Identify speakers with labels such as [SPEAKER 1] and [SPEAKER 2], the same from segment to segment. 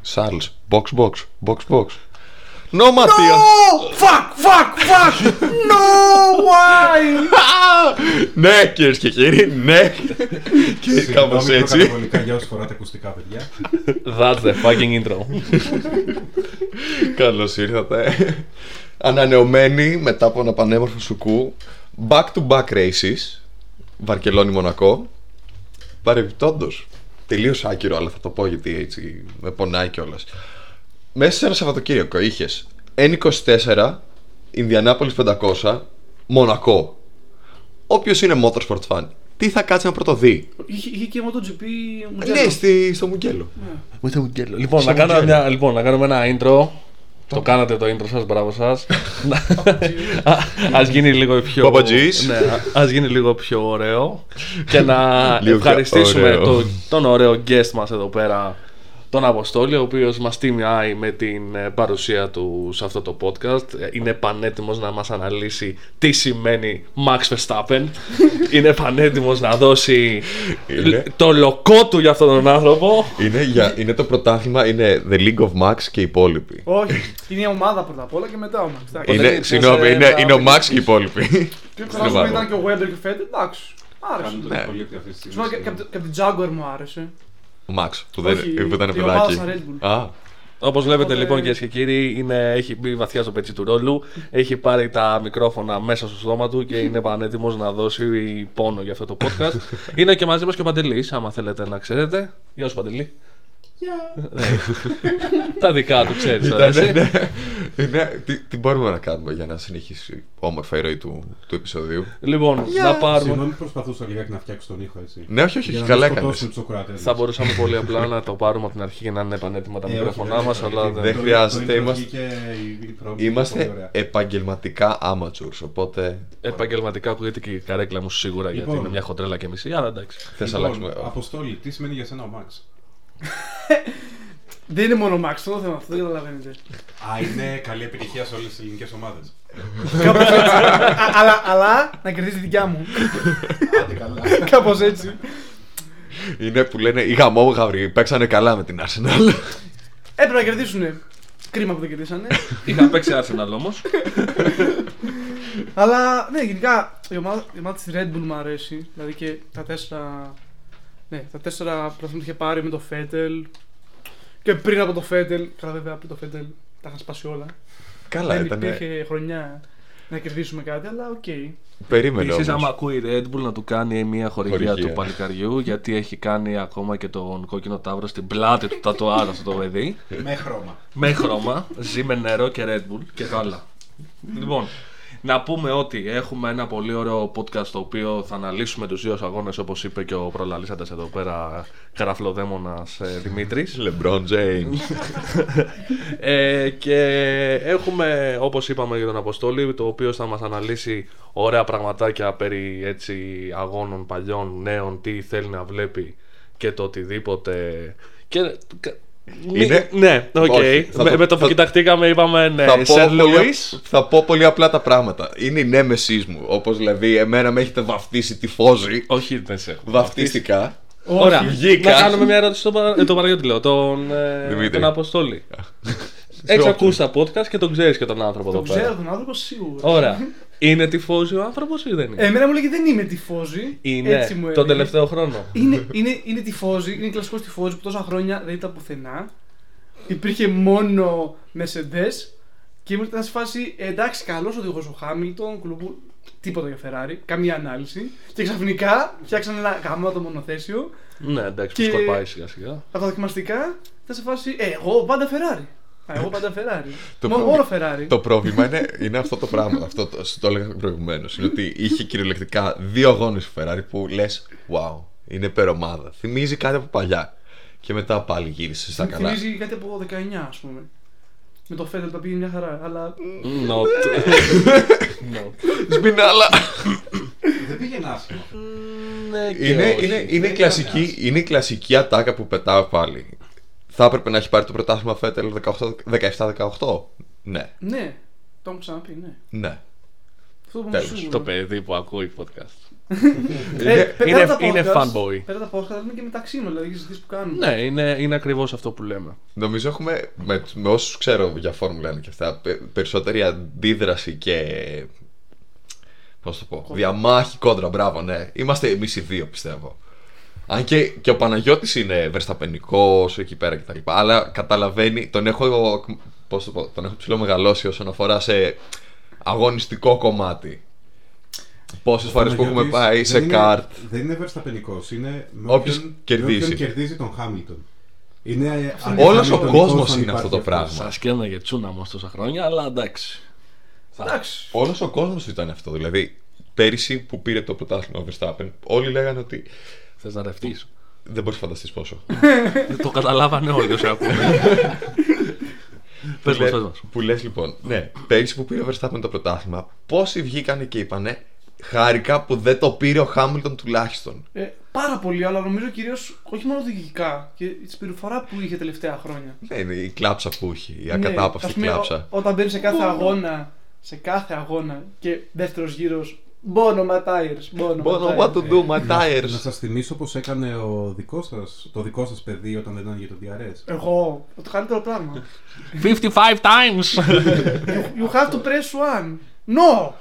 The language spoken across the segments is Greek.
[SPEAKER 1] Σάρλ. Box, box, box, box. No, Ματία.
[SPEAKER 2] Fuck, fuck, fuck! No, why!
[SPEAKER 1] ναι, κυρίες και κύριοι, ναι. και κάπω έτσι.
[SPEAKER 3] προκαταβολικά για όσοι φοράτε ακουστικά, παιδιά.
[SPEAKER 2] That's the fucking intro.
[SPEAKER 1] Καλώς ήρθατε. Ανανεωμένοι μετά από ένα πανέμορφο σουκού. Back to back races. Βαρκελόνη Μονακό. Παρεμπιπτόντως. Τελείως άκυρο, αλλά θα το πω γιατί έτσι με πονάει κιόλας. Μέσα σε ένα Σαββατοκύριακο είχες N24, Ινδιανάπολης 500, Μονακό. Όποιος είναι motorsport fan, τι θα κάτσει να πρωτοδεί.
[SPEAKER 4] Είχε, είχε και MotoGP Mugello.
[SPEAKER 1] Ναι, στη, στο Μουγγέλο. Με το Μουγγέλο.
[SPEAKER 2] λοιπόν,
[SPEAKER 1] Στο
[SPEAKER 2] να κάνουμε
[SPEAKER 1] Μουγγέλο.
[SPEAKER 2] μια, λοιπόν, να κάνουμε ένα intro. Το κάνατε το intro σας, μπράβο σας. Α ας γίνει λίγο πιο...
[SPEAKER 1] Παπατζής.
[SPEAKER 2] Ναι, α- ας γίνει λίγο πιο ωραίο. Και να
[SPEAKER 1] Λίγο πιο
[SPEAKER 2] ευχαριστήσουμε
[SPEAKER 1] ωραίο.
[SPEAKER 2] το- τον ωραίο guest μας εδώ πέρα, τον Αποστόλη, ο οποίος μας τιμιάει με την ε, παρουσία του σε αυτό το podcast. Ε, Είναι πανέτοιμος να μας αναλύσει τι σημαίνει Max Verstappen. Είναι πανέτοιμος να δώσει
[SPEAKER 1] Είναι.
[SPEAKER 2] το λοκό του για αυτόν τον άνθρωπο.
[SPEAKER 1] Είναι, για,
[SPEAKER 4] Ναι.
[SPEAKER 1] είναι το πρωτάθλημα, είναι The League of Max και οι υπόλοιποι.
[SPEAKER 4] Όχι, είναι η ομάδα πρώτα απ' όλα και μετά ο Max. εντάξει.
[SPEAKER 1] Είναι,
[SPEAKER 4] Ποιος
[SPEAKER 1] συγγνώμη,
[SPEAKER 4] έλεγε
[SPEAKER 1] είναι,
[SPEAKER 4] τα-
[SPEAKER 1] είναι ο Max και οι υπόλοιποι.
[SPEAKER 4] Και
[SPEAKER 1] Στο
[SPEAKER 4] καλά σου πω,
[SPEAKER 1] βάρο.
[SPEAKER 4] ήταν και ο Weber και ο Fett, εντάξει. Άρεσε.
[SPEAKER 3] Κάνουν τον
[SPEAKER 1] Ναι.
[SPEAKER 3] υπολείπτη αυτή τη
[SPEAKER 4] Σου πω, και- και απ'
[SPEAKER 3] στιγμή.
[SPEAKER 4] τη- και από την Jaguar μου άρεσε.
[SPEAKER 1] Ο Max που, δεν,
[SPEAKER 4] Όχι,
[SPEAKER 1] που ήταν
[SPEAKER 4] η ομάδα
[SPEAKER 1] παιδάκι.
[SPEAKER 4] στα Red Bull.
[SPEAKER 1] Α,
[SPEAKER 2] Όπως βλέπετε
[SPEAKER 4] Οπότε-
[SPEAKER 2] λοιπόν κυρίες και κύριοι, είναι, έχει μπει βαθιά στο πετσί του ρόλου. Έχει πάρει τα μικρόφωνα μέσα στο στόμα του και είναι πανέτοιμος να δώσει πόνο για αυτό το podcast. είναι και μαζί μας και ο Παντελής, άμα θέλετε να ξέρετε. Γεια σου Παντελή. Ναι. τα δικά του ξέρεις τώρα.
[SPEAKER 1] ήταν,
[SPEAKER 2] εσύ.
[SPEAKER 1] ναι, είναι, τι, τι μπορούμε να κάνουμε για να συνεχίσει όμορφα η ροή του, του επεισοδίου.
[SPEAKER 2] λοιπόν, να πάρουμε.
[SPEAKER 3] Συγγνώμη, προσπαθούσα λιγάκι να φτιάξω τον ήχο, έτσι.
[SPEAKER 1] Ναι, όχι, όχι,
[SPEAKER 3] Για να
[SPEAKER 1] καλά
[SPEAKER 3] μην
[SPEAKER 1] έκανες.
[SPEAKER 3] σκοτώσουν τους Σοκράτες.
[SPEAKER 2] Θα μπορούσαμε πολύ απλά να το πάρουμε από την αρχή για να είναι πανέτοιμα τα
[SPEAKER 3] Ε, όχι,
[SPEAKER 2] μικρόφωνά
[SPEAKER 3] δεν
[SPEAKER 2] μας,
[SPEAKER 3] είναι,
[SPEAKER 2] αλλά
[SPEAKER 3] γιατί
[SPEAKER 1] δεν
[SPEAKER 2] δεν.
[SPEAKER 3] το-
[SPEAKER 1] χρειάζεται,
[SPEAKER 3] το intro
[SPEAKER 1] είμαστε-
[SPEAKER 3] βγήκε η- η πρώτη, πολύ
[SPEAKER 1] Είμαστε ε,
[SPEAKER 3] ωραία.
[SPEAKER 1] επαγγελματικά amateurs, οπότε
[SPEAKER 2] Επαγγελματικά ακούγεται και η καρέκλα μου σίγουρα γιατί
[SPEAKER 3] Λοιπόν.
[SPEAKER 2] είναι μια χοντρέλα και μισή, αλλά εντάξει.
[SPEAKER 1] θες να
[SPEAKER 3] Λοιπόν,
[SPEAKER 1] αλλάξουμε.
[SPEAKER 3] Αποστόλη, τι σημαίνει για σένα ο Μαξ.
[SPEAKER 4] Δεν είναι μόνο ο Max, το θέμα αυτό δεν καταλαβαίνετε.
[SPEAKER 3] Α, είναι καλή επιτυχία σε όλες τις ελληνικές ομάδες.
[SPEAKER 4] Κάπως έτσι. Α- αλλά- Αλλά να κερδίσει τη δικιά μου.
[SPEAKER 3] Άντε καλά.
[SPEAKER 4] Κάπως έτσι.
[SPEAKER 1] Είναι που λένε οι γαμόγαυροι παίξανε καλά με την Arsenal.
[SPEAKER 4] Έπρεπε να κερδίσουνε. Κρίμα που δεν κερδίσανε.
[SPEAKER 2] Είχα παίξει Arsenal όμως.
[SPEAKER 4] Αλλά ναι, γενικά η ομάδα, η ομάδα της Red Bull μου αρέσει. Δηλαδή και τα τέσσερα. Ναι, τα τέσσερα πρωταθλήματα που είχε πάρει με το Φέτελ. Και πριν από το Φέτελ. Καλά, βέβαια πριν το Φέτελ τα είχαν σπάσει όλα.
[SPEAKER 1] καλά
[SPEAKER 4] Δεν
[SPEAKER 1] ήταν.
[SPEAKER 4] υπήρχε χρονιά να κερδίσουμε κάτι, αλλά οκ.
[SPEAKER 1] Περίμενε
[SPEAKER 2] Επίσης, άμα
[SPEAKER 1] όμως.
[SPEAKER 2] ακούει η Red Bull να του κάνει μια χορηγία,
[SPEAKER 1] Χορηγία.
[SPEAKER 2] του παλικαριού, γιατί έχει κάνει ακόμα και τον κόκκινο τάβρο στην πλάτη του τατουάρ αυτό το παιδί.
[SPEAKER 3] Με χρώμα.
[SPEAKER 2] με χρώμα, ζει με νερό και Red Bull και γάλα. λοιπόν, να πούμε ότι έχουμε ένα πολύ ωραίο podcast το οποίο θα αναλύσουμε τους δύο αγώνες όπως είπε και ο προλαλήσαντας εδώ πέρα, ε, καραφλοδέμονα Δημήτρη.
[SPEAKER 1] LeBron James.
[SPEAKER 2] Ε, και έχουμε, όπως είπαμε για τον Αποστόλη, το οποίο θα μας αναλύσει ωραία πραγματάκια περί έτσι, αγώνων παλιών, νέων, τι θέλει να βλέπει και το οτιδήποτε. Και... κα- μη-
[SPEAKER 1] Είναι-
[SPEAKER 2] Ναι, οκ.
[SPEAKER 1] Όχι, θα
[SPEAKER 2] με,
[SPEAKER 1] το-
[SPEAKER 2] με το που
[SPEAKER 1] θα-
[SPEAKER 2] κοιταχτήκαμε είπαμε ναι,
[SPEAKER 1] θα, πω
[SPEAKER 2] Σερ
[SPEAKER 1] πολύ, απ-
[SPEAKER 2] Λουίς.
[SPEAKER 1] θα πω πολύ απλά τα πράγματα. Είναι η νέμεσής μου. Όπως δηλαδή, εμένα με έχετε βαφτίσει τη φόζη.
[SPEAKER 2] Όχι, δεν σε έχω.
[SPEAKER 1] Βαφτίστηκα.
[SPEAKER 2] Ωραία,
[SPEAKER 1] βγήκα.
[SPEAKER 2] να κάνουμε μια ερώτηση στον Παρα- ε, τον Παναγιώτη, λέω, τον, ε,
[SPEAKER 1] Δημήτρη.
[SPEAKER 2] τον Αποστόλη. Έχεις
[SPEAKER 1] Σε
[SPEAKER 2] ακούσει τα podcast και τον ξέρεις και τον άνθρωπο
[SPEAKER 4] Το
[SPEAKER 2] εδώ πέρα.
[SPEAKER 4] ξέρω τον άνθρωπο σίγουρα. Ε,
[SPEAKER 2] Ωραία. Είναι τυφώζει ο άνθρωπος ή δεν είναι.
[SPEAKER 4] Εμένα μου λέει δεν είμαι τυφόζη.
[SPEAKER 2] Είναι
[SPEAKER 4] Έτσι μου
[SPEAKER 2] τον
[SPEAKER 4] έλεγε.
[SPEAKER 2] τελευταίο χρόνο.
[SPEAKER 4] Είναι, είναι, είναι τυφόζη, είναι κλασικός τυφόζης που τόσα χρόνια δεν ήταν πουθενά. Υπήρχε μόνο Mercedes και ήμουν ήταν σε φάση εντάξει, καλός οδηγός ο Χάμιλτον, κλουμπού, τίποτα για Ferrari, καμία ανάλυση. Και ξαφνικά φτιάξαν ένα γαμάτο μονοθέσιο.
[SPEAKER 2] Ναι, εντάξει,
[SPEAKER 4] Και-
[SPEAKER 2] που σκορπάει σιγά σιγά.
[SPEAKER 4] Από τα δοκιμαστικά ήταν σε φάση ε, εγώ πάντα Ferrari. Α, εγώ πάντα Ferrari.
[SPEAKER 1] Το
[SPEAKER 4] Μόνο
[SPEAKER 1] πρόβλημα-
[SPEAKER 4] όλο Ferrari.
[SPEAKER 1] Το πρόβλημα είναι, είναι αυτό το πράγμα. αυτό το, το έλεγα προηγουμένως. Είναι ότι είχε κυριολεκτικά δύο αγώνες του Ferrari που λες, wow, είναι περομάδα. Θυμίζει κάτι από παλιά. Και μετά πάλι γύρισε στα
[SPEAKER 4] Μου
[SPEAKER 1] καλά.
[SPEAKER 4] θυμίζει κάτι από 19 ας πούμε. Με το Φέτελ τα πήγε μια χαρά, αλλά
[SPEAKER 2] Not. Not.
[SPEAKER 1] Σμπινάλα!
[SPEAKER 3] Δεν πήγαινε άσχημα.
[SPEAKER 2] Ναι, και
[SPEAKER 1] είναι,
[SPEAKER 2] όχι.
[SPEAKER 1] είναι, είναι, η κλασική, είναι η κλασική ατάκα που πετάω πάλι. Θα έπρεπε να έχει πάρει το πρωτάθλημα Φέτελ 18 17-18. Ναι,
[SPEAKER 4] ναι, το έχω ξαναπεί, ναι.
[SPEAKER 1] ναι.
[SPEAKER 4] Αυτό που μου
[SPEAKER 1] Τέλος.
[SPEAKER 4] σίγουρο.
[SPEAKER 2] Το παιδί που ακούει podcast.
[SPEAKER 4] Ε, πε-
[SPEAKER 2] είναι-
[SPEAKER 4] πέρα τα
[SPEAKER 2] είναι
[SPEAKER 4] podcast,
[SPEAKER 2] fanboy.
[SPEAKER 4] Πέρα τα podcast, αλλά είναι και μεταξύ μας, δηλαδή οι συζητήσεις που κάνουμε.
[SPEAKER 2] Ναι, είναι, είναι ακριβώς αυτό που λέμε.
[SPEAKER 1] Νομίζω έχουμε, με, με όσους ξέρω για Φόρμουλα 1 και αυτά, πε- περισσότερη αντίδραση και. Πώς το πω, διαμάχη κόντρα, μπράβο, ναι. Είμαστε εμείς οι δύο, πιστεύω. Αν και, και ο Παναγιώτης είναι βερσταπενικό εκεί πέρα κτλ. Αλλά καταλαβαίνει, τον έχω, πώς το πω, τον έχω ψηλό μεγαλώσει όσον αφορά σε αγωνιστικό κομμάτι. Πόσες φορές που έχουμε
[SPEAKER 3] Παναγιώτης
[SPEAKER 1] πάει σε
[SPEAKER 3] δεν είναι-
[SPEAKER 1] καρτ.
[SPEAKER 3] Δεν είναι βερσταπενικό. Είναι με
[SPEAKER 1] Όποιος
[SPEAKER 3] όποιον- με
[SPEAKER 1] κερδίζει.
[SPEAKER 3] όποιον κερδίζει τον Χάμιλτον. Είναι
[SPEAKER 1] Όλος ο
[SPEAKER 3] αντιχαμιλτονικός
[SPEAKER 1] κόσμος
[SPEAKER 3] αν
[SPEAKER 1] είναι αυτό το
[SPEAKER 3] υπάρχει
[SPEAKER 1] πράγμα.
[SPEAKER 2] Σα κέρναγε τσούνα μα τόσα χρόνια, αλλά εντάξει.
[SPEAKER 4] Εντάξει.
[SPEAKER 1] Όλος ο κόσμος ήταν αυτό. Δηλαδή, πέρυσι που πήρε το πρωτάθλημα ο Verstappen, όλοι λέγανε ότι.
[SPEAKER 2] Θες να ρευτείς.
[SPEAKER 1] Δεν μπορείς να φανταστείς πόσο.
[SPEAKER 2] το καταλάβανε όλοι όσοι ακούνε. Πες μας, πες μας.
[SPEAKER 1] που λες λοιπόν, ναι, πέρυσι που πήρε ο Verstappen το πρωτάθλημα, πόσοι βγήκανε και είπανε Χάρηκα που δεν το πήρε ο Χάμιλτον τουλάχιστον.
[SPEAKER 4] Ε, πάρα πολύ, αλλά νομίζω κυρίως όχι μόνο οδηγικά και τη συμπεριφορά που είχε τελευταία χρόνια.
[SPEAKER 1] Ναι, είναι η κλάψα που έχει, η
[SPEAKER 4] Ναι,
[SPEAKER 1] ακατάπαυστη
[SPEAKER 4] ας πούμε,
[SPEAKER 1] κλάψα.
[SPEAKER 4] ό- όταν μπαίνει σε κάθε αγώνα, σε κάθε αγώνα και δεύτερος γύρος. Μπόνο Ματάιρ.
[SPEAKER 1] Bono, what to do,
[SPEAKER 4] Ναι.
[SPEAKER 1] my
[SPEAKER 3] Να
[SPEAKER 1] tires.
[SPEAKER 3] σας θυμίσω πως έκανε ο δικός σας, το δικό σας παιδί όταν δεν ήταν για το DRS.
[SPEAKER 4] Ε, Εγώ, το καλύτερο πράγμα.
[SPEAKER 2] 55 times!
[SPEAKER 4] you have to press one. No!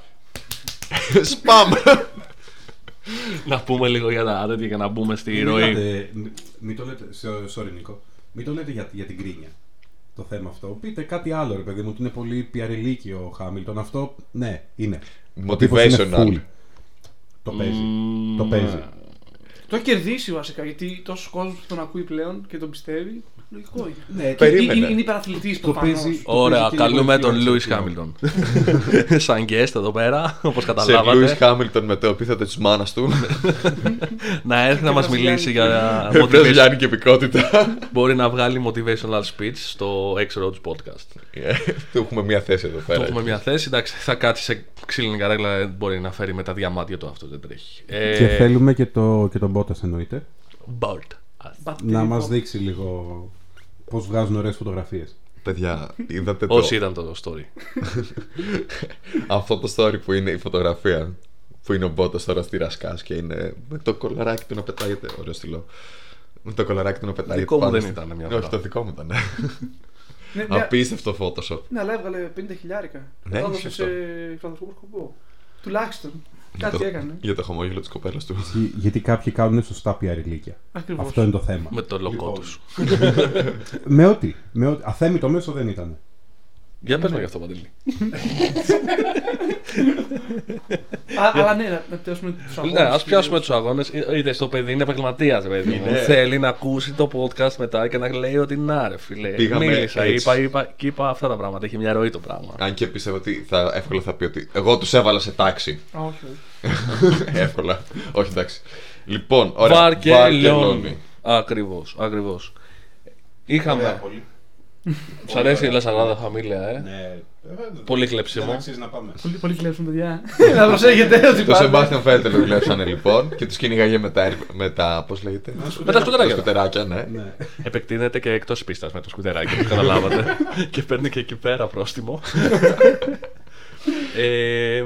[SPEAKER 1] Σπαμ!
[SPEAKER 2] να πούμε λίγο για τα τέτοια και να μπούμε στη
[SPEAKER 3] Μην
[SPEAKER 2] ροή.
[SPEAKER 3] μιλάτε- μ- Μην το λέτε, σε- sorry Νίκο, μην το λέτε για, για την κρίνια το θέμα αυτό. Πείτε κάτι άλλο ρε παιδί μου, ότι είναι πολύ πιαρελίκι ο Χάμιλτον. Αυτό, ναι, είναι. Ο τύπος είναι full.
[SPEAKER 1] Motivational.
[SPEAKER 3] Το παίζει. Το παίζει.
[SPEAKER 4] Το έχει κερδίσει βασικά γιατί τόσος κόσμος τον ακούει πλέον και τον πιστεύει. Λογικό είναι.
[SPEAKER 3] Ναι,
[SPEAKER 1] Περί-
[SPEAKER 4] Είναι,
[SPEAKER 1] Περίμενε.
[SPEAKER 4] είναι υπεραθλητή
[SPEAKER 3] το
[SPEAKER 4] προφανώ.
[SPEAKER 3] παίζει. το
[SPEAKER 2] Ωραία,
[SPEAKER 3] παίζει και λίγο
[SPEAKER 2] καλούμε
[SPEAKER 3] influencer
[SPEAKER 2] τον Λούι
[SPEAKER 3] πλέον.
[SPEAKER 2] Χάμιλτον. Σαν guest εδώ πέρα, όπως
[SPEAKER 1] Σε Lewis
[SPEAKER 2] καταλάβατε.
[SPEAKER 1] Hamilton με το επίθετο της μάνας του.
[SPEAKER 2] Ναι, να έρθει να μα μιλήσει για motivation.
[SPEAKER 1] Βρεζιάνικη επικότητα.
[SPEAKER 2] Μπορεί να βγάλει motivational speech στο X-Roads podcast.
[SPEAKER 1] Ε, Του έχουμε μία θέση εδώ
[SPEAKER 2] Το
[SPEAKER 1] πέρα.
[SPEAKER 2] έχουμε μια θέση. Εντάξει, θα κάτσει σε ξύλινη καρέκλα. Δεν μπορεί να φέρει με τα διαμάντια του αυτό. Δεν τρέχει. Ε,
[SPEAKER 3] Και θέλουμε και, το, και τον Μπότας εννοείται.
[SPEAKER 2] Bolt.
[SPEAKER 3] Να μας δείξει λίγο πώς βγάζουν ωραίες φωτογραφίες.
[SPEAKER 1] Παιδιά, είδατε το.
[SPEAKER 2] Όσοι ήταν το story.
[SPEAKER 1] Αυτό το story που είναι η φωτογραφία που είναι ο Μπότος τώρα στη Ρασκάς και είναι με το κολαράκι του να πετάγεται. Ωραίο στυλό. Με το κολαράκι του να πετάγεται.
[SPEAKER 2] Δικό μου
[SPEAKER 1] πάνω
[SPEAKER 2] δεν
[SPEAKER 1] στη-
[SPEAKER 2] ήταν μια
[SPEAKER 1] Ναι,
[SPEAKER 2] φορά.
[SPEAKER 1] Όχι, το δικό μου ήταν.
[SPEAKER 4] Ναι, ναι,
[SPEAKER 1] Απίστευτο Photoshop.
[SPEAKER 4] ναι, αλλά έβγαλε 50 χιλιάρικα.
[SPEAKER 1] Ναι,
[SPEAKER 4] Ναι,
[SPEAKER 1] είχε
[SPEAKER 4] έδωσε
[SPEAKER 1] αυτό.
[SPEAKER 4] σε φιλανθρωπικό σκοπό. Τουλάχιστον. Κάτι
[SPEAKER 1] το-
[SPEAKER 4] έκανε.
[SPEAKER 1] Για το χαμόγελο της κοπέλας του.
[SPEAKER 3] Γι- Γιατί κάποιοι κάνουν σωστά πιαρελίκια.
[SPEAKER 4] Ακριβώς.
[SPEAKER 3] Αυτό είναι το θέμα.
[SPEAKER 2] με το λοκό
[SPEAKER 3] Λοιπόν.
[SPEAKER 2] τους.
[SPEAKER 3] Με ό,τι. Με ό,τι. Αθέμητο μέσο δεν ήταν.
[SPEAKER 2] Ναι. Για πες μου γι' αυτό, Παντελή.
[SPEAKER 4] Α, αλλά ναι, να- να πιάσουμε τους αγώνε.
[SPEAKER 2] Ναι, ας πιάσουμε τους αγώνες. Είτε στο παιδί είναι επαγγελματίας, παιδί μου.
[SPEAKER 1] Είναι.
[SPEAKER 2] Θέλει να ακούσει το podcast μετά και να λέει ότι να ρε φίλε.
[SPEAKER 1] Πήγαμε
[SPEAKER 2] Μίλησα,
[SPEAKER 1] έτσι.
[SPEAKER 2] είπα, είπα, και είπα αυτά τα πράγματα. Έχει μια ροή το πράγμα.
[SPEAKER 1] Αν και πίστευα ότι θα, εύκολα θα πει ότι εγώ τους έβαλα σε τάξη.
[SPEAKER 4] Όχι, όχι.
[SPEAKER 1] εύκολα. όχι, εντάξει. Λοιπόν, ωραία.
[SPEAKER 2] Βαρ και
[SPEAKER 1] Βαρ
[SPEAKER 2] λιώνει. Ακριβώς, ακριβώς. Είχαμε.
[SPEAKER 3] πολύ.
[SPEAKER 2] Σ' αρέσει η Λασαράδα Φαμίλια, ε.
[SPEAKER 3] Ναι.
[SPEAKER 2] Πολύ κλεψίμο.
[SPEAKER 3] να πάμε.
[SPEAKER 4] Πολύ, πολύ κλέψουν, παιδιά. να προσέχετε ότι
[SPEAKER 1] Το
[SPEAKER 4] πάτε.
[SPEAKER 1] Sebastian Vettel το κλέψανε λοιπόν και τους κυνηγάγε με τα. Με τα πώς λέγεται.
[SPEAKER 2] Με τα σκουτεράκια.
[SPEAKER 1] Τα σκουτεράκια, ναι.
[SPEAKER 3] Ναι.
[SPEAKER 2] Επεκτείνεται και εκτός πίστας με το σκουτεράκι, το καταλάβατε. και παίρνει και εκεί πέρα πρόστιμο. ε,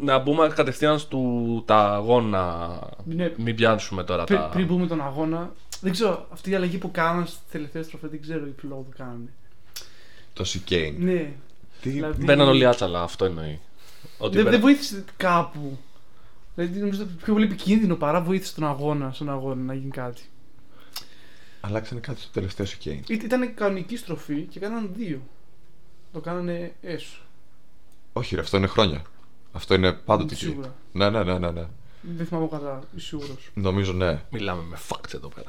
[SPEAKER 2] να μπούμε κατευθείαν στο τα αγώνα.
[SPEAKER 4] Ναι.
[SPEAKER 2] Μην πιάνσουμε τώρα
[SPEAKER 4] Πρι-
[SPEAKER 2] τα.
[SPEAKER 4] Πριν μπούμε τον αγώνα, δεν ξέρω, αυτή η αλλαγή που κάνανε στι τελευταίε στροφέ δεν ξέρω τι λόγο που κάνανε.
[SPEAKER 1] Το Chicane.
[SPEAKER 4] Ναι.
[SPEAKER 1] Τι-
[SPEAKER 4] δηλαδή-
[SPEAKER 2] Μπαίναν όλοι άτσαλα, αυτό εννοεί. Ότι
[SPEAKER 4] Δεν,
[SPEAKER 2] μπαίναν-
[SPEAKER 4] δεν βοήθησε κάπου. Δηλαδή νομίζω ότι πιο πολύ επικίνδυνο παρά βοήθησε τον αγώνα, στον αγώνα να γίνει κάτι.
[SPEAKER 1] Αλλάξανε κάτι στο τελευταίο Chicane.
[SPEAKER 4] Ή- Ήταν κανονική στροφή και κάναν δύο. Το κάνανε έσω.
[SPEAKER 1] Όχι, ρε, αυτό είναι χρόνια. Αυτό είναι πάντοτε εκεί.
[SPEAKER 4] Σίγουρα.
[SPEAKER 1] Ναι, ναι, ναι, ναι, ναι.
[SPEAKER 4] Δεν θυμάμαι καλά, είμαι σίγουρος.
[SPEAKER 1] Νομίζω ναι.
[SPEAKER 2] Μιλάμε με facts εδώ πέρα.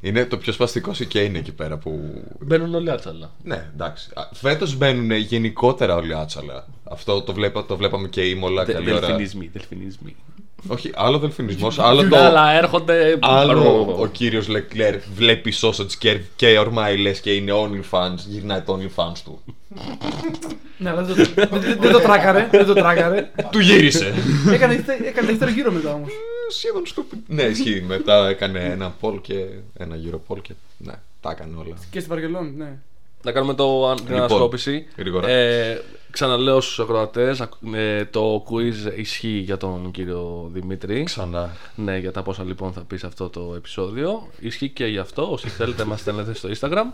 [SPEAKER 1] Είναι το πιο σπαστικό και είναι εκεί πέρα που.
[SPEAKER 2] Μπαίνουν όλοι άτσαλα.
[SPEAKER 1] Ναι, εντάξει. Φέτο μπαίνουν γενικότερα όλοι άτσαλα. Αυτό το, βλέπα, το βλέπαμε και η Μολά
[SPEAKER 2] Δε-
[SPEAKER 1] καλή ώρα.
[SPEAKER 2] Δελφινισμοί, δελφινισμοί.
[SPEAKER 1] Όχι, άλλο δελφινισμός, άλλο το.
[SPEAKER 2] Αλλά έρχονται.
[SPEAKER 1] Άλλο ο κύριος Λεκλέρ βλέπει sausage και, και ορμάει λες και είναι OnlyFans, γυρνάει το OnlyFans του.
[SPEAKER 4] Ναι, αλλά δεν το, δεν- δεν- δεν το τράκαρε. Δεν το τράκαρε.
[SPEAKER 1] του γύρισε.
[SPEAKER 4] Έκανε, θε- έκανε δεύτερο γύρο μετά όμως.
[SPEAKER 1] Ε, Σχεδόν stupid. Ναι, ισχύει. Μετά έκανε ένα poll και ένα γύρο poll και. Ναι, τα έκανε όλα.
[SPEAKER 4] Και στην Βαρκελόνη, ναι.
[SPEAKER 2] Να κάνουμε το, την
[SPEAKER 1] Λοιπόν,
[SPEAKER 2] ανασκόπηση.
[SPEAKER 1] γρήγορα.
[SPEAKER 2] Ε, Ξαναλέω στους ακροατές, ε, το quiz ισχύει για τον κύριο Δημήτρη.
[SPEAKER 1] Ξανά.
[SPEAKER 2] Ναι, για τα πόσα λοιπόν θα πεις σε αυτό το επεισόδιο. Ισχύει και γι' αυτό. Όσοι θέλετε, μας στέλνετε στο Instagram.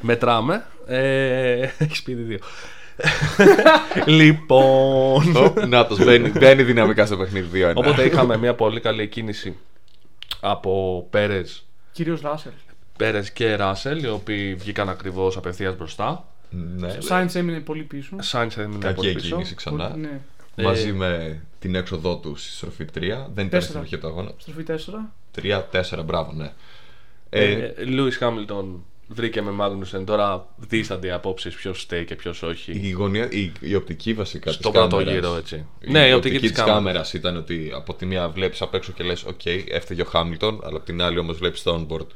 [SPEAKER 2] Μετράμε. Ε, Έχει πει ήδη δύο. λοιπόν.
[SPEAKER 1] Να το μπαίνει, μπαίνει δυναμικά στο παιχνίδι 2-1.
[SPEAKER 2] Οπότε είχαμε μια πολύ καλή κίνηση από Πέρες
[SPEAKER 4] Κύριος Ράσελ.
[SPEAKER 2] Πέρες και Ράσελ, οι οποίοι βγήκαν ακριβώς απευθείας μπροστά.
[SPEAKER 1] Ναι.
[SPEAKER 4] Ο Σάιντ έμεινε πολύ πίσω.
[SPEAKER 2] Σάιντ έμεινε από
[SPEAKER 1] Κακή
[SPEAKER 2] πίσω.
[SPEAKER 1] κίνηση ξανά.
[SPEAKER 4] Πολύ- ναι.
[SPEAKER 2] Ε,
[SPEAKER 1] Μαζί με την έξοδό του στη στροφή 3. Δεν ήταν στην
[SPEAKER 4] Τέσσερα.
[SPEAKER 1] αρχή του αγώνα.
[SPEAKER 4] Στροφή 4.
[SPEAKER 1] 3-4, μπράβο, ναι. Ε,
[SPEAKER 2] Ε, Λούι Χάμιλτον βρήκε με Μάγνουσεν τώρα δίστανται απόψεις ποιος στέει και ποιος όχι.
[SPEAKER 1] η, γωνία, η, η οπτική βασικά
[SPEAKER 2] Στον
[SPEAKER 1] της
[SPEAKER 2] πρώτο
[SPEAKER 1] κάμερας.
[SPEAKER 2] γύρο, έτσι. ναι, η οπτική της
[SPEAKER 1] της
[SPEAKER 2] κάμερας.
[SPEAKER 1] κάμερας ήταν ότι από τη μία βλέπεις απ' έξω και λες «Οκ, έφταιγε ο Χάμιλτον», αλλά από την άλλη όμως βλέπεις το onboard.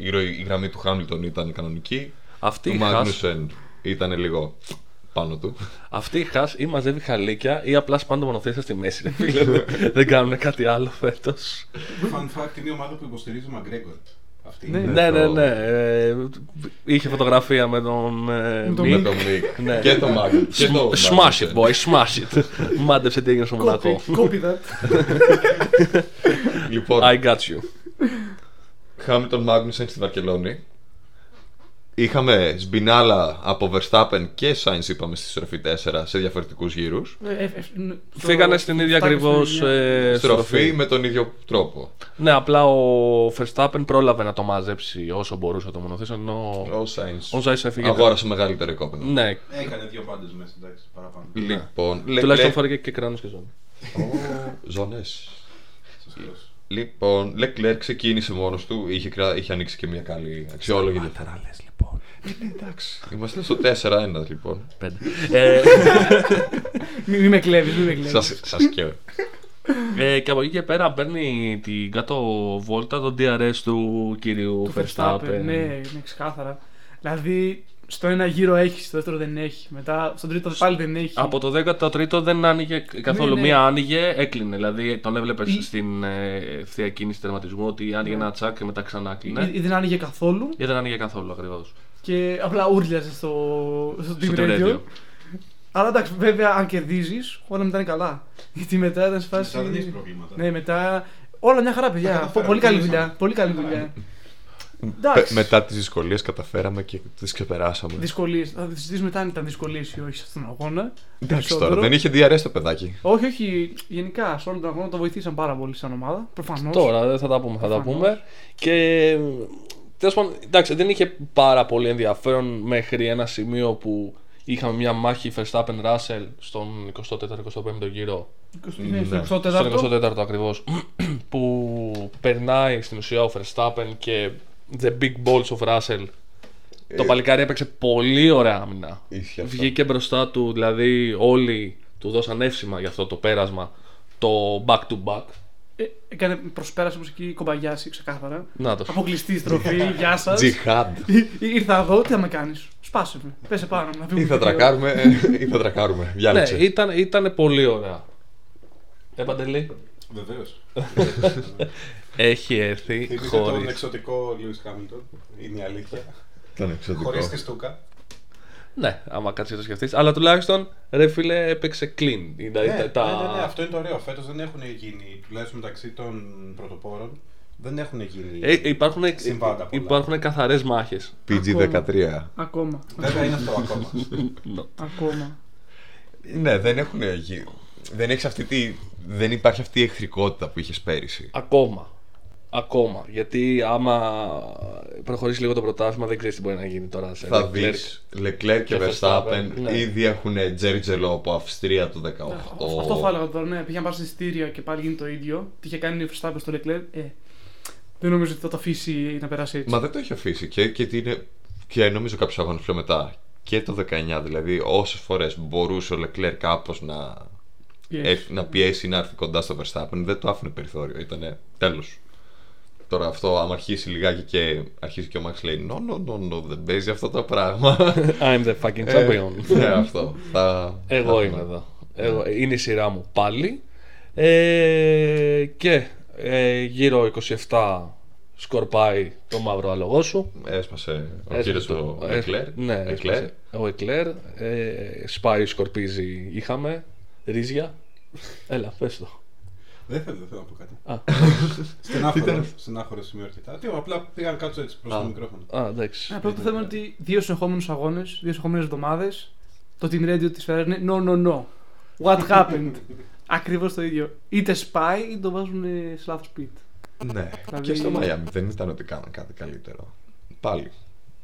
[SPEAKER 1] Η, ροή- η γραμμή του Χάμιλτον ήταν κανονική,
[SPEAKER 2] Αυτή
[SPEAKER 1] του
[SPEAKER 2] η Χάς-
[SPEAKER 1] Μάγνουσεν ήταν λίγο πάνω του.
[SPEAKER 2] Αυτή η χάς ή μαζεύει χαλίκια ή απλά σπάνε το μονοθέσιο στη μέση. ρε φίλε. Δεν- Δεν κάνουν κάτι άλλο φέτος.
[SPEAKER 3] Fun fact, είναι η ομάδα που υποστηρίζει ο Μαγκρέγκορ. Αυτή
[SPEAKER 4] Ναι.
[SPEAKER 3] είναι.
[SPEAKER 2] ναι, ναι,
[SPEAKER 1] το-
[SPEAKER 2] ναι. ε, είχε φωτογραφία με τον. Ε,
[SPEAKER 4] Με τον
[SPEAKER 1] Με
[SPEAKER 2] Μικ.
[SPEAKER 1] το Μικ
[SPEAKER 2] Ναι.
[SPEAKER 1] και το Μάγνουσεν. και το
[SPEAKER 2] Smash
[SPEAKER 1] Μάγνουσεν.
[SPEAKER 2] it, boy, smash it. Μάντεψε τι έγινε στο Μονακό.
[SPEAKER 4] Copy that.
[SPEAKER 1] Λοιπόν,
[SPEAKER 2] I got you.
[SPEAKER 1] Χάμιλτον Μάγνουσεν στη Βαρκελόνη. Είχαμε Σμπινάλα από Verstappen και Sainz είπαμε στη στροφή 4 σε διαφορετικούς γύρους.
[SPEAKER 4] Ε, ε, ε, ναι. Στο-
[SPEAKER 2] Φύγανε στην ίδια
[SPEAKER 4] φτάνει στην
[SPEAKER 2] ακριβώς
[SPEAKER 4] ίδια. ε.
[SPEAKER 1] Στροφή με τον ίδιο τρόπο.
[SPEAKER 2] Ναι, απλά ο Verstappen πρόλαβε να το μαζέψει όσο μπορούσε το μονοθέσιο. Ενώ
[SPEAKER 1] Ο Sainz.
[SPEAKER 2] ο Ζάις έφυγε.
[SPEAKER 1] Αγόρασε μεγαλύτερο οικόπεδο.
[SPEAKER 2] Ναι,
[SPEAKER 3] Έκανε δύο πάντες μέσα, εντάξει, παραπάνω.
[SPEAKER 1] Λοιπόν, λε,
[SPEAKER 2] τουλάχιστον φοράει και- και κράνος και ζώνη.
[SPEAKER 1] Ζωνέ.
[SPEAKER 3] Σας χαιρετώ.
[SPEAKER 1] Λοιπόν, Λεκλέρ ξεκίνησε μόνος του. Είχε, κρα- είχε ανοίξει και μια καλή αξιόλογη διαφορά.
[SPEAKER 2] λοιπόν.
[SPEAKER 1] Εντάξει. Είμαστε στο 4-1 λοιπόν.
[SPEAKER 2] Πέντε. Ε,
[SPEAKER 4] Μη, μη με κλέβεις, μη με κλέβεις.
[SPEAKER 1] Σας, σας καίω.
[SPEAKER 2] ε, και από εκεί και πέρα παίρνει την κάτω βόλτα τον DRS του κυρίου
[SPEAKER 4] Του Verstappen,
[SPEAKER 2] Verstappen.
[SPEAKER 4] ναι, ναι, ξεκάθαρα. Δηλαδή, στο ένα γύρο έχει, στο δεύτερο δεν έχει. Μετά, στον τρίτο πάλι δεν έχει.
[SPEAKER 2] Από το 13ο δεν άνοιγε καθόλου.
[SPEAKER 4] ναι.
[SPEAKER 2] Μία άνοιγε, έκλεινε. Δηλαδή τον έβλεπε
[SPEAKER 4] Ή-
[SPEAKER 2] στην ε, ευθεία κίνηση τερματισμού ότι άνοιγε
[SPEAKER 4] Ναι.
[SPEAKER 2] ένα τσακ και μετά ξανά
[SPEAKER 4] Ή,
[SPEAKER 2] έκλεινε.
[SPEAKER 4] ή Ε, δεν άνοιγε καθόλου
[SPEAKER 2] Ή δεν άνοιγε καθόλου ακριβώς.
[SPEAKER 4] και απλά ούρλιαζες στο, στο
[SPEAKER 2] Στο
[SPEAKER 4] Team Radio. Αλλά εντάξει, βέβαια, αν κερδίζεις, όλα μετά είναι καλά. Γιατί μετά ήταν σε φάση.
[SPEAKER 3] Μετά δεν έχεις προβλήματα.
[SPEAKER 4] Ναι, μετά. Όλα μια χαρά,
[SPEAKER 3] Τα
[SPEAKER 4] παιδιά.
[SPEAKER 3] καταφέραμε, Ναι.
[SPEAKER 4] Πολύ καλή
[SPEAKER 3] κερδίσαμε.
[SPEAKER 4] δουλειά. Πολύ καλή δουλειά.
[SPEAKER 1] Πε-
[SPEAKER 4] Εντάξει.
[SPEAKER 1] Μετά τις δυσκολίες καταφέραμε και τις ξεπεράσαμε.
[SPEAKER 4] Δυσκολίες. Θα συζητήσουμε μετά αν ήταν δυσκολίες ή όχι σε αυτόν τον αγώνα.
[SPEAKER 1] Εντάξει τώρα,
[SPEAKER 4] Περισσότερο.
[SPEAKER 1] δεν είχε DRS το παιδάκι.
[SPEAKER 4] Όχι, όχι. Γενικά, σε όλο τον αγώνα το βοηθήσαν πάρα πολύ σαν ομάδα. Προφανώς.
[SPEAKER 2] Τώρα δεν θα τα πούμε, θα τα
[SPEAKER 4] Προφανώς.
[SPEAKER 2] πούμε. Και τέλος πάντων, εντάξει, δεν είχε πάρα πολύ ενδιαφέρον μέχρι ένα σημείο που είχαμε μια μάχη Verstappen Russell στον 24-25ο γύρο.
[SPEAKER 1] Ναι.
[SPEAKER 4] Στο 24ο.
[SPEAKER 2] Στον 24ο ακριβώς. που περνάει στην ουσία ο Verstappen και the big balls of Russell.
[SPEAKER 3] Ε,
[SPEAKER 2] Το παλικάρι έπαιξε πολύ ωραία άμυνα.
[SPEAKER 1] Ίσχυε αυτό.
[SPEAKER 2] Βγήκε μπροστά του, δηλαδή όλοι του δώσαν εύσημα για αυτό το πέρασμα. Το back to back.
[SPEAKER 4] Ε, έκανε προσπέρασε μουσική κομπαγιάση ξεκάθαρα.
[SPEAKER 2] Να το.
[SPEAKER 4] Αποκλειστή η
[SPEAKER 1] Ναι.
[SPEAKER 4] στροφή, γεια σας.
[SPEAKER 1] Τζιχάντ.
[SPEAKER 4] Ήρθα εδώ, τι θα με κάνεις. Σπάσε με. Πέσε πάνω μου, να βγούμε
[SPEAKER 1] Ή θα
[SPEAKER 4] βίντεο.
[SPEAKER 1] τρακάρουμε ή θα τρακάρουμε.
[SPEAKER 2] Ναι,
[SPEAKER 1] Διάλεξε.
[SPEAKER 2] ήταν, ήταν πολύ ωραία. Ε, Παντελή.
[SPEAKER 3] Βεβαίως.
[SPEAKER 2] Έχει έρθει
[SPEAKER 3] Θυμήθηκα τον
[SPEAKER 2] χωρίς...
[SPEAKER 3] εξωτικό Λούι Χάμιλτον. Είναι η αλήθεια.
[SPEAKER 1] Ήταν εξαιρετικό.
[SPEAKER 3] Χωρίς τη στούκα.
[SPEAKER 2] Ναι, άμα κάτσει να το σκεφτείς. Αλλά τουλάχιστον, ρε φίλε, έπαιξε clean. Δηλαδή,
[SPEAKER 3] Ναι,
[SPEAKER 2] τα- τα-
[SPEAKER 3] ναι, ναι, ναι, αυτό είναι το ωραίο. Φέτος δεν έχουν γίνει, τουλάχιστον μεταξύ των πρωτοπόρων, δεν έχουν γίνει.
[SPEAKER 2] Ε, υπάρχουν,
[SPEAKER 3] Συμβάντα πολλά.
[SPEAKER 2] υπάρχουν καθαρές μάχες.
[SPEAKER 1] PG13.
[SPEAKER 4] Ακόμα.
[SPEAKER 3] Βέβαια είναι αυτό ακόμα.
[SPEAKER 4] Ακόμα.
[SPEAKER 1] Ναι, δεν έχουν γι- Δεν, έχεις αυτή τη... δεν υπάρχει αυτή η εχθρικότητα που είχες πέρυσι.
[SPEAKER 2] Ακόμα. Ακόμα. Γιατί άμα προχωρήσει λίγο το πρωτάθλημα, δεν ξέρεις τι μπορεί να γίνει τώρα. Σε
[SPEAKER 1] Θα
[SPEAKER 2] Leclerc.
[SPEAKER 1] δεις Λεκλέρ και
[SPEAKER 2] και
[SPEAKER 1] Verstappen
[SPEAKER 2] Verstappen, ναι.
[SPEAKER 1] ήδη έχουν τζέρτζελο από Αυστρία του 18.
[SPEAKER 4] Αυτό αυτό θα έλεγα τώρα. Ναι, πήγαν πάρει εισιτήρια και πάλι γίνει το ίδιο. Τι είχε κάνει ο Verstappen στο Leclerc. Ε, δεν νομίζω ότι θα το αφήσει να περάσει έτσι.
[SPEAKER 1] Μα δεν το έχει αφήσει και, και, την- και νομίζω κάποιου αγώνε πιο μετά. Και το 19, δηλαδή όσες φορές μπορούσε ο Λεκλέρ κάπως να,
[SPEAKER 4] Πιέζει.
[SPEAKER 1] ε, να πιέσει ή να έρθει κοντά στο Verstappen, δεν το άφηνε περιθώριο. Ήταν τέλος. Τώρα αυτό, άμα αρχίσει λιγάκι και αρχίσει και ο Μαξ λέει: No, no, no, no, δεν παίζει αυτό το πράγμα.
[SPEAKER 2] I'm the fucking champion.
[SPEAKER 1] Ε, ναι, αυτό. Θα...
[SPEAKER 2] Εγώ
[SPEAKER 1] θα-
[SPEAKER 2] είμαι εδώ. Εγώ,
[SPEAKER 1] Ναι.
[SPEAKER 2] είναι η σειρά μου πάλι. Ε, και ε, γύρω 27 σκορπάει το μαύρο άλογο σου.
[SPEAKER 1] Έσπασε ο
[SPEAKER 2] Έσπασε
[SPEAKER 1] κύριος του
[SPEAKER 2] το- ε,
[SPEAKER 1] Εκλέρ.
[SPEAKER 2] Ναι,
[SPEAKER 1] Εκλέρ.
[SPEAKER 2] έσπασε. Ο Εκλέρ. ε, σπάει, σκορπίζει, είχαμε. Ρίζια. Έλα, πες το.
[SPEAKER 3] Δεν θέλω, δεν θέλω να πω κάτι.
[SPEAKER 2] Α.
[SPEAKER 3] Στενάχωρο, στενάχωρο σημείο αρκετά. Τι, απλά πήγαν κάτω έτσι προς
[SPEAKER 1] Α.
[SPEAKER 3] το μικρόφωνο.
[SPEAKER 2] Α, εντάξει.
[SPEAKER 4] Απλά το θέμα είναι ότι δύο συνεχόμενους αγώνες, δύο συνεχόμενες εβδομάδες, το Team Radio της Ferrari είναι no, no, no. What happened. Ακριβώς το ίδιο. Είτε σπάει είτε το βάζουν ε, σε λάθος pit.
[SPEAKER 1] Ναι.
[SPEAKER 4] Δηλαδή-
[SPEAKER 1] Και στο Μαϊάμι δεν ήταν ότι κάναν κάτι καλύτερο. Πάλι.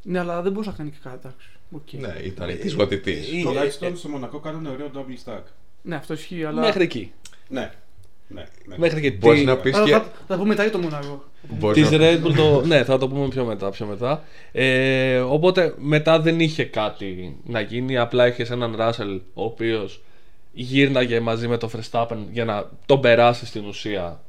[SPEAKER 4] Ναι, αλλά δεν μπορούσε να κάνει και κάτι. εντάξει. Οκ.
[SPEAKER 1] Ναι, ήταν της βοτητή.
[SPEAKER 2] Ε,
[SPEAKER 3] Τουλάχιστον στο Μονακό κάνανε ωραίο double stack.
[SPEAKER 4] Ναι, αυτό ισχύει, αλλά.
[SPEAKER 2] Μέχρι εκεί.
[SPEAKER 3] Ναι. Ναι. ναι.
[SPEAKER 2] Μέχρι και
[SPEAKER 1] Μπορείς
[SPEAKER 2] τι-
[SPEAKER 1] Ε, να πεις
[SPEAKER 4] Αλλά
[SPEAKER 1] και.
[SPEAKER 4] θα, θα πούμε μετά για το Μονακό.
[SPEAKER 1] μπορείς
[SPEAKER 2] Τη
[SPEAKER 1] να-
[SPEAKER 2] Red Bull το. ναι, θα το πούμε πιο μετά. Πιο μετά. Ε, οπότε μετά δεν είχε κάτι να γίνει. Απλά είχες έναν Russell ο οποίος γύρναγε μαζί με τον Verstappen για να τον περάσει στην ουσία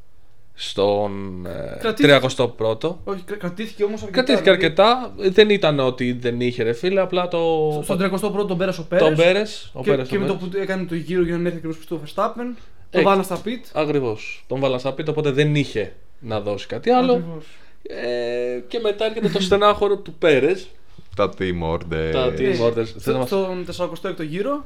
[SPEAKER 2] στον ε,
[SPEAKER 4] Κρατήθηκε.
[SPEAKER 2] 31ο.
[SPEAKER 4] Όχι, κρα- κρατήθηκε όμως αρκετά.
[SPEAKER 2] Κρατήθηκε
[SPEAKER 4] δηλαδή,
[SPEAKER 2] αρκετά. Δεν ήταν ότι δεν είχε ρε φίλε, απλά το.
[SPEAKER 4] Στον 31ο τον πέρασε ο Πέρε.
[SPEAKER 2] τον Πέρες, ο
[SPEAKER 4] και,
[SPEAKER 2] Πέρες,
[SPEAKER 4] και
[SPEAKER 2] ο
[SPEAKER 4] με το
[SPEAKER 2] Πέρες.
[SPEAKER 4] που έκανε το γύρο για να έρθει ακριβώς στο Verstappen,
[SPEAKER 2] Ε,
[SPEAKER 4] το βάλα στα pit.
[SPEAKER 2] Ακριβώς. Τον βάλα στα πίτα, οπότε δεν είχε να δώσει κάτι άλλο.
[SPEAKER 4] Ακριβώς.
[SPEAKER 2] Ε, και μετά έρχεται το στενάχωρο του Πέρες
[SPEAKER 1] Τα team order.
[SPEAKER 2] Τα team-
[SPEAKER 4] Ε,
[SPEAKER 2] Μόρτες,
[SPEAKER 4] στο-
[SPEAKER 2] θέλω να μας-
[SPEAKER 4] Στον 46ο γύρο,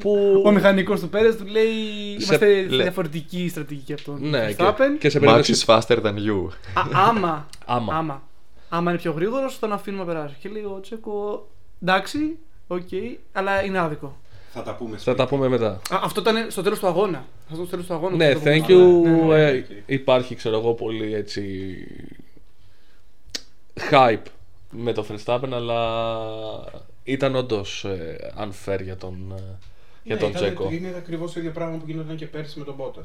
[SPEAKER 2] που
[SPEAKER 4] ο μηχανικός του Πέρες του λέει: Είμαστε
[SPEAKER 1] λέ-
[SPEAKER 4] διαφορετική στρατηγική από τον
[SPEAKER 2] Ναι, και,
[SPEAKER 4] Verstappen.
[SPEAKER 2] και σε
[SPEAKER 1] Max
[SPEAKER 2] περίπτωση.
[SPEAKER 1] is faster than you.
[SPEAKER 4] Α, άμα,
[SPEAKER 2] Άμα.
[SPEAKER 4] άμα, άμα είναι πιο γρήγορος, θα τον αφήνουμε να περάσει. Και λέει ο Τσέκο, εντάξει, οκ, αλλά είναι άδικο.
[SPEAKER 3] Θα τα πούμε.
[SPEAKER 2] Θα τα πούμε μετά.
[SPEAKER 4] Α, αυτό ήταν στο τέλος του αγώνα. Αυτό στο τέλος του αγώνα.
[SPEAKER 2] Ναι,
[SPEAKER 4] που το
[SPEAKER 2] thank
[SPEAKER 4] πούμε.
[SPEAKER 2] you.
[SPEAKER 4] Ναι, ναι.
[SPEAKER 3] ναι,
[SPEAKER 2] ε,
[SPEAKER 3] ναι.
[SPEAKER 2] Υπάρχει, ξέρω εγώ, πολύ έτσι. hype με το Verstappen, αλλά ήταν όντως unfair για τον, ε, για
[SPEAKER 3] Ναι,
[SPEAKER 2] τον
[SPEAKER 3] ήταν-
[SPEAKER 2] Τσέκο.
[SPEAKER 3] Είναι ακριβώς το ίδιο πράγμα που γινόταν και πέρσι με τον Μπότα.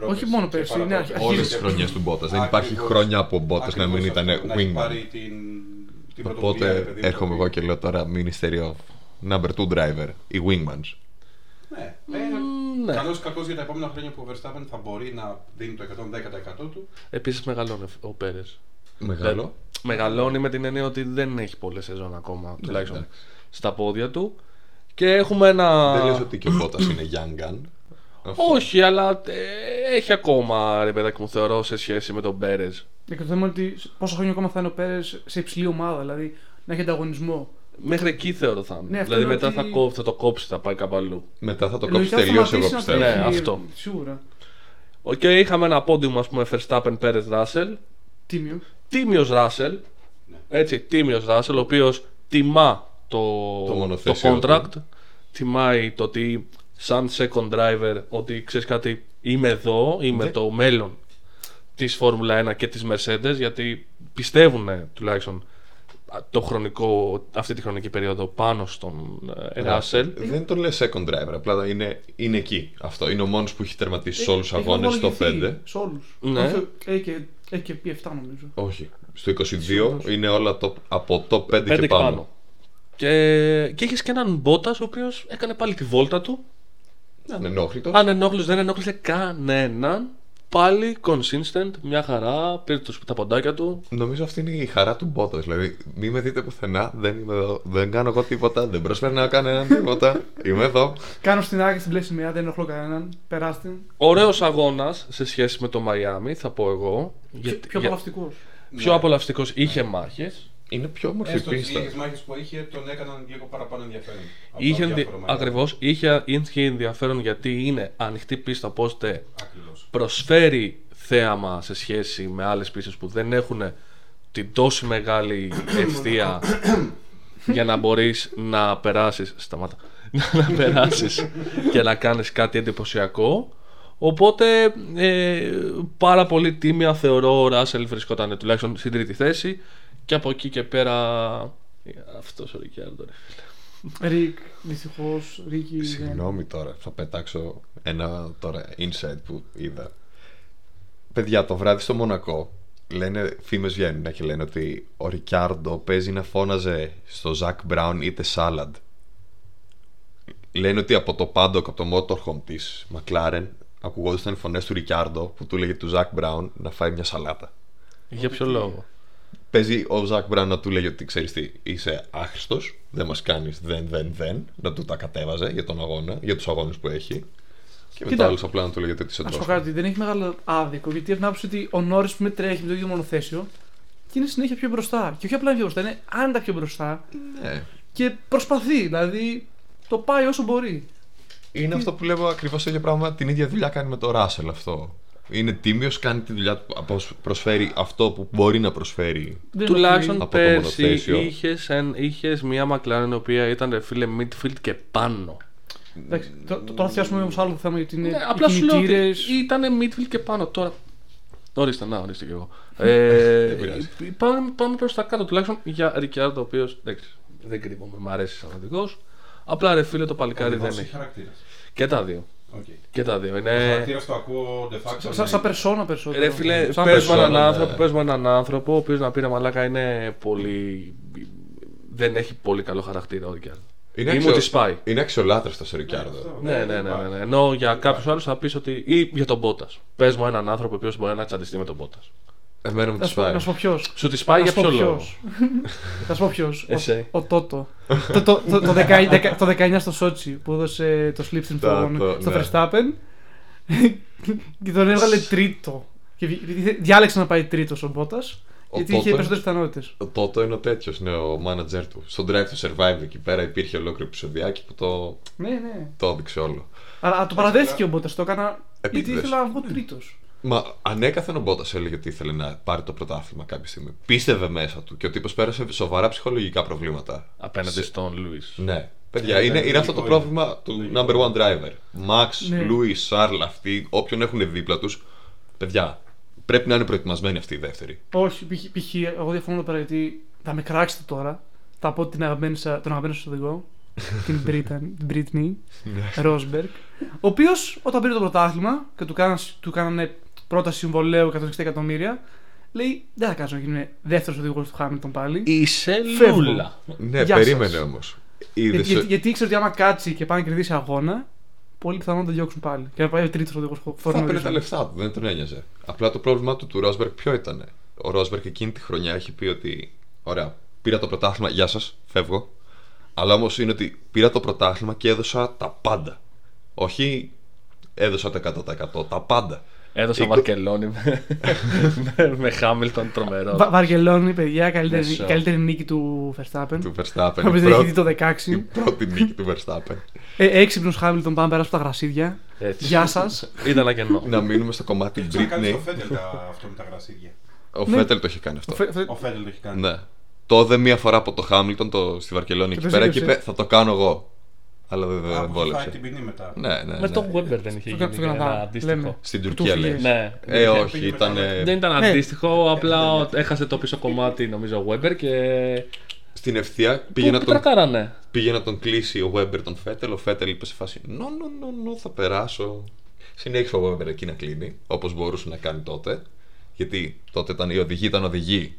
[SPEAKER 4] Όχι μόνο πέρσι, είναι αρχ-
[SPEAKER 1] Όλες τις
[SPEAKER 4] Αρχίζει.
[SPEAKER 1] χρονιές του Μπότα. Δεν υπάρχει χρονιά από Μπότα να μην ήταν
[SPEAKER 3] Να έχει
[SPEAKER 1] wingman.
[SPEAKER 3] πάρει την. την πρωτοβουλία, ρε
[SPEAKER 1] Οπότε
[SPEAKER 3] παιδί μου,
[SPEAKER 1] έρχομαι
[SPEAKER 3] το
[SPEAKER 1] εγώ
[SPEAKER 3] οποίο-
[SPEAKER 1] και λέω τώρα ministerial number two driver, οι wingmans.
[SPEAKER 3] Ναι.
[SPEAKER 2] ναι.
[SPEAKER 3] Καλός ή κακός για τα επόμενα χρόνια που ο Verstappen θα μπορεί να δίνει το 110% του.
[SPEAKER 2] Επίσης, μεγαλώνει ο Πέρες.
[SPEAKER 1] Μεγάλο.
[SPEAKER 2] Μεγαλώνει με την έννοια ότι δεν έχει πολλέ σεζόν ακόμα, τουλάχιστον
[SPEAKER 1] Ναι, εντάξει.
[SPEAKER 2] στα πόδια του. Και έχουμε ένα.
[SPEAKER 1] Δεν λες ότι και ο Μπότα είναι young gun. Αυτό.
[SPEAKER 2] Όχι, αλλά ε, έχει ακόμα ρε παιδάκι μου θεωρώ σε σχέση με τον Πέρες.
[SPEAKER 4] Και το θέμα είναι ότι σ- πόσα χρόνια ακόμα θα είναι ο Πέρες σε υψηλή ομάδα, δηλαδή να έχει ανταγωνισμό.
[SPEAKER 2] Μέχρι εκεί θεωρώ θα είναι.
[SPEAKER 4] Ναι, αυτό
[SPEAKER 2] δηλαδή
[SPEAKER 4] είναι
[SPEAKER 2] μετά
[SPEAKER 4] ότι-
[SPEAKER 2] θα, κόψει, θα το κόψει, θα πάει κάπου αλλού.
[SPEAKER 1] Μετά θα το κόψει
[SPEAKER 4] Λογικά θα
[SPEAKER 1] τελείως, εγώ
[SPEAKER 4] σταματήσει να
[SPEAKER 1] πιστεύω.
[SPEAKER 2] Ναι,
[SPEAKER 4] τρέχει,
[SPEAKER 2] αυτό.
[SPEAKER 4] Σίγουρα.
[SPEAKER 2] Οκ, είχαμε ένα πόντιμα, ας πούμε, Verstappen, Perez, Russell.
[SPEAKER 4] Τίμιο.
[SPEAKER 2] Τίμιος Russell.
[SPEAKER 1] Ναι.
[SPEAKER 2] Έτσι, τίμιος Russell, ο οποίος τιμά το,
[SPEAKER 1] Το
[SPEAKER 2] το
[SPEAKER 1] μονοθέσιο ναι.
[SPEAKER 2] contract. Τιμάει το ότι σαν second driver, ότι ξέρεις κάτι, είμαι εδώ, είμαι το μέλλον της Φόρμουλα 1 και της Mercedes, γιατί πιστεύουν ε, τουλάχιστον το χρονικό, αυτή τη χρονική περίοδο πάνω στον ε,
[SPEAKER 1] Ναι.
[SPEAKER 2] Russell.
[SPEAKER 1] Δεν τον λες second driver, απλά είναι, είναι εκεί αυτό. Είναι ο μόνος που έχει τερματίσει σε όλους τους
[SPEAKER 4] Ε, Έχει
[SPEAKER 1] αγώνες στο
[SPEAKER 4] ομολογηθεί
[SPEAKER 1] 5.
[SPEAKER 4] Σε όλους.
[SPEAKER 2] Ναι.
[SPEAKER 4] Έχει και πει 7 νομίζω.
[SPEAKER 1] Όχι. Στο 22 είναι όλα το, από το 5
[SPEAKER 2] Πέντε
[SPEAKER 1] και πάνω.
[SPEAKER 2] Και, και είχε και έναν Μπότας ο οποίος έκανε πάλι τη βόλτα του.
[SPEAKER 4] Ναι,
[SPEAKER 1] Ανενόχλητος.
[SPEAKER 2] Αν ενόχλησε, δεν ενόχλησε κανέναν. Πάλι consistent, μια χαρά. Πήρε τους, τα ποντάκια του.
[SPEAKER 1] Νομίζω αυτή είναι η χαρά του Μπότα. Δηλαδή, μη με δείτε πουθενά, δεν είμαι εδώ, δεν κάνω εγώ τίποτα, δεν προσφέρνω κανέναν τίποτα. είμαι εδώ.
[SPEAKER 4] Κάνω στην άκρη στην πλέση σημαία, δεν ενοχλώ κανέναν. Περάστε.
[SPEAKER 2] Ωραίος αγώνας σε σχέση με το Μαϊάμι, θα πω εγώ. γιατί-
[SPEAKER 4] Πιο Ναι.
[SPEAKER 2] για-
[SPEAKER 4] απολαυστικός.
[SPEAKER 2] πιο απολαυστικός είχε μάχες.
[SPEAKER 1] Είναι πιο όμορφη
[SPEAKER 3] Έστω τις
[SPEAKER 1] πίστα.
[SPEAKER 3] λίγες μάχες που είχε τον έκαναν λίγο παραπάνω ενδιαφέρον. από τα
[SPEAKER 2] Είχε,
[SPEAKER 3] διάφορα μαλλιά.
[SPEAKER 2] ακριβώς, είχε, είχε ενδιαφέρον γιατί είναι ανοιχτή πίστα, οπότε
[SPEAKER 3] Ακριβώς.
[SPEAKER 2] προσφέρει θέαμα σε σχέση με άλλες πίστες που δεν έχουν την τόσο μεγάλη ευθεία για να μπορείς να περάσεις σταμάτα να περάσεις και να κάνεις κάτι εντυπωσιακό οπότε ε, πάρα πολύ τίμια θεωρώ ο Ράσελ βρισκόταν ε, τουλάχιστον στην τρίτη θέση και από εκεί και πέρα ε, αυτός ο Ρικιάρντο ρε φίλε.
[SPEAKER 4] Ρικ, δυστυχώς. Ρίκη. δεν-
[SPEAKER 1] Συγγνώμη τώρα, θα πετάξω ένα τώρα insight που είδα. Παιδιά, το βράδυ στο Μονακό λένε, φήμες βγαίνουν και λένε ότι ο Ρικάρντο παίζει να φώναζε στο Ζακ Μπράουν είτε Σάλαντ. Λένε ότι από το πάντοκ, από το motorhome της Μακλάρεν, ακουγόντουσαν οι φωνές του Ρικάρντο που του λέγε του Ζακ Μπράουν να φάει μια σαλάτα.
[SPEAKER 2] για ποιο λόγο
[SPEAKER 1] Παίζει ο Ζακ Μπράουν να του λέει ότι ξέρεις τι, είσαι άχρηστος, δεν μας κάνεις δεν, δεν, δεν. Να του τα κατέβαζε για τον αγώνα, για τους αγώνες που έχει. Και μετά
[SPEAKER 4] Κοίτα.
[SPEAKER 1] άλλο απλά να του λέει ότι είσαι
[SPEAKER 4] Να σου πω
[SPEAKER 1] τόσο.
[SPEAKER 4] κάτι, δεν έχει μεγάλο άδικο γιατί έχουν άποψη ότι ο Νόρις που με τρέχει με το ίδιο μονοθέσιο και είναι συνέχεια πιο μπροστά. Και όχι απλά είναι πιο μπροστά, είναι άνετα πιο μπροστά.
[SPEAKER 1] Ναι.
[SPEAKER 4] Και προσπαθεί, δηλαδή το πάει όσο μπορεί.
[SPEAKER 1] Είναι αυτό που λέω ακριβώς το ίδιο πράγμα. Την ίδια δουλειά κάνει με τον Ράσελ αυτό. Είναι τίμιος, κάνει τη δουλειά του, αποσ- προσφέρει αυτό που μπορεί να προσφέρει.
[SPEAKER 4] Δεν ενοχλεί.
[SPEAKER 2] Τουλάχιστον
[SPEAKER 1] Από το
[SPEAKER 2] πέρσι
[SPEAKER 1] μονοθέσιο.
[SPEAKER 2] είχες, εν- είχες μια McLaren η οποία ήταν ρε φίλε midfield και πάνω.
[SPEAKER 4] Εντάξει, το- το- τώρα θα πιάσουμε όμως άλλο θέμα γιατί είναι.
[SPEAKER 2] Ναι,
[SPEAKER 4] οι
[SPEAKER 2] απλά σου λέω ότι
[SPEAKER 4] κινητήρες.
[SPEAKER 2] ήταν midfield και πάνω τώρα. Ορίστε, να ορίστε κι εγώ. ε,
[SPEAKER 1] πειράζει.
[SPEAKER 2] πάμε, πάμε προς τα κάτω, τουλάχιστον για Ρικιάρντο, ο οποίος δεν κρύβομαι, μ' αρέσει σαν οδηγός. Απλά ρε φίλε το παλικάρι
[SPEAKER 3] Λοιπόν,
[SPEAKER 2] δεν έχει. Ε,
[SPEAKER 3] χαρακτήρας.
[SPEAKER 2] Και τα δύο. Και τα δύο.
[SPEAKER 3] Ο
[SPEAKER 2] Είναι...
[SPEAKER 3] χαρακτήρας το ακούω de facto. ναι.
[SPEAKER 4] Σαν,
[SPEAKER 3] να
[SPEAKER 4] σαν
[SPEAKER 3] είναι-
[SPEAKER 4] περσόνα περισσότερο.
[SPEAKER 2] Ρε φίλε,
[SPEAKER 4] σαν
[SPEAKER 2] παίζουμε
[SPEAKER 1] persona,
[SPEAKER 2] έναν
[SPEAKER 1] ναι.
[SPEAKER 2] άνθρωπο, παίζουμε έναν άνθρωπο ο οποίος να πει ρε μαλάκα είναι πολύ. Δεν έχει πολύ καλό χαρακτήρα ο Ρικιάρντο. Ή μου
[SPEAKER 1] αξιο-
[SPEAKER 2] τη σπάει.
[SPEAKER 1] Είναι αξιολάτρευτο ο Ρικιάρδο.
[SPEAKER 3] Αυτό,
[SPEAKER 2] Ναι, ναι, ναι, ναι, ναι. Ενώ για κάποιους άλλους θα πεις ότι. ή για τον Μπότας. Πες μου έναν άνθρωπο ο οποίος μπορεί να τσαντιστεί με τον Μπότας.
[SPEAKER 1] Εμένα μου τη
[SPEAKER 4] Να σου πω-
[SPEAKER 1] σπάει.
[SPEAKER 4] Να σου πω ποιος.
[SPEAKER 2] Σου τη σπάει για ποιο λόγο.
[SPEAKER 4] Θα σου πω ποιος.
[SPEAKER 2] Εσύ.
[SPEAKER 4] Ο Τότο. Το- το- το- Το δεκα- δεκα- το 19 στο Σότσι που έδωσε το slip στην
[SPEAKER 1] Τα- το-
[SPEAKER 4] στο
[SPEAKER 1] ναι.
[SPEAKER 4] Verstappen. Και τον έβγαλε τρίτο. Και βγη- διάλεξε να πάει τρίτος ο Μπότας.
[SPEAKER 1] Ο
[SPEAKER 4] Γιατί
[SPEAKER 1] Toto.
[SPEAKER 4] είχε περισσότερε πιθανότητες.
[SPEAKER 1] Ο Τότο είναι ο τέτοιος, είναι ο manager του. Στο Drive to Survive εκεί πέρα υπήρχε ολόκληρο επεισοδιάκι που το,
[SPEAKER 4] Ναι, ναι.
[SPEAKER 1] το έδειξε όλο.
[SPEAKER 4] Αλλά το παραδέχτηκε ο Μπότας. Το έκανα. Γιατί
[SPEAKER 1] Επίτηδες.
[SPEAKER 4] ήθελα να βγω τρίτος.
[SPEAKER 1] Μα ανέκαθεν ο Μπότας έλεγε ότι ήθελε να πάρει το πρωτάθλημα κάποια στιγμή. Πίστευε μέσα του και ο τύπος πέρασε σοβαρά ψυχολογικά προβλήματα.
[SPEAKER 2] Απέναντι
[SPEAKER 1] Σε-
[SPEAKER 2] στον Λουίς.
[SPEAKER 1] Ναι. Παιδιά,
[SPEAKER 3] Ε,
[SPEAKER 1] είναι,
[SPEAKER 3] ναι,
[SPEAKER 1] είναι αυτό το
[SPEAKER 3] λογικό
[SPEAKER 1] πρόβλημα του number one driver. Max,
[SPEAKER 4] Ναι.
[SPEAKER 1] Louis, Charles, αυτοί, όποιον έχουν δίπλα τους. Παιδιά, πρέπει να είναι προετοιμασμένοι αυτοί οι δεύτεροι.
[SPEAKER 4] Όχι, π.χ. π.χ. εγώ διαφωνώ εδώ πέρα γιατί θα με κράξετε τώρα. Θα πω την αγαπημένη σα- τον αγαπημένο σας οδηγό, την Britain, την Britney
[SPEAKER 1] Ναι.
[SPEAKER 4] Rosberg, ο οποίος όταν πήρε το πρωτάθλημα και του κάνανε, του κάνανε πρόταση συμβολέου 160 εκατομμύρια, λέει: Δεν θα κάτσω να γίνουμε δεύτερος οδηγός του Χάμιλτον πάλι.
[SPEAKER 2] Η σελούλα.
[SPEAKER 1] Ναι,
[SPEAKER 4] Γεια
[SPEAKER 1] περίμενε
[SPEAKER 4] σας. Ε,
[SPEAKER 1] όμως.
[SPEAKER 4] γιατί, γιατί, γιατί ήξερε ότι άμα κάτσει και πάει να κερδίσει αγώνα, πολύ πιθανόν να τον διώξουν πάλι. Και να πάει ο τρίτος οδηγός
[SPEAKER 1] Θα παίρνει τα
[SPEAKER 4] δηλαδή.
[SPEAKER 1] λεφτά του, δεν τον ένοιαζε. Απλά το πρόβλημα του του Ρόσμπερκ ποιο ήταν. Ο Ρόσμπερκ εκείνη τη χρονιά έχει πει ότι. Ωραία, πήρα το πρωτάθλημα, γεια σας, φεύγω. Αλλά όμως είναι ότι πήρα το πρωτάθλημα και έδωσα τα πάντα. Όχι έδωσα το 100%, τα πάντα.
[SPEAKER 2] Έδωσα
[SPEAKER 1] Η-
[SPEAKER 2] Βαρκελόνη με- με- με Χάμιλτον τρομερό.
[SPEAKER 4] Βαργελόνη, παιδιά, καλύτερη,
[SPEAKER 2] Μέσο.
[SPEAKER 4] καλύτερη νίκη του Verstappen.
[SPEAKER 1] Του Verstappen.
[SPEAKER 4] Ο οποίο
[SPEAKER 1] η
[SPEAKER 4] δεν έχει
[SPEAKER 1] πρώτη-
[SPEAKER 4] δει το
[SPEAKER 1] Η
[SPEAKER 4] 16.
[SPEAKER 1] πρώτη νίκη του Verstappen.
[SPEAKER 4] Ε, Έξυπνος Χάμιλτον, πάμε πέρα από τα γρασίδια.
[SPEAKER 2] Έτσι.
[SPEAKER 4] Γεια Ναι, σας.
[SPEAKER 2] Ήταν ένα κενό.
[SPEAKER 1] Να μείνουμε στο κομμάτι
[SPEAKER 3] Έχει ξανακάνει
[SPEAKER 1] Britney.
[SPEAKER 3] στο Φέντελ τα- αυτό με τα γρασίδια.
[SPEAKER 1] Ο
[SPEAKER 4] Ναι.
[SPEAKER 1] Φέτελ το είχε κάνει αυτό.
[SPEAKER 3] Ο Φέντελ το έχει κάνει.
[SPEAKER 1] Ναι. Το έδε μία φορά από το Χάμιλτον το, στη Βαρκελόνη
[SPEAKER 4] Και
[SPEAKER 1] εκεί
[SPEAKER 4] το
[SPEAKER 1] πέρα και είπε
[SPEAKER 4] ζήλεψε.
[SPEAKER 1] θα το κάνω εγώ. Αλλά δεν,
[SPEAKER 3] Α,
[SPEAKER 1] δεν
[SPEAKER 3] που θα φάει την
[SPEAKER 1] βόλεψε.
[SPEAKER 3] ποινή μετά.
[SPEAKER 1] Ναι, ναι.
[SPEAKER 2] Με
[SPEAKER 1] ναι.
[SPEAKER 2] τον Weber δεν είχε
[SPEAKER 4] Στο
[SPEAKER 2] γίνει
[SPEAKER 4] Καναδά,
[SPEAKER 2] ένα
[SPEAKER 4] λέμε.
[SPEAKER 2] αντίστοιχο.
[SPEAKER 1] Στην
[SPEAKER 4] Του
[SPEAKER 1] Τουρκία
[SPEAKER 4] φύγε.
[SPEAKER 1] λες.
[SPEAKER 2] Ναι.
[SPEAKER 1] Ε, όχι,
[SPEAKER 3] πήγε
[SPEAKER 1] ήταν.
[SPEAKER 3] μετά,
[SPEAKER 2] Δεν ήταν
[SPEAKER 4] Ναι.
[SPEAKER 2] αντίστοιχο, απλά ο- έχασε το πίσω κομμάτι νομίζω ο Weber και.
[SPEAKER 1] Στην ευθεία πήγε
[SPEAKER 2] Πήγε
[SPEAKER 1] να,
[SPEAKER 2] που
[SPEAKER 1] τον,
[SPEAKER 2] τρακάρανε.
[SPEAKER 1] πήγε να τον κλείσει ο Βέμπερ τον Φέτελ. Ο Φέτελ είπε σε φάση: Νο, νο, νο, νο, θα περάσω. Συνέχισε ο Βέμπερ εκεί να κλείνει, όπως μπορούσε να κάνει τότε. Γιατί τότε ήταν, οι οδηγοί ήταν οδηγοί.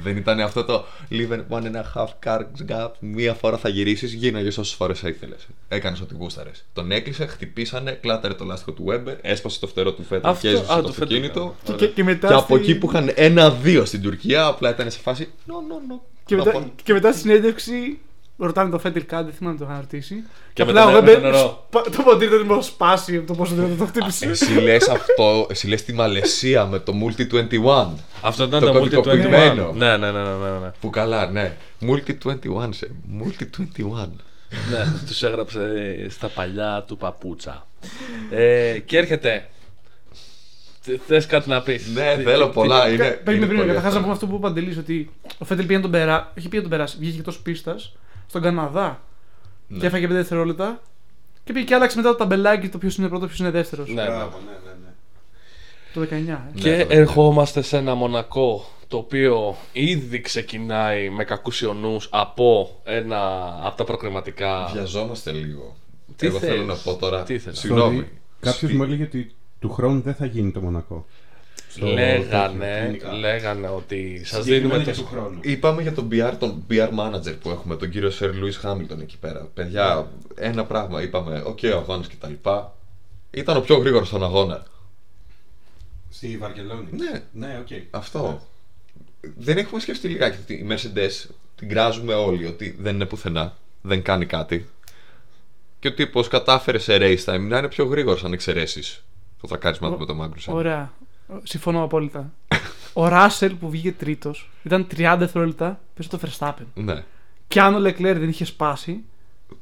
[SPEAKER 1] Δεν ήταν αυτό το leave one and a half car gap. Μία φορά θα γυρίσεις, γίναγες όσες φορές ήθελε. Έκανες ό,τι γούσταρες. Τον έκλεισε, χτυπήσανε, κλάταρε το λάστιχο του Βέμπερ, έσπασε το φτερό του Φέτελ
[SPEAKER 2] Αυτό-
[SPEAKER 1] και έζησε
[SPEAKER 2] α,
[SPEAKER 1] το
[SPEAKER 2] του Vettel.
[SPEAKER 1] αυτοκίνητο.
[SPEAKER 4] Και, και, και μετά
[SPEAKER 1] Και από
[SPEAKER 4] στη-
[SPEAKER 1] εκεί που είχαν ένα-δύο στην Τουρκία, απλά ήταν σε φάση. No, no, no.
[SPEAKER 4] και,
[SPEAKER 1] Να
[SPEAKER 4] μετά,
[SPEAKER 1] πω-
[SPEAKER 4] και μετά στη συνέντευξη ρωτάνε το Φέτελ κάτι, δεν θυμάμαι να το είχαν ρωτήσει. Και
[SPEAKER 2] με
[SPEAKER 4] απλά
[SPEAKER 2] το
[SPEAKER 4] ο
[SPEAKER 2] νε- με το
[SPEAKER 4] Weber
[SPEAKER 2] νερό.
[SPEAKER 4] σπα- το ποτήρι δεν μπορεί σπάσει από το πόσο δεν το χτύπησε.
[SPEAKER 1] Εσύ λες αυτό, εσύ λες τη Μαλαισία με το Multi 21.
[SPEAKER 2] Αυτό ήταν
[SPEAKER 1] Το
[SPEAKER 2] το Multi 21. Ναι,
[SPEAKER 1] κωδικοποιημένο.
[SPEAKER 2] ναι, ναι, ναι, ναι, ναι.
[SPEAKER 1] Που καλά, ναι. Multi 21 σε. Multi 21.
[SPEAKER 2] ναι, τους έγραψε ε, στα παλιά του παπούτσα. Ε, και έρχεται. Θε- Θες κάτι να πεις.
[SPEAKER 1] ναι, θέλω πολλά. είναι,
[SPEAKER 4] Παίρνει
[SPEAKER 1] είναι
[SPEAKER 4] πριν,
[SPEAKER 1] πολύ
[SPEAKER 4] καταρχάς να
[SPEAKER 1] αυτό.
[SPEAKER 4] πούμε αυτό που είπε ο Παντελής, ότι ο Φέτελ πήγε να τον περάσει. Είχε πήγε να τον περάσει, βγήκε εκτός πίστας στον Καναδά.
[SPEAKER 1] Ναι.
[SPEAKER 4] Και έφαγε 5 δευτερόλεπτα. Και πήγε και άλλαξε μετά το ταμπελάκι το ποιος είναι πρώτος, ποιος είναι δεύτερος.
[SPEAKER 2] Ναι, ναι.
[SPEAKER 3] Μπράβο, ναι, ναι, ναι.
[SPEAKER 4] Το 19. ε.
[SPEAKER 1] Ναι,
[SPEAKER 2] Και
[SPEAKER 1] το δεύτερο.
[SPEAKER 2] ερχόμαστε σε ένα μονακό το οποίο ήδη ξεκινάει με κακούς ιονούς από ένα από τα προκριματικά.
[SPEAKER 1] Βιαζόμαστε λίγο.
[SPEAKER 2] Τι
[SPEAKER 1] Εγώ θέλω
[SPEAKER 2] θες?
[SPEAKER 1] να πω τώρα.
[SPEAKER 2] Τι θες?
[SPEAKER 1] Συγγνώμη.
[SPEAKER 3] Κάποιος
[SPEAKER 1] Στη-
[SPEAKER 3] μου έλεγε ότι του χρόνου δεν θα γίνει το Μονακό. Στο-
[SPEAKER 2] Λέγανε,
[SPEAKER 3] κλινικά.
[SPEAKER 2] λέγανε ότι σας
[SPEAKER 3] Συγκεκριμένα
[SPEAKER 2] δίνουμε
[SPEAKER 3] για
[SPEAKER 2] το...
[SPEAKER 3] του χρόνου.
[SPEAKER 1] Είπαμε για τον PR, τον PR manager που έχουμε, τον κύριο Σερ Λούι Χάμιλτον εκεί πέρα. Παιδιά,
[SPEAKER 2] Ναι.
[SPEAKER 1] ένα πράγμα είπαμε. Οκ, ο αγώνας κτλ. Ήταν ο πιο γρήγορος στον αγώνα.
[SPEAKER 3] Στη Βαρκελόνη.
[SPEAKER 1] Ναι.
[SPEAKER 3] Ναι, οκ.
[SPEAKER 1] Αυτό. Δεν έχουμε σκεφτεί λιγάκι ότι η Mercedes την κράζουμε όλοι ότι δεν είναι πουθενά, δεν κάνει κάτι. Και ο τύπος κατάφερε σε race time να είναι πιο ε. γρήγορος αν εξαιρέσεις το τρακάρισμά του με τον Μάγκλουσεν.
[SPEAKER 4] Ωραία. Συμφωνώ απόλυτα. Ο Ράσελ που βγήκε τρίτος ήταν 30 δευτερόλεπτα πίσω το Verstappen.
[SPEAKER 1] Ναι.
[SPEAKER 4] Και αν ο Λεκλέρ δεν είχε σπάσει,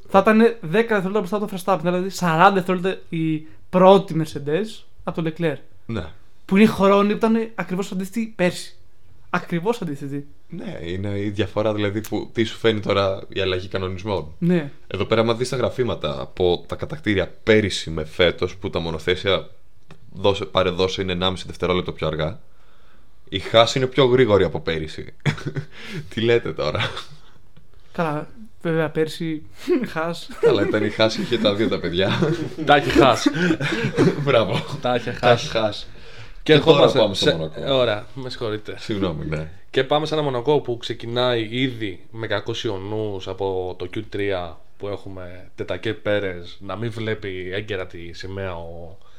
[SPEAKER 4] θα ήταν 10 δευτερόλεπτα μπροστά από το Verstappen. Δηλαδή 40 δευτερόλεπτα η πρώτη Mercedes από το Leclerc.
[SPEAKER 1] Ναι.
[SPEAKER 4] Που είναι χρόνοι που ήταν ακριβώς αντίθετη πέρσι. Ακριβώς αντίθετη.
[SPEAKER 1] Ναι, είναι η διαφορά δηλαδή που τι σου φαίνει τώρα η αλλαγή κανονισμών.
[SPEAKER 4] Ναι.
[SPEAKER 1] Εδώ πέρα, άμα δεις τα γραφήματα από τα κατακτήρια πέρυσι με φέτος που τα μονοθέσια δώσε, πάρε δώσε είναι 1,5 δευτερόλεπτο πιο αργά. Η Χάση είναι πιο γρήγορη από πέρυσι. τι λέτε τώρα.
[SPEAKER 4] Καλά, βέβαια πέρσι. Χάς.
[SPEAKER 1] Καλά, ήταν η Χάση είχε τα δύο τα παιδιά.
[SPEAKER 2] Τα έχει χάσει.
[SPEAKER 1] Μπράβο.
[SPEAKER 2] Τα έχει χάσει.
[SPEAKER 1] Χάση.
[SPEAKER 2] Και
[SPEAKER 1] τώρα
[SPEAKER 2] ερχόμαστε.
[SPEAKER 1] πάμε στο
[SPEAKER 2] σε- Ε,
[SPEAKER 1] Μονακό.
[SPEAKER 2] Ωραία, με συγχωρείτε.
[SPEAKER 1] Συγγνώμη, ναι.
[SPEAKER 2] Και πάμε σε ένα μονακό που ξεκινάει ήδη με κακούς ιονού από το Q3 που έχουμε Τετακέ Πέρες να μην βλέπει έγκαιρα τη σημαία ο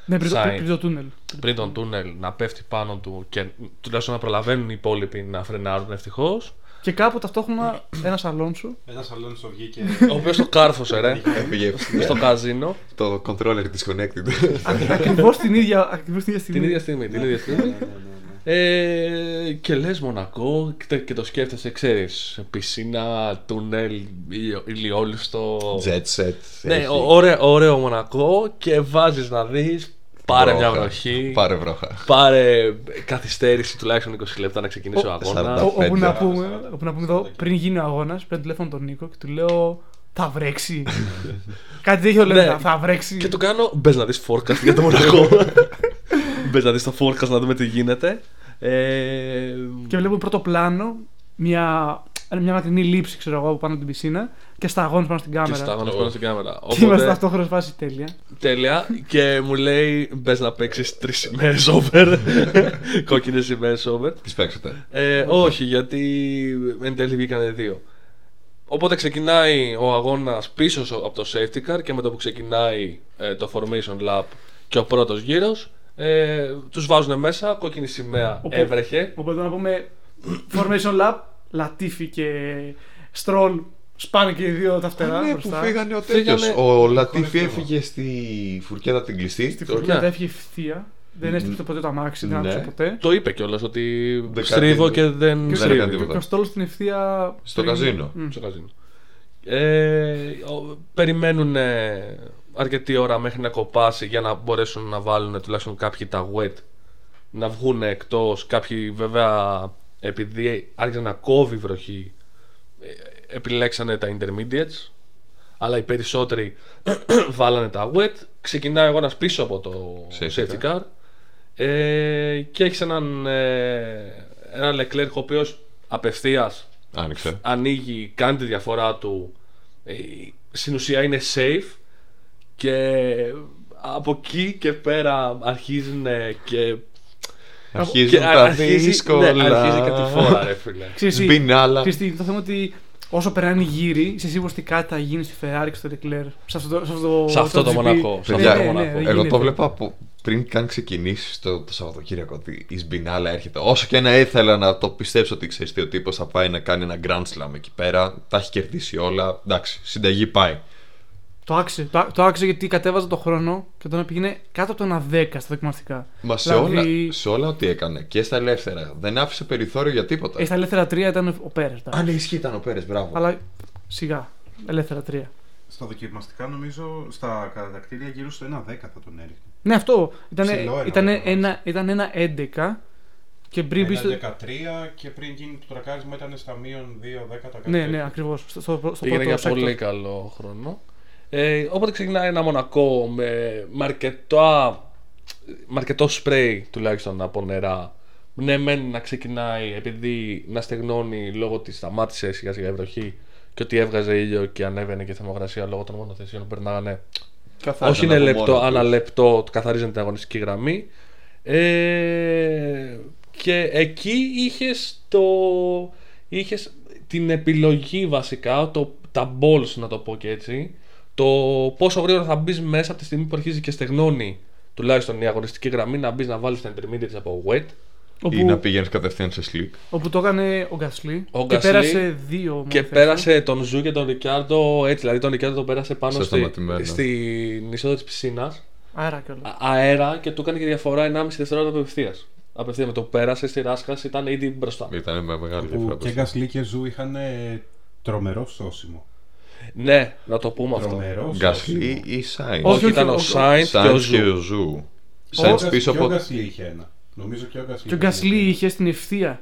[SPEAKER 4] Ναι, πριν το-
[SPEAKER 2] Sainz.
[SPEAKER 4] πριν το τούνελ.
[SPEAKER 2] πριν τον τούνελ να πέφτει πάνω του και τουλάχιστον να προλαβαίνουν οι υπόλοιποι να φρενάρουν ευτυχώς.
[SPEAKER 4] Και κάπου ταυτόχρονα ένας Αλόνσο.
[SPEAKER 3] Ένας Αλόνσο βγήκε. Ναι,
[SPEAKER 2] Ο οποίος το κάρφωσε, ρε,
[SPEAKER 1] Έφυγε
[SPEAKER 2] στο καζίνο.
[SPEAKER 1] το controller disconnected.
[SPEAKER 4] Ακριβώς την ίδια ακριβώς την ίδια στιγμή.
[SPEAKER 2] την ίδια στιγμή. Την ίδια στιγμή.
[SPEAKER 4] Ναι.
[SPEAKER 3] ναι,
[SPEAKER 2] Ναι, Ε, και λες Μονακό και, τε- και το σκέφτεσαι, ξέρεις. Πισίνα, τούνελ, ηλιο- ηλιόλουστο.
[SPEAKER 1] Jet set.
[SPEAKER 2] Ναι,
[SPEAKER 1] έχει.
[SPEAKER 2] ω- ωραίο, ωραίο Μονακό και βάζεις να δεις. Πάρε μια
[SPEAKER 1] Βρόχα.
[SPEAKER 2] βροχή.
[SPEAKER 1] Πάρε βρόχα.
[SPEAKER 2] πάρε καθυστέρηση τουλάχιστον 20 λεπτά να ξεκινήσει ο,
[SPEAKER 4] Ο-
[SPEAKER 1] Τα
[SPEAKER 2] αγώνα.
[SPEAKER 4] Ό- Όπου να
[SPEAKER 1] πέντε.
[SPEAKER 4] πούμε, όπου να πούμε εδώ, πριν γίνει ο αγώνας, παίρνω τηλέφωνο τον Νίκο και του λέω Θα βρέξει. Κάτι τέτοιο
[SPEAKER 2] Ναι.
[SPEAKER 4] λέω. Θα βρέξει.
[SPEAKER 2] Και του κάνω μπες να δεις forecast για το Μονακό. μπες να δεις το forecast να δούμε τι γίνεται. Ε,
[SPEAKER 4] Και βλέπουμε πρώτο πλάνο μια, μια μακρινή λήψη, ξέρω εγώ, από πάνω από την πισίνα και σταγόνε πάνω στην
[SPEAKER 2] και
[SPEAKER 4] κάμερα.
[SPEAKER 2] στάγωνας πάνω στην κάμερα.
[SPEAKER 4] Και είμαστε
[SPEAKER 2] Οπότε,
[SPEAKER 4] ταυτόχρονα σε φάση τέλεια.
[SPEAKER 2] τέλεια. Και μου λέει: Μπες να παίξεις τρεις ημέρες over. Κόκκινες ημέρες over.
[SPEAKER 1] Τις παίξατε.
[SPEAKER 2] Ε, όχι, γιατί εν τέλει βγήκανε δύο. Οπότε ξεκινάει ο αγώνας πίσω σο- από το safety car και με το που ξεκινάει ε, το formation lap και ο πρώτος γύρος, ε, τους βάζουν μέσα. Κόκκινη σημαία
[SPEAKER 4] Οπότε-
[SPEAKER 2] έβρεχε.
[SPEAKER 4] Οπότε να πούμε Formation Lab, Λατίφη και Στρολ σπάνε και οι δύο τα φτερά
[SPEAKER 1] Ναι, που
[SPEAKER 4] μπροστά.
[SPEAKER 1] φύγανε ο
[SPEAKER 2] Φύγανε-
[SPEAKER 1] τέτοιος. Ο Λατίφη
[SPEAKER 3] Χωρίς
[SPEAKER 1] έφυγε στη φουρκέτα την κλειστή.
[SPEAKER 4] Στη
[SPEAKER 1] Το-
[SPEAKER 4] φουρκέτα
[SPEAKER 2] ναι.
[SPEAKER 4] έφυγε ευθεία. Δεν έστειψε ποτέ το αμάξι, δεν
[SPEAKER 1] Ναι.
[SPEAKER 4] άκουσε ποτέ.
[SPEAKER 2] Το είπε κιόλας ότι
[SPEAKER 1] Δεν
[SPEAKER 2] στρίβω
[SPEAKER 1] κάνει-
[SPEAKER 2] και δεν
[SPEAKER 4] Και
[SPEAKER 1] Δεν
[SPEAKER 4] ο-
[SPEAKER 1] έκανε
[SPEAKER 2] στρίβω.
[SPEAKER 1] τίποτα.
[SPEAKER 4] και ο Στρολ στην ευθεία.
[SPEAKER 1] Στο
[SPEAKER 4] πριν-
[SPEAKER 1] καζίνο.
[SPEAKER 4] Μμ.
[SPEAKER 2] Στο καζίνο. Ε, ο- περιμένουν ε, αρκετή ώρα μέχρι να κοπάσει για να μπορέσουν να βάλουν τουλάχιστον κάποιοι τα wet να βγουν εκτός κάποιοι βέβαια επειδή άρχισε να κόβει η βροχή ε, επιλέξανε τα intermediates αλλά οι περισσότεροι βάλανε τα wet ξεκινάει ο αγώνας πίσω από το
[SPEAKER 1] Safety
[SPEAKER 2] safety car ε, και έχεις έναν ε, έναν Leclerc ο οποίος απευθείας
[SPEAKER 1] Άνοιξε.
[SPEAKER 2] ανοίγει, κάνει τη διαφορά του. Ε, Στην ουσία είναι safe και από εκεί και πέρα αρχίζουν και.
[SPEAKER 1] Αρχίζουν
[SPEAKER 2] και
[SPEAKER 1] τα
[SPEAKER 2] αρχίζει-
[SPEAKER 1] δύσκολα.
[SPEAKER 2] Ναι, αρχίζει και τη φόρα, ρε φίλε.
[SPEAKER 4] Ξέρεις τι-
[SPEAKER 1] Σμπιν άλλα.
[SPEAKER 4] ξέρεις τι, το θέμα ότι όσο περνάνε οι γύροι, είσαι σίγουρος ότι κάτι θα γίνει στη Ferrari και στο Leclerc. Σε αυτό το, σε αυτό το,
[SPEAKER 2] Σε αυτό το
[SPEAKER 4] GP.
[SPEAKER 2] μοναχό, σε
[SPEAKER 4] Ναι,
[SPEAKER 1] αυτό το
[SPEAKER 4] ναι, ναι,
[SPEAKER 2] μοναχό.
[SPEAKER 4] δεν
[SPEAKER 1] Εγώ
[SPEAKER 4] γίνεται.
[SPEAKER 1] το βλέπα από πριν καν ξεκινήσει το, το Σαββατοκύριακο ότι η Σμπινάλα έρχεται. Όσο και να ήθελα να το πιστέψω ότι ξέρεις τι, ο τύπος θα πάει να κάνει ένα Grand Slam εκεί πέρα, τα έχει κερδίσει όλα. Εντάξει, συνταγή πάει.
[SPEAKER 4] Το άξιζε. Το, ά- το άξιζε γιατί κατέβαζα το χρόνο και τον πήγαινε κάτω από το 1,10 στα δοκιμαστικά.
[SPEAKER 1] Μα σε,
[SPEAKER 4] Δηλαδή-
[SPEAKER 1] όλα, σε όλα ό,τι έκανε και στα ελεύθερα δεν άφησε περιθώριο για τίποτα.
[SPEAKER 4] ε, στα ελεύθερα 3 ήταν ο Πέρες.
[SPEAKER 1] Α, ναι, ισχύει ήταν ο Πέρες, μπράβο.
[SPEAKER 4] Αλλά σιγά. Ελεύθερα 3.
[SPEAKER 3] Στα δοκιμαστικά νομίζω στα κατακτήρια γύρω στο 1-10 θα τον έριχνε.
[SPEAKER 4] Ναι, αυτό. Ήταν,
[SPEAKER 3] Ψηλό ένα
[SPEAKER 4] ήταν,
[SPEAKER 3] πρόγραμμα.
[SPEAKER 4] ένα, ήταν ένα 11 και πριν μπει στο.
[SPEAKER 3] 13 και πριν γίνει το τρακάρισμα ήταν στα μείον 2-10 τα
[SPEAKER 4] Ναι, ναι, ακριβώς. Στο, στο, στο
[SPEAKER 2] Πήγαινε για
[SPEAKER 4] πρώτο sector.
[SPEAKER 2] πολύ καλό χρόνο. Ε, οπότε ξεκινάει ένα μονακό με, με, αρκετά, με αρκετό σπρέι τουλάχιστον από νερά. Ναι, μεν να ξεκινάει επειδή να στεγνώνει λόγω ότι σταμάτησε σιγά σιγά η βροχή και ότι έβγαζε ήλιο και ανέβαινε και η θερμοκρασία λόγω των μονοθεσιών που περνάγανε.
[SPEAKER 1] Καθάριζαν
[SPEAKER 2] Όχι είναι
[SPEAKER 1] από
[SPEAKER 2] λεπτό,
[SPEAKER 1] μόνο
[SPEAKER 2] ανά
[SPEAKER 1] τους.
[SPEAKER 2] λεπτό καθαρίζαν την αγωνιστική γραμμή. Ε, και εκεί είχες, το, είχες την επιλογή βασικά, το, τα balls να το πω και έτσι, το πόσο γρήγορα θα μπεις μέσα από τη στιγμή που αρχίζει και στεγνώνει τουλάχιστον η αγωνιστική γραμμή να μπεις να βάλεις τα intermediates από wet.
[SPEAKER 1] Ή να
[SPEAKER 4] Όπου,
[SPEAKER 1] πηγαίνεις κατευθείαν σε slick.
[SPEAKER 4] όπου το έκανε ο Γκασλή.
[SPEAKER 2] Ο
[SPEAKER 4] και
[SPEAKER 2] Γκασλή
[SPEAKER 4] πέρασε δύο.
[SPEAKER 2] Και πέρασε τον Ζου και τον Ρικιάρντο έτσι, δηλαδή τον Ρικιάρντο τον πέρασε πάνω
[SPEAKER 1] Σε
[SPEAKER 2] στη,
[SPEAKER 1] σταματημένο.
[SPEAKER 2] στην είσοδο της πισίνας
[SPEAKER 4] ε. Άρα κιόλας.
[SPEAKER 2] α- αέρα και του έκανε και διαφορά 1,5 δευτερόλεπτα απευθείας. απευθεία με το πέρασε στη ράσκα, ήταν ήδη μπροστά.
[SPEAKER 1] Ήταν με μεγάλη διαφορά.
[SPEAKER 3] Που και
[SPEAKER 1] μπροστά.
[SPEAKER 3] Γκασλί και Ζου είχαν ε, τρομερό σώσιμο.
[SPEAKER 2] Ναι, να το πούμε αυτό.
[SPEAKER 3] Τρομερός
[SPEAKER 1] Γκασλί
[SPEAKER 3] σώσιμο.
[SPEAKER 1] ή Σάιντ.
[SPEAKER 2] Όχι,
[SPEAKER 4] Όχι,
[SPEAKER 2] ήταν
[SPEAKER 4] όχι,
[SPEAKER 2] ο
[SPEAKER 4] όχι.
[SPEAKER 2] Σάιντ και ο
[SPEAKER 1] Σάιντ και
[SPEAKER 2] Ζου.
[SPEAKER 1] ο Ζου.
[SPEAKER 3] Και ο
[SPEAKER 1] Σάιντ
[SPEAKER 3] Γκας-
[SPEAKER 1] πίσω
[SPEAKER 3] και ο
[SPEAKER 1] από.
[SPEAKER 3] Γκασλί είχε ένα. Νομίζω και ο Γκασλί.
[SPEAKER 4] Και ο Γκασλί είχε στην ευθεία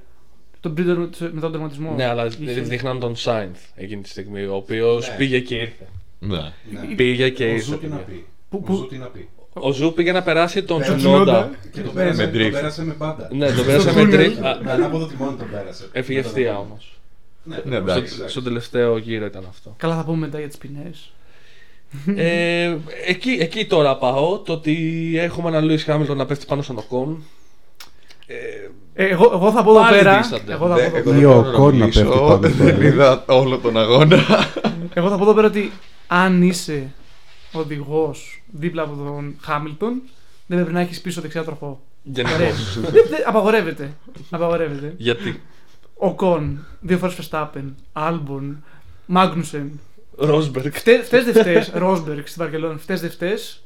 [SPEAKER 4] τον Μπρίντερ με- μετά τον τερματισμό.
[SPEAKER 2] Ναι, αλλά
[SPEAKER 4] Είχε-
[SPEAKER 2] δείχναν τον Σάιντ εκείνη τη στιγμή, ο οποίος
[SPEAKER 3] Ναι.
[SPEAKER 2] πήγε και ήρθε.
[SPEAKER 1] Ναι.
[SPEAKER 3] Ναι.
[SPEAKER 2] Πήγε και
[SPEAKER 3] Ο
[SPEAKER 2] ήρθε.
[SPEAKER 3] Ζου τι να
[SPEAKER 2] παιδιά.
[SPEAKER 3] πει.
[SPEAKER 4] Πού-
[SPEAKER 3] Ο
[SPEAKER 4] πού-
[SPEAKER 3] Ζου τι να πει.
[SPEAKER 2] Ο Ζου πήγε να περάσει τον
[SPEAKER 1] Ε,
[SPEAKER 3] Τον
[SPEAKER 2] Τσόντα.
[SPEAKER 4] Τσόντα.
[SPEAKER 3] Και το
[SPEAKER 4] Ναι, Με
[SPEAKER 3] πέρασε,
[SPEAKER 1] drift.
[SPEAKER 3] το πέρασε με πάντα.
[SPEAKER 2] Ναι, τον
[SPEAKER 4] Στο
[SPEAKER 2] πέρασε με
[SPEAKER 4] τούνελ.
[SPEAKER 2] τρί. α,
[SPEAKER 3] Με ανάποδο τιμόνι τον πέρασε.
[SPEAKER 2] Έφυγε ευθεία όμως.
[SPEAKER 1] Ναι, εντάξει.
[SPEAKER 2] Στον τελευταίο γύρο ήταν αυτό.
[SPEAKER 4] Καλά, θα πούμε μετά για τις ποινές.
[SPEAKER 2] ε, εκεί, εκεί τώρα πάω. Το ότι έχουμε έναν Λούι Χάμιλτον να πέφτει πάνω στον Οκόν.
[SPEAKER 4] Ε, Εγώ, εγώ θα πω εδώ
[SPEAKER 2] Πάλι
[SPEAKER 4] πέρα.
[SPEAKER 2] δίστανται.
[SPEAKER 4] Εγώ θα,
[SPEAKER 1] Ναι,
[SPEAKER 4] πω, εδώ-
[SPEAKER 1] εγώ
[SPEAKER 3] Ή
[SPEAKER 1] δεν
[SPEAKER 3] ο
[SPEAKER 1] μπορώ να
[SPEAKER 3] Κόν να
[SPEAKER 1] μιλήσω,
[SPEAKER 3] πέφτει πάνω στο
[SPEAKER 1] Δεν
[SPEAKER 3] τέλος.
[SPEAKER 1] είδα όλο τον αγώνα.
[SPEAKER 4] εγώ θα πω εδώ πέρα ότι αν είσαι οδηγός δίπλα από τον Χάμιλτον, δεν πρέπει να έχεις πίσω δεξιά τροχό.
[SPEAKER 2] Γενικώ.
[SPEAKER 4] Δεν- δεν- απαγορεύεται. απαγορεύεται.
[SPEAKER 2] Γιατί.
[SPEAKER 4] Ο Κον, δύο φορές Verstappen, Άλμπον, Μάγνουσεν.
[SPEAKER 2] Ρόσμπεργκ.
[SPEAKER 4] Φταίς δεν φταίς, Ρόσμπεργκ στην Βαρκελόνη. Φταίς δεν φταίς,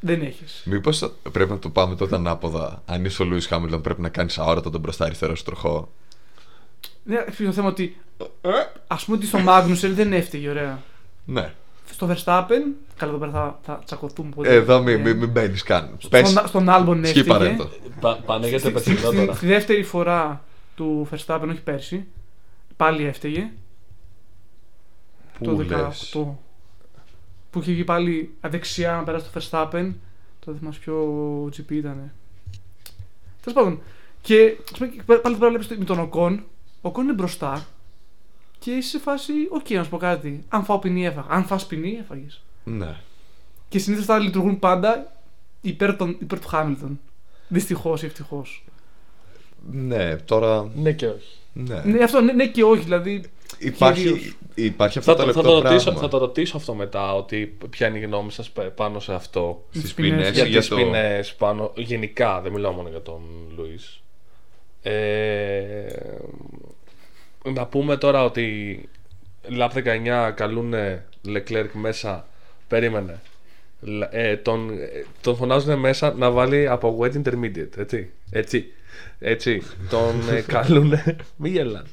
[SPEAKER 4] δεν έχεις.
[SPEAKER 1] Μήπως πρέπει να το πάμε τότε ανάποδα. Αν είσαι ο Λούι Χάμιλτον, πρέπει να κάνεις αόρατα τον μπροστά αριστερό σου τροχό.
[SPEAKER 4] Ναι, φύγει το θέμα ότι ας πούμε ότι στο Μάγνουσεν δεν έφταιγε ωραία.
[SPEAKER 1] Ναι.
[SPEAKER 4] Στο Verstappen, καλά εδώ πέρα θα, θα τσακωθούμε πολύ.
[SPEAKER 1] Εδώ μην
[SPEAKER 4] Ε,
[SPEAKER 1] μη, μη μπαίνεις καν. Πες.
[SPEAKER 4] Στον, στον Άλμπον
[SPEAKER 1] Σκύπαρε
[SPEAKER 4] έφταιγε.
[SPEAKER 1] το.
[SPEAKER 2] Πάνε για τα
[SPEAKER 4] Στη- στη-
[SPEAKER 2] επεξεργά
[SPEAKER 4] στη-
[SPEAKER 2] τώρα.
[SPEAKER 4] Στη δεύτερη φορά του Verstappen, όχι πέρσι, πάλι έφταιγε.
[SPEAKER 1] Πού λες.
[SPEAKER 4] το- Που είχε βγει πάλι αδεξιά να περάσει το Verstappen. Το δεν θυμάσαι ποιο GP ήταν. Τέλος πάντων. Και ας πούμε, και πάλι εδώ πέρα βλέπεις το- με τον Οκόν. Ο Οκόν είναι μπροστά. Και είσαι σε φάση, οκ, να σου πω κάτι. Αν φάω ποινή, έφαγα. Αν φας ποινή, έφαγες.
[SPEAKER 1] Ναι.
[SPEAKER 4] Και συνήθως αυτά λειτουργούν πάντα υπέρ, των, υπέρ του Χάμιλτον. Δυστυχώς ή ευτυχώς.
[SPEAKER 1] Ναι, τώρα.
[SPEAKER 2] Ναι και όχι.
[SPEAKER 1] Ναι.
[SPEAKER 4] Ναι, αυτό ναι, ναι και όχι, δηλαδή.
[SPEAKER 1] Υπάρχει,
[SPEAKER 4] κυρίως.
[SPEAKER 1] υπάρχει αυτό
[SPEAKER 2] Θα,
[SPEAKER 1] το
[SPEAKER 2] το- θα,
[SPEAKER 1] λεπτό
[SPEAKER 2] το ρωτήσω,
[SPEAKER 1] πράγμα.
[SPEAKER 2] θα το ρωτήσω αυτό μετά, ότι ποια είναι η γνώμη σας πε- πάνω σε αυτό.
[SPEAKER 1] Στις
[SPEAKER 4] Τις ποινές.
[SPEAKER 1] ποινές
[SPEAKER 2] για
[SPEAKER 1] ή για
[SPEAKER 2] τις
[SPEAKER 1] το...
[SPEAKER 2] ποινές πάνω, γενικά, δεν μιλάω μόνο για τον Λουίς. Ε, να πούμε τώρα ότι ΛΑΠ 19 καλούν Λεκλέρκ μέσα, περίμενε. Λα- Ε, τον, ε, τον φωνάζουν μέσα να βάλει από wet intermediate, έτσι. Έτσι. Έτσι. Τον ε, καλούν. Μη γελάς.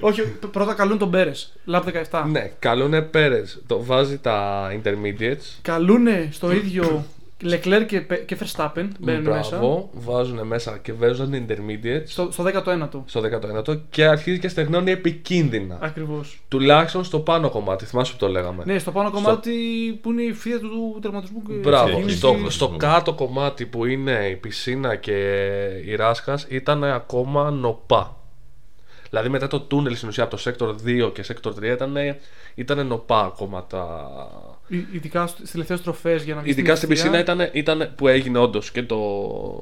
[SPEAKER 4] όχι, π- πρώτα καλούν τον Πέρες. Λαπ 17.
[SPEAKER 2] Ναι, καλούνε Πέρες. Το βάζει τα intermediates.
[SPEAKER 4] Καλούνε στο ίδιο Λεκλέρ και, Πε- και Verstappen. Μπαίνουν μέσα.
[SPEAKER 2] Ναι, Μπράβο, βάζουν μέσα και βάζουν intermediates στο,
[SPEAKER 4] Στο, στο 19ο.
[SPEAKER 2] στο 19ο και αρχίζει και στεγνώνει επικίνδυνα.
[SPEAKER 4] Ακριβώς.
[SPEAKER 2] Τουλάχιστον στο πάνω κομμάτι, θυμάσαι που το λέγαμε.
[SPEAKER 4] Ναι, στο πάνω κομμάτι που είναι η φίδα του, του τερματισμού. και-
[SPEAKER 2] Μπράβο.
[SPEAKER 1] Ξεκίνησε.
[SPEAKER 2] Στο,
[SPEAKER 1] Ξεκίνησε.
[SPEAKER 2] στο κάτω κομμάτι που είναι η πισίνα και η ράσκας ήταν ακόμα νοπά. Δηλαδή μετά το τούνελ στην ουσία από το sector 2 και sector 3 ήταν, ήταν νοπά ακόμα τα,
[SPEAKER 4] Ε, Ειδικά στις τελευταίες στροφές για να βγεις
[SPEAKER 2] Ειδικά στην πισίνα
[SPEAKER 4] ευθεία.
[SPEAKER 2] ήταν, ήταν που έγινε όντως και το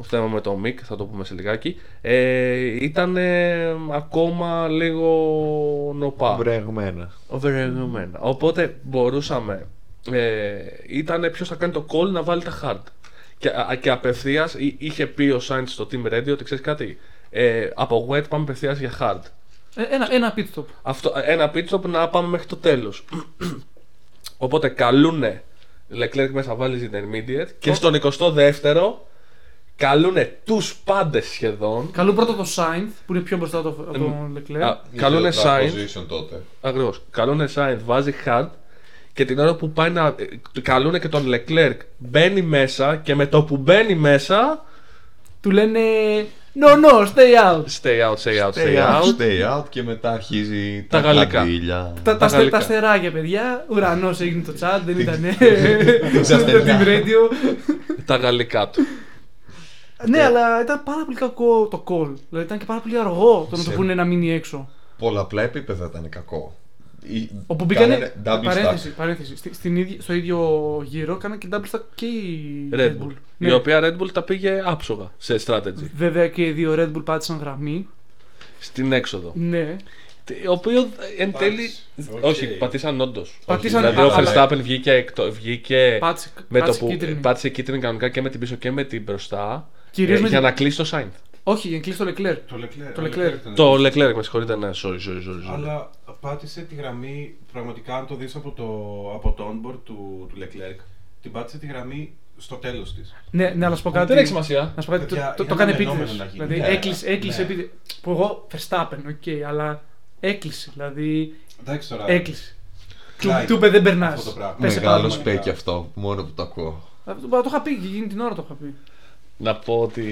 [SPEAKER 2] θέμα με το Μικ, θα το πούμε σε λιγάκι. Ε, ήταν ακόμα λίγο νοπά.
[SPEAKER 1] Βρεγμένα.
[SPEAKER 2] Βρεγμένα. Οπότε μπορούσαμε. Ε, ήταν ποιος θα κάνει το call να βάλει τα hard. Και, α, και απευθείας είχε πει ο Σάιντ στο team radio ότι ξέρεις κάτι. Ε, από wet πάμε απευθείας για hard.
[SPEAKER 4] Ε, Ένα, ένα pit stop.
[SPEAKER 2] Αυτό, ένα pit stop να πάμε μέχρι το τέλος. Οπότε καλούνε Leclerc μέσα βάλει intermediate και στον 22ο καλούνε τους πάντες σχεδόν.
[SPEAKER 4] Καλούν πρώτα το Sainz που είναι πιο μπροστά από το- από τον Leclerc.
[SPEAKER 2] Ε, Α, Καλούνε Sainz.
[SPEAKER 1] Position τότε.
[SPEAKER 2] Αγρό. Καλούνε Sainz, βάζει hard και την ώρα που πάει να. ε, Καλούνε και τον Leclerc. Μπαίνει μέσα και με το που μπαίνει μέσα.
[SPEAKER 4] Του λένε No, no, stay out.
[SPEAKER 2] Stay out, stay out, stay,
[SPEAKER 1] Stay
[SPEAKER 2] out.
[SPEAKER 1] out, stay out και μετά αρχίζει
[SPEAKER 2] Τα
[SPEAKER 1] τα,
[SPEAKER 2] γαλλικά.
[SPEAKER 1] κλαμπίλια.
[SPEAKER 4] Τα, τα, στε,
[SPEAKER 2] γαλλικά.
[SPEAKER 4] τα στεράκια, παιδιά. Ουρανό έγινε το chat, δεν ήταν.
[SPEAKER 1] τα
[SPEAKER 4] Στο
[SPEAKER 1] στεριά.
[SPEAKER 4] Team Radio.
[SPEAKER 2] Τα γαλλικά του.
[SPEAKER 4] Ναι, αλλά ήταν πάρα πολύ κακό το call. Δηλαδή ήταν και πάρα πολύ αργό το να του
[SPEAKER 1] Σε-
[SPEAKER 4] πούνε να μείνει έξω.
[SPEAKER 1] Πολλαπλά επίπεδα ήταν κακό. Η-
[SPEAKER 4] Όπου
[SPEAKER 1] κάνανε
[SPEAKER 4] μπήκανε.
[SPEAKER 1] double
[SPEAKER 4] Παρένθεση,
[SPEAKER 1] stack.
[SPEAKER 4] παρένθεση. Στη- στην ίδια- στο ίδιο γύρο κάνανε και double stack και η
[SPEAKER 2] Red Bull.
[SPEAKER 4] Ναι.
[SPEAKER 2] Η οποία Red Bull τα πήγε άψογα σε strategy.
[SPEAKER 4] Βέβαια και οι δύο Red Bull πάτησαν γραμμή.
[SPEAKER 2] Στην έξοδο.
[SPEAKER 4] Ναι.
[SPEAKER 2] Το οποίος
[SPEAKER 4] ε,
[SPEAKER 2] εν τέλει.
[SPEAKER 3] Οκ.
[SPEAKER 2] Όχι, πατήσαν όντως.
[SPEAKER 4] Πατήσαν,
[SPEAKER 2] Δηλαδή ο
[SPEAKER 4] αλλά-
[SPEAKER 2] Verstappen βγήκε, εκτο- βγήκε
[SPEAKER 4] Πάτησε,
[SPEAKER 2] με το
[SPEAKER 4] πάτησε
[SPEAKER 2] που
[SPEAKER 4] κίτρινη.
[SPEAKER 2] πάτησε κίτρινη κανονικά και με την πίσω και με την μπροστά.
[SPEAKER 4] Κυρίως
[SPEAKER 2] ε,
[SPEAKER 4] με
[SPEAKER 2] για
[SPEAKER 4] την-
[SPEAKER 2] να κλείσει το Sainz.
[SPEAKER 4] Όχι, για να κλείσει το Leclerc.
[SPEAKER 3] Το Leclerc.
[SPEAKER 4] Το
[SPEAKER 3] ο
[SPEAKER 4] Leclerc.
[SPEAKER 3] ήταν
[SPEAKER 2] Το Leclerc, με συγχωρείτε, ναι, sorry, sorry, sorry. sorry.
[SPEAKER 3] Αλλά πάτησε τη γραμμή, πραγματικά αν το δεις από το, από το onboard του, του Leclerc, την πάτησε τη γραμμή στο τέλος της.
[SPEAKER 4] Ναι, ναι, αλλά να σου πω κάτι.
[SPEAKER 2] Δεν έχει σημασία.
[SPEAKER 4] Να σου πω κάτι.
[SPEAKER 3] Παιδιά,
[SPEAKER 4] το- Το, το,
[SPEAKER 3] ήταν
[SPEAKER 4] κάνει
[SPEAKER 3] αναμενόμενο
[SPEAKER 4] επίτηδες.
[SPEAKER 3] να γίνει.
[SPEAKER 4] Δηλαδή
[SPEAKER 3] Ναι.
[SPEAKER 4] έκλεισε, έκλεισε
[SPEAKER 3] Ναι.
[SPEAKER 4] επίτηδες. Που εγώ Verstappen, οκ, αλλά έκλεισε. Δηλαδή
[SPEAKER 3] Εντάξει τώρα.
[SPEAKER 4] έκλεισε. Του,
[SPEAKER 3] Κλάιν,
[SPEAKER 4] του είπε δεν περνά.
[SPEAKER 3] αυτό το πράγμα.
[SPEAKER 4] Πέσε
[SPEAKER 1] Μεγάλο
[SPEAKER 4] πάνω.
[SPEAKER 3] πράγμα.
[SPEAKER 1] σπέκι αυτό, μόνο που το ακούω.
[SPEAKER 4] Αυτό Το είχα πει και εκείνη την ώρα το είχα πει.
[SPEAKER 2] Να πω ότι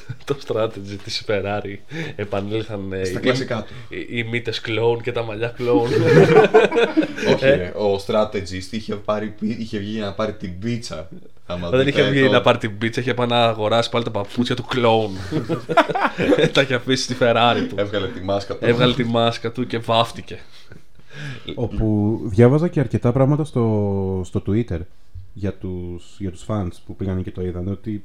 [SPEAKER 2] το strategy της Ferrari επανήλθαν ε,
[SPEAKER 1] Στα
[SPEAKER 2] οι-
[SPEAKER 1] κλασικά του.
[SPEAKER 2] οι, οι μύτες κλόουν και τα μαλλιά κλόουν.
[SPEAKER 4] Ε,
[SPEAKER 1] Όχι, ρε, ο strategist είχε, πάρει, πι- είχε βγει για να πάρει την πίτσα. άμα
[SPEAKER 2] Δεν
[SPEAKER 1] δείτε
[SPEAKER 2] είχε βγει
[SPEAKER 1] το-
[SPEAKER 2] να πάρει την πίτσα, είχε πάει να αγοράσει πάλι τα παπούτσια του κλόουν. τα είχε αφήσει στη Ferrari του.
[SPEAKER 1] Έβγαλε τη μάσκα του.
[SPEAKER 2] Έβγαλε τη μάσκα του και βάφτηκε.
[SPEAKER 3] Όπου διάβαζα και αρκετά πράγματα στο, στο Twitter για τους, για τους fans που πήγαν και το είδαν ότι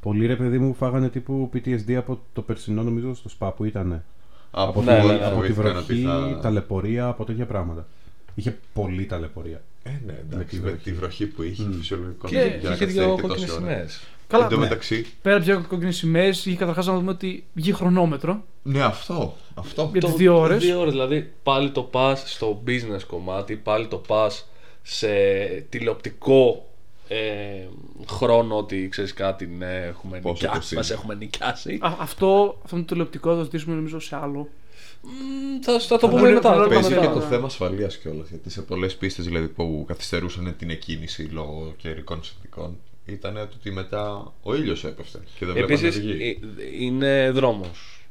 [SPEAKER 3] πολλοί ρε παιδί μου φάγανε τύπου PTSD από το περσινό νομίζω στο SPA που ήταν
[SPEAKER 1] Από,
[SPEAKER 3] από,
[SPEAKER 2] Ναι,
[SPEAKER 3] τη-
[SPEAKER 2] ναι, ναι.
[SPEAKER 3] από τη
[SPEAKER 1] φοβήθηκαν ότι
[SPEAKER 3] βροχή,
[SPEAKER 1] θα-
[SPEAKER 3] ταλαιπωρία, από τέτοια πράγματα είχε πολλή ταλαιπωρία
[SPEAKER 1] Ε, ναι,
[SPEAKER 3] Με τη
[SPEAKER 1] εντάξει, με
[SPEAKER 3] βροχή.
[SPEAKER 1] τη βροχή που είχε, φυσιολογικό.
[SPEAKER 2] Και
[SPEAKER 1] να- για να
[SPEAKER 2] Ναι, είχε
[SPEAKER 1] καθυστερεί
[SPEAKER 2] δύο
[SPEAKER 1] και τόση
[SPEAKER 2] κόκκινες
[SPEAKER 1] ώρα.
[SPEAKER 2] σημαίες.
[SPEAKER 4] Καλά,
[SPEAKER 1] Εν τω
[SPEAKER 4] ναι.
[SPEAKER 1] μεταξύ,
[SPEAKER 4] Πέρα από τι κόκκινες σημαίες, είχε καταρχάς να δούμε ότι βγήκε χρονόμετρο
[SPEAKER 1] ναι, αυτό. Αυτό.
[SPEAKER 4] για
[SPEAKER 2] Το-
[SPEAKER 4] τις δύο ώρε.
[SPEAKER 2] Δύο ώρες, δηλαδή πάλι το πας στο business κομμάτι, πάλι το πας σε τηλεοπτικό ε, χρόνο ότι ξέρεις κάτι, ναι, έχουμε
[SPEAKER 1] Πόσο
[SPEAKER 2] νοικιάσει,
[SPEAKER 1] κοστίζει.
[SPEAKER 2] μας έχουμε νοικιάσει.
[SPEAKER 4] Αυτό, αυτό είναι το τηλεοπτικό, θα το ζητήσουμε νομίζω σε άλλο.
[SPEAKER 2] Μμμ, θα, θα το πούμε
[SPEAKER 4] λέμε
[SPEAKER 2] μετά.
[SPEAKER 4] τα
[SPEAKER 2] θα το πούμε
[SPEAKER 1] Παίζει
[SPEAKER 4] πράγματα,
[SPEAKER 1] και το
[SPEAKER 2] μετά.
[SPEAKER 4] ναι.
[SPEAKER 1] θέμα ασφαλείας κιόλας. Γιατί σε πολλές πίστες δηλαδή, που καθυστερούσαν την εκκίνηση λόγω καιρικών συνθήκων, ήταν ότι μετά ο ήλιος έπεφτε και δεν βλέπανε
[SPEAKER 2] Επίσης
[SPEAKER 1] οδηγοί.
[SPEAKER 2] ε, είναι δρόμος.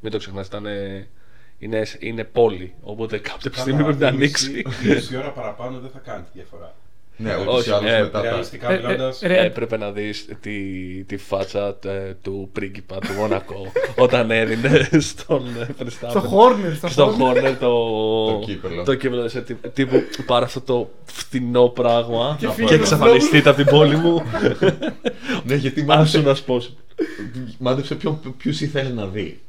[SPEAKER 2] Μην το ξεχνάς, ήταν, ε, είναι, είναι πόλη, οπότε κάποια στιγμή πρέπει να ανοίξει.
[SPEAKER 3] Μισή ώρα παραπάνω δεν θα κάνει τη διαφορά
[SPEAKER 1] Ναι, ούτως
[SPEAKER 2] όχι,
[SPEAKER 1] ή άλλως
[SPEAKER 2] ε,
[SPEAKER 1] μετά. τα-
[SPEAKER 3] Ρεαλιστικά
[SPEAKER 4] Ε, ε,
[SPEAKER 3] μιλώντας
[SPEAKER 4] ρε,
[SPEAKER 2] Έπρεπε να δεις τη, τη φάτσα ε, του πρίγκιπα του Μονακό όταν έδινε στον ε, Verstappen.
[SPEAKER 4] Στο Horner, στο
[SPEAKER 2] στο
[SPEAKER 4] Horner.
[SPEAKER 2] Horner το,
[SPEAKER 1] Το κύπελλο.
[SPEAKER 2] Το κύπελο. Σε τύ- τύπου πάρε αυτό το φθηνό πράγμα
[SPEAKER 4] Και
[SPEAKER 2] και
[SPEAKER 4] φύγε.
[SPEAKER 2] εξαφανιστείτε από την πόλη μου.
[SPEAKER 1] Ναι, γιατί
[SPEAKER 2] Άσου
[SPEAKER 1] μάντεψε,
[SPEAKER 2] να σπώσω.
[SPEAKER 1] μάντεψε ποιους ήθελε να δει.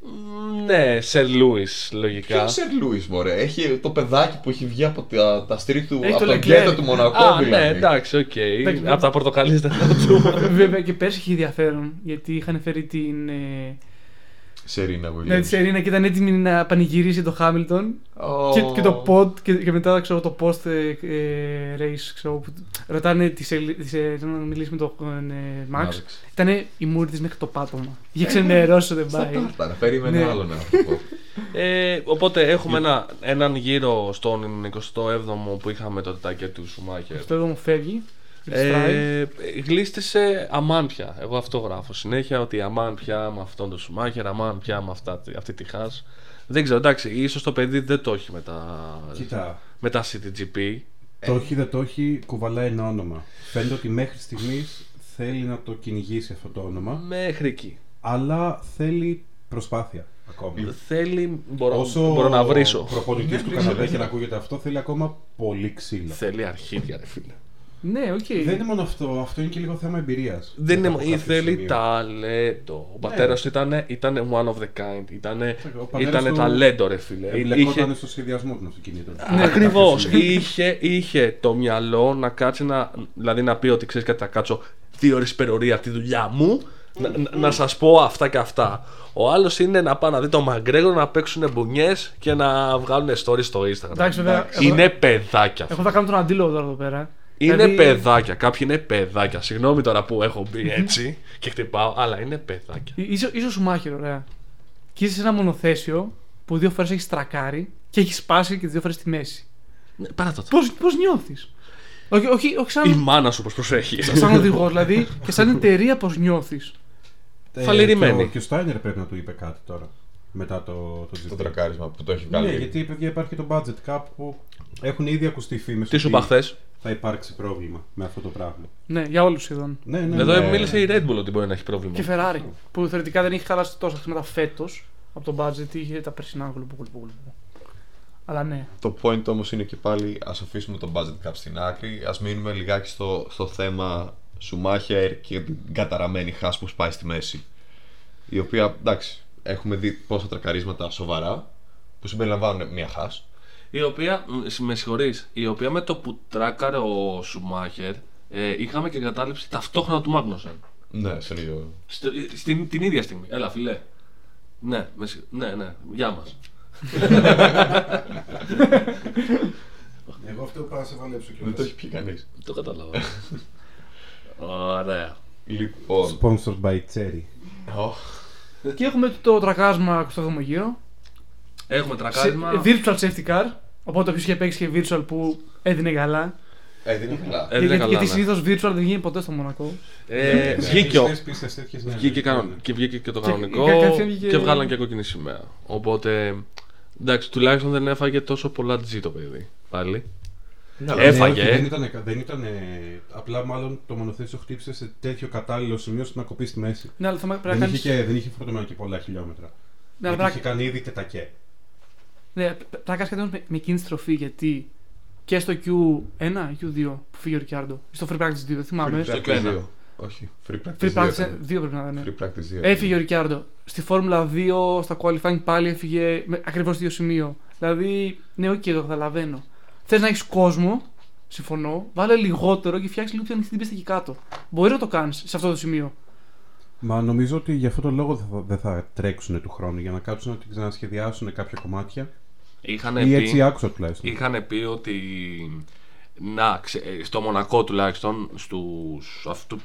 [SPEAKER 2] Μ, Ναι, σε Λούι λογικά.
[SPEAKER 1] Ποιο Σερ Λούι, μωρέ. Έχει το παιδάκι που έχει βγει από τα, τα street του,
[SPEAKER 4] Έχει
[SPEAKER 1] από
[SPEAKER 4] το
[SPEAKER 1] τα
[SPEAKER 4] Leclerc.
[SPEAKER 1] γκέτα του Μονακό.
[SPEAKER 2] Α, ναι,
[SPEAKER 1] δηλαδή.
[SPEAKER 2] εντάξει, οκ.
[SPEAKER 4] Εντάξει,
[SPEAKER 2] Από τα πορτοκαλίστερα του.
[SPEAKER 4] Βέβαια και πέρσι είχε ενδιαφέρον γιατί είχαν φέρει την. Ε,
[SPEAKER 1] Σερίνα Williams.
[SPEAKER 4] ναι, τη Σερίνα και ήταν έτοιμη να πανηγυρίσει το Χάμιλτον.
[SPEAKER 1] Ω.
[SPEAKER 4] Και, και το pod και, και μετά ξέρω, το post ε, ε, race ξέρω, που ρωτάνε τη Σελ- τη Σελ- Ε, να μιλήσει με τον ε, Max.
[SPEAKER 1] Max.
[SPEAKER 4] Ήταν η μούρη της μέχρι το πάτωμα. Είχε ξενερώσει ότι δεν
[SPEAKER 1] Στα
[SPEAKER 4] πάει.
[SPEAKER 1] τάρταρα, περίμενε
[SPEAKER 4] Ναι.
[SPEAKER 1] άλλον άνθρωπο.
[SPEAKER 2] Ε, οπότε έχουμε ένα, έναν γύρο στον 27ο που είχαμε το τάκερ του Σουμάκερ.
[SPEAKER 4] Αυτό εδώ μου φεύγει. Ε...
[SPEAKER 2] Ε, γλίστησε αμάν πια. Εγώ αυτό γράφω συνέχεια ότι αμάν πια με αυτόν τον Σουμάχερ, αμάν πια με αυτά, αυτή τη χάς. Δεν ξέρω, εντάξει, ίσως το παιδί δεν το έχει με τα,
[SPEAKER 3] Κοίτα,
[SPEAKER 2] με τα CTGP.
[SPEAKER 3] το έχει δεν το έχει κουβαλάει ένα όνομα Φαίνεται ότι μέχρι στιγμής θέλει να το κυνηγήσει αυτό το όνομα
[SPEAKER 2] Μέχρι εκεί.
[SPEAKER 3] αλλά θέλει προσπάθεια ακόμα Ναι,
[SPEAKER 2] Θέλει, μπορώ,
[SPEAKER 3] Όσο
[SPEAKER 2] Λοιπόν, μπορώ να βρίσω.
[SPEAKER 3] προπονητής του Καναδά έχει να ακούγεται αυτό, θέλει ακόμα πολύ ξύλο.
[SPEAKER 2] Θέλει αρχίδια, ρε φίλε.
[SPEAKER 4] Ναι, οκ.
[SPEAKER 3] Δεν είναι μόνο αυτό, αυτό είναι και λίγο θέμα εμπειρίας.
[SPEAKER 2] Δεν είναι, ή θέλει ταλέντο. Ο πατέρα του ήταν, ήταν one of the kind. Ήτανε,
[SPEAKER 3] Ναι. Ο πατέρας
[SPEAKER 2] ήτανε
[SPEAKER 3] του
[SPEAKER 2] ταλέντο, ρε φίλε.
[SPEAKER 3] Εμπλεκόταν Ε, στο σχεδιασμό των αυτοκινήτων. Ε,
[SPEAKER 2] Ναι, Ακριβώς. είχε, είχε το μυαλό να κάτσει να. Δηλαδή να πει ότι ξέρεις κάτι, θα κάτσω δύο ώρες υπερορία από τη δουλειά μου. να- να- Να σας πω αυτά και αυτά. Ο άλλος είναι να πάει να δει το Μαγκρέγο να παίξουν μπουνιές και να βγάλουν stories στο Instagram.
[SPEAKER 4] Εντάξει, βέβαια. εγώ-
[SPEAKER 2] Είναι παιδάκια. αυτά.
[SPEAKER 4] Εγώ θα κάνω τον αντίλογο τώρα εδώ πέρα.
[SPEAKER 2] Είναι
[SPEAKER 4] Δηλαδή,
[SPEAKER 2] παιδάκια. Κάποιοι είναι παιδάκια. Συγγνώμη τώρα που έχω μπει έτσι και χτυπάω, αλλά είναι παιδάκια.
[SPEAKER 4] ί- Είσαι, είσαι ο Σουμάχερ, ωραία. Και είσαι σε ένα μονοθέσιο που δύο φορές έχεις στρακάρει και έχεις σπάσει και τις δύο φορές στη μέση.
[SPEAKER 2] Ναι, Παρά το.
[SPEAKER 4] Πώς πώς νιώθεις. Όχι, όχι, όχι
[SPEAKER 2] Η
[SPEAKER 4] σαν,
[SPEAKER 2] μάνα σου πώς προσέχει.
[SPEAKER 4] σαν οδηγός, δηλαδή και σαν εταιρεία πώς νιώθεις.
[SPEAKER 3] Ε,
[SPEAKER 2] φαλιρημένη.
[SPEAKER 3] Και ο- και ο Στάινερ πρέπει να του είπε κάτι τώρα. Μετά το, το GP.
[SPEAKER 1] Το τρακάρισμα που το έχει βγάλει.
[SPEAKER 3] Ναι, γιατί παιδιά υπάρχει το budget cap που έχουν ήδη ακουστεί φήμες.
[SPEAKER 2] Τι σου είπα χθες?
[SPEAKER 3] Θα υπάρξει πρόβλημα με αυτό το πράγμα.
[SPEAKER 4] Ναι, για όλους σχεδόν.
[SPEAKER 3] Ναι, ναι,
[SPEAKER 2] Εδώ
[SPEAKER 3] ναι.
[SPEAKER 2] μίλησε η Red Bull ότι μπορεί να έχει πρόβλημα.
[SPEAKER 4] Και Ferrari, που θεωρητικά δεν έχει χαλάσει τόσα χρήματα φέτος από το budget, είχε τα περσινά γλουπού γλουπού, γλουπού. Αλλά ναι.
[SPEAKER 1] Το point όμως είναι και πάλι ας αφήσουμε το budget cap στην άκρη, ας μείνουμε λιγάκι στο, στο θέμα Σουμάχερ και την καταραμένη χάς που σπάει στη μέση. Η οποία, εντάξει, έχουμε δει πόσα τρακαρίσματα σοβαρά που συμπεριλαμβάνουν μια χάς.
[SPEAKER 2] Η οποία, μ, συ- με συγχωρείς, η οποία με το που τράκαρε ο Σουμάχερ, ε, είχαμε και εγκατάλειψη ταυτόχρονα του Μάγνωσεν.
[SPEAKER 1] Ναι, σε λίγο.
[SPEAKER 2] Στο- ε, Στην, την ίδια στιγμή. Έλα, φιλέ. Ναι, με, συ- ναι, ναι, γεια μας.
[SPEAKER 3] Εγώ αυτό πάω να σε βολέψω
[SPEAKER 1] Δεν το έχει πει κανείς.
[SPEAKER 2] Το κατάλαβα. Ωραία.
[SPEAKER 1] Λοιπόν.
[SPEAKER 3] Sponsored by Cherry.
[SPEAKER 1] Ω,
[SPEAKER 4] Και έχουμε το τρακάσμα στο δομογείο.
[SPEAKER 2] Έχουμε τρακάρισμα.
[SPEAKER 4] Virtual safety car. Οπότε όποιος είχε παίξει και virtual που έδινε καλά.
[SPEAKER 1] Ε, δεν είναι καλά.
[SPEAKER 2] Ε, δεν
[SPEAKER 4] γιατί
[SPEAKER 2] καλά,
[SPEAKER 4] γιατί
[SPEAKER 2] ναι.
[SPEAKER 4] συνήθως virtual δεν γίνει ποτέ στο Μονακό.
[SPEAKER 2] Ε, βγήκε, ο- βγήκε, κανον-
[SPEAKER 3] κανονικά.
[SPEAKER 2] και βγήκε και το
[SPEAKER 4] Και-
[SPEAKER 2] κανονικό
[SPEAKER 4] κα- κάποιον βγήκε-
[SPEAKER 2] και βγάλαν και κόκκινη σημαία. Οπότε εντάξει, τουλάχιστον δεν έφαγε τόσο πολλά G το παιδί. Πάλι.
[SPEAKER 4] Ε,
[SPEAKER 2] Έφαγε.
[SPEAKER 3] Δεν ήταν, δεν ήταν, απλά μάλλον το μονοθέσιο χτύπησε σε τέτοιο κατάλληλο σημείο ώστε να κοπεί στη μέση.
[SPEAKER 4] Ναι, αλλά θα πρέπει να
[SPEAKER 3] Δεν είχε,
[SPEAKER 4] κάνεις.
[SPEAKER 3] και, δεν είχε φορτωμένο και πολλά χιλιόμετρα.
[SPEAKER 4] Ναι,
[SPEAKER 3] Γιατί
[SPEAKER 4] αλλά πρέπει
[SPEAKER 3] είχε
[SPEAKER 4] να-
[SPEAKER 3] κάνει ήδη τετακέ.
[SPEAKER 4] ναι, πρέπει να κάνει κάτι όμως με, με εκείνη τη στροφή γιατί και στο Q1, Q2 που φύγει ο Ρικιάρντο. Στο Free Practice 2, δεν θυμάμαι.
[SPEAKER 1] Free
[SPEAKER 2] και
[SPEAKER 1] Practice
[SPEAKER 2] ένα.
[SPEAKER 1] 2. Όχι. Free
[SPEAKER 4] Free
[SPEAKER 1] Practice 2.
[SPEAKER 4] Practice 2 πρέπει να είναι.
[SPEAKER 1] Free Practice 2.
[SPEAKER 4] Έφυγε ο Ρικιάρντο. Στη Φόρμουλα 2, στα qualifying πάλι έφυγε με ακριβώς δύο σημείο. Δηλαδή, ναι, οκ, το καταλαβαίνω. Θες να έχεις κόσμο, συμφωνώ, βάλε λιγότερο και φτιάξεις λίγο πιο ανοιχτή την πίστα εκεί κάτω. Μπορεί να το κάνεις σε αυτό το σημείο.
[SPEAKER 3] Μα νομίζω ότι γι' αυτό το λόγο δεν θα, δεν θα τρέξουν του χρόνου για να κάτσουν να την ξανασχεδιάσουν κάποια κομμάτια.
[SPEAKER 2] Είχαν
[SPEAKER 3] ή
[SPEAKER 2] πει,
[SPEAKER 3] έτσι άκουσα τουλάχιστον.
[SPEAKER 2] είχαν πει ότι να, ξε- ε, στο Μονακό τουλάχιστον, στους αυτού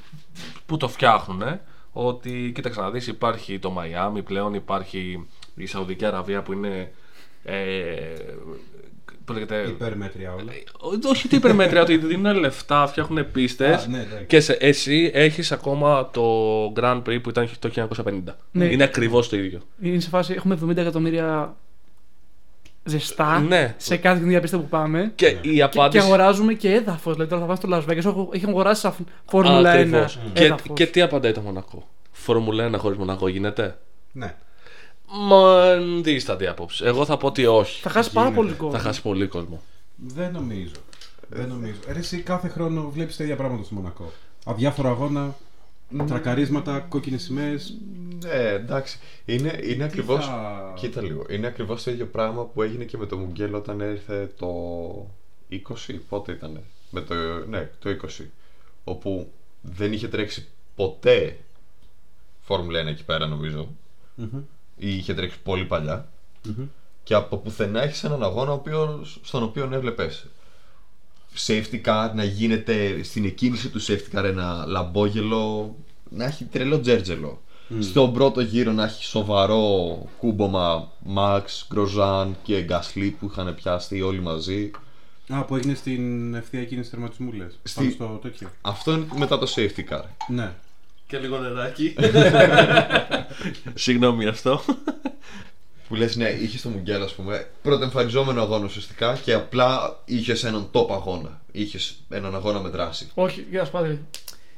[SPEAKER 2] που το φτιάχνουνε, ότι κοίταξε να δεις υπάρχει το Μαϊάμι πλέον, υπάρχει η Σαουδική Αραβία που είναι ε, που λέγεται,
[SPEAKER 3] Υπερμέτρια όλα.
[SPEAKER 2] ε, Ό, Όχι ότι υπερμέτρια, ότι δίνουν λεφτά, φτιάχνουν πίστες.
[SPEAKER 3] Α, ναι, ναι.
[SPEAKER 2] και σε, εσύ έχεις ακόμα το Grand Prix που ήταν το 1950.
[SPEAKER 4] Ναι.
[SPEAKER 2] Είναι ακριβώς το ίδιο.
[SPEAKER 4] Είναι σε φάση, έχουμε 70 εκατομμύρια ζεστά
[SPEAKER 2] Ναι.
[SPEAKER 4] σε κάθε διαπίστα που πάμε.
[SPEAKER 2] Και
[SPEAKER 3] Ναι.
[SPEAKER 2] η
[SPEAKER 4] Και, και
[SPEAKER 2] απάντηση.
[SPEAKER 4] αγοράζουμε και έδαφος. Δηλαδή, τώρα θα πάμε στο Las Vegas. έχω- Έχει αγοράσει σαν Φόρμουλα 1.
[SPEAKER 2] Ακριβώς. Και,
[SPEAKER 4] έδαφος.
[SPEAKER 2] και τι απαντάει το Μονακό. Φόρμουλα 1 χωρίς Μονακό γίνεται.
[SPEAKER 3] Ναι.
[SPEAKER 2] Μα δίστατη άποψη. Εγώ θα πω ότι όχι.
[SPEAKER 4] θα χάσει πάρα
[SPEAKER 3] γίνεται.
[SPEAKER 4] πολύ κόσμο.
[SPEAKER 2] Θα χάσει πολύ κόσμο.
[SPEAKER 3] Δεν νομίζω. Δεν νομίζω. Ρε, εσύ κάθε χρόνο βλέπεις τα ίδια πράγματα στο Μονακό. Αδιάφορο αγώνα,
[SPEAKER 4] Ναι.
[SPEAKER 3] τρακαρίσματα, κόκκινες σημαίες.
[SPEAKER 1] Ναι, εντάξει. Είναι, είναι ακριβώς.
[SPEAKER 3] θα-
[SPEAKER 1] Κοίτα λίγο. Είναι ακριβώς το ίδιο πράγμα που έγινε και με το Μουγγέλ όταν έρθε το 20. Πότε ήταν. Με το, ναι, το 20. Όπου δεν είχε τρέξει ποτέ Φόρμουλα 1 εκεί πέρα, νομίζω. Ή είχε τρέξει πολύ παλιά. Και από πουθενά έχεις έναν αγώνα ο οποίος- στον οποίο ναι, έβλεπες safety car να γίνεται στην εκκίνηση του safety car ένα λαμπόγελο να έχει τρελό τζέρτζελο. Στον πρώτο γύρο να έχει σοβαρό κούμπομα Μαξ, Γκροζάν και Γκασλί που είχαν πιαστεί όλοι μαζί.
[SPEAKER 3] Α, που έγινε στην ευθεία κίνηση τερματισμού, λες.
[SPEAKER 1] Στη-
[SPEAKER 3] Πάνω στο τέτοιο.
[SPEAKER 1] Αυτό είναι μετά το safety car.
[SPEAKER 3] Ναι.
[SPEAKER 2] Και λίγο νεράκι. Συγγνώμη αυτό.
[SPEAKER 1] Που λες, ναι, είχε το Μουγγέλ, ας πούμε, πρωτοεμφανιζόμενο αγώνα ουσιαστικά και απλά είχες έναν top αγώνα. Είχες έναν αγώνα με δράση.
[SPEAKER 4] Όχι, για να σου πω δηλαδή,